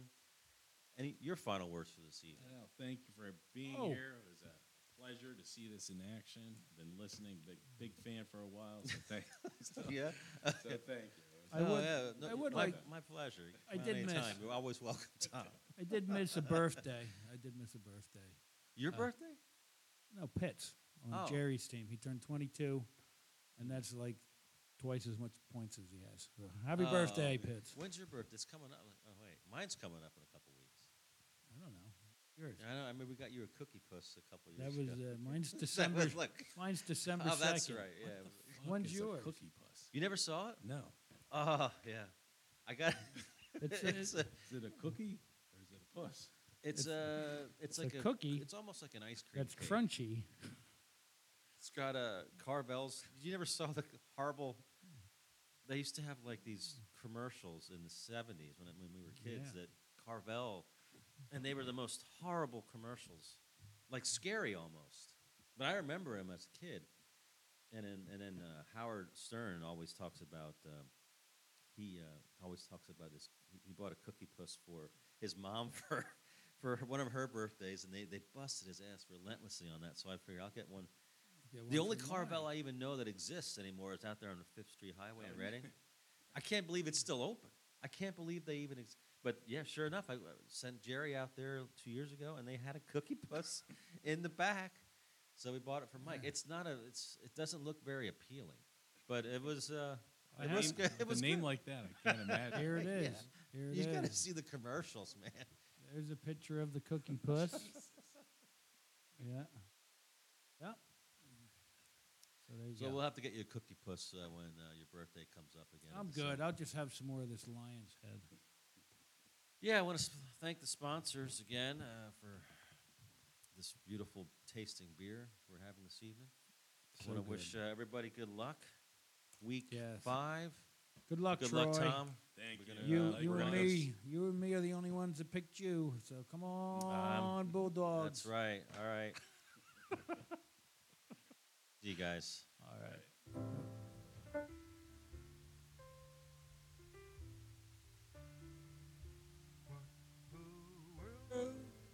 Speaker 1: Any your final words for this evening?
Speaker 3: Well, thank you for being
Speaker 2: Oh.
Speaker 3: here. It was a pleasure to see this in action. Been listening, big big fan for a while. So thank, so,
Speaker 1: Yeah,
Speaker 3: so thank you.
Speaker 2: I
Speaker 3: It was-
Speaker 2: would.
Speaker 1: Oh, yeah,
Speaker 2: I would
Speaker 1: my,
Speaker 2: like-
Speaker 1: my pleasure. You can
Speaker 2: I
Speaker 1: come out
Speaker 2: did
Speaker 1: anytime.
Speaker 2: miss-
Speaker 1: You're always welcome, Tom.
Speaker 2: I did miss a birthday. I did miss a birthday.
Speaker 1: Your
Speaker 2: Uh.
Speaker 1: birthday?
Speaker 2: No, Pitts on
Speaker 1: Oh.
Speaker 2: Jerry's team. He turned 22, and that's like twice as much points as he has. So happy
Speaker 1: Oh,
Speaker 2: birthday,
Speaker 1: man.
Speaker 2: Pitts.
Speaker 1: When's your birthday? It's coming up. Oh wait, mine's coming up in a couple weeks.
Speaker 2: I don't know. Yours.
Speaker 1: I know. I remember we got you a cookie puss a couple years
Speaker 2: That was
Speaker 1: ago.
Speaker 2: uh, mine's
Speaker 1: That
Speaker 2: December.
Speaker 1: was look.
Speaker 2: Mine's December
Speaker 1: Oh, that's
Speaker 2: 2nd.
Speaker 1: right. Yeah.
Speaker 3: Fuck
Speaker 2: When's
Speaker 3: is a
Speaker 2: yours?
Speaker 3: Cookie puss.
Speaker 1: You never saw it?
Speaker 3: No.
Speaker 1: Oh yeah. I got.
Speaker 2: It's, uh,
Speaker 1: it's a,
Speaker 3: Is it a cookie or is it a puss?
Speaker 1: it's a it's
Speaker 2: a
Speaker 1: like a,
Speaker 2: cookie
Speaker 1: It's almost like an ice cream.
Speaker 2: that's
Speaker 1: cake.
Speaker 2: crunchy.
Speaker 1: It's got a Carvel's. You never saw the horrible. They used to have like these commercials in the '70s when, when we were kids
Speaker 2: Yeah.
Speaker 1: that Carvel and they were the most horrible commercials, like scary almost. But I remember him as a kid, and then and then uh, Howard Stern always talks about um, he uh, always talks about this. He, he bought a cookie puss for his mom for for one of her birthdays, and they they busted his ass relentlessly on that. So I figured I'll get one.
Speaker 2: Get one
Speaker 1: The only
Speaker 2: for
Speaker 1: Carvel
Speaker 2: mine.
Speaker 1: I even know that exists anymore is out there on the Fifth Street Highway in Reading. I can't believe it's still open. I can't believe they even. Ex- but yeah, sure enough, I uh, sent Jerry out there two years ago, and they had a cookie puss in the back. So we bought it for Mike. It's not a. It's it doesn't look very appealing, but it was. Uh,
Speaker 2: I
Speaker 1: it
Speaker 2: have-
Speaker 1: was good. It
Speaker 3: With
Speaker 1: was
Speaker 3: a name
Speaker 1: good.
Speaker 3: like that, I can't imagine.
Speaker 2: Here it
Speaker 1: Yeah.
Speaker 2: is. Here it
Speaker 1: You gotta
Speaker 2: is.
Speaker 1: see the commercials, man.
Speaker 2: There's a picture of the cookie puss. yeah. Yeah. So there you
Speaker 1: So
Speaker 2: go.
Speaker 1: we'll have to get you a cookie puss uh, when uh, your birthday comes up again. in
Speaker 2: I'm
Speaker 1: December.
Speaker 2: good. I'll just have some more of this lion's head.
Speaker 1: Yeah, I want to sp- thank the sponsors again uh, for this beautiful tasting beer we're having this evening. I
Speaker 2: So
Speaker 1: want to wish uh, everybody good luck. Week
Speaker 2: Yes.
Speaker 1: five.
Speaker 2: Good luck,
Speaker 1: Good
Speaker 2: Troy.
Speaker 1: luck, Tom.
Speaker 3: Thank
Speaker 1: We're
Speaker 3: you.
Speaker 2: You,
Speaker 1: Uh,
Speaker 2: you
Speaker 1: we're
Speaker 2: and
Speaker 1: gonna-
Speaker 2: me, you and me are the only ones that picked you. So come on, Bulldogs.
Speaker 1: That's right. All right. See you guys.
Speaker 2: All right.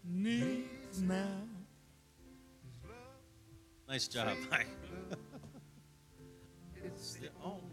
Speaker 2: Needs now.
Speaker 1: Nice job, Mike. it's the only
Speaker 3: uh,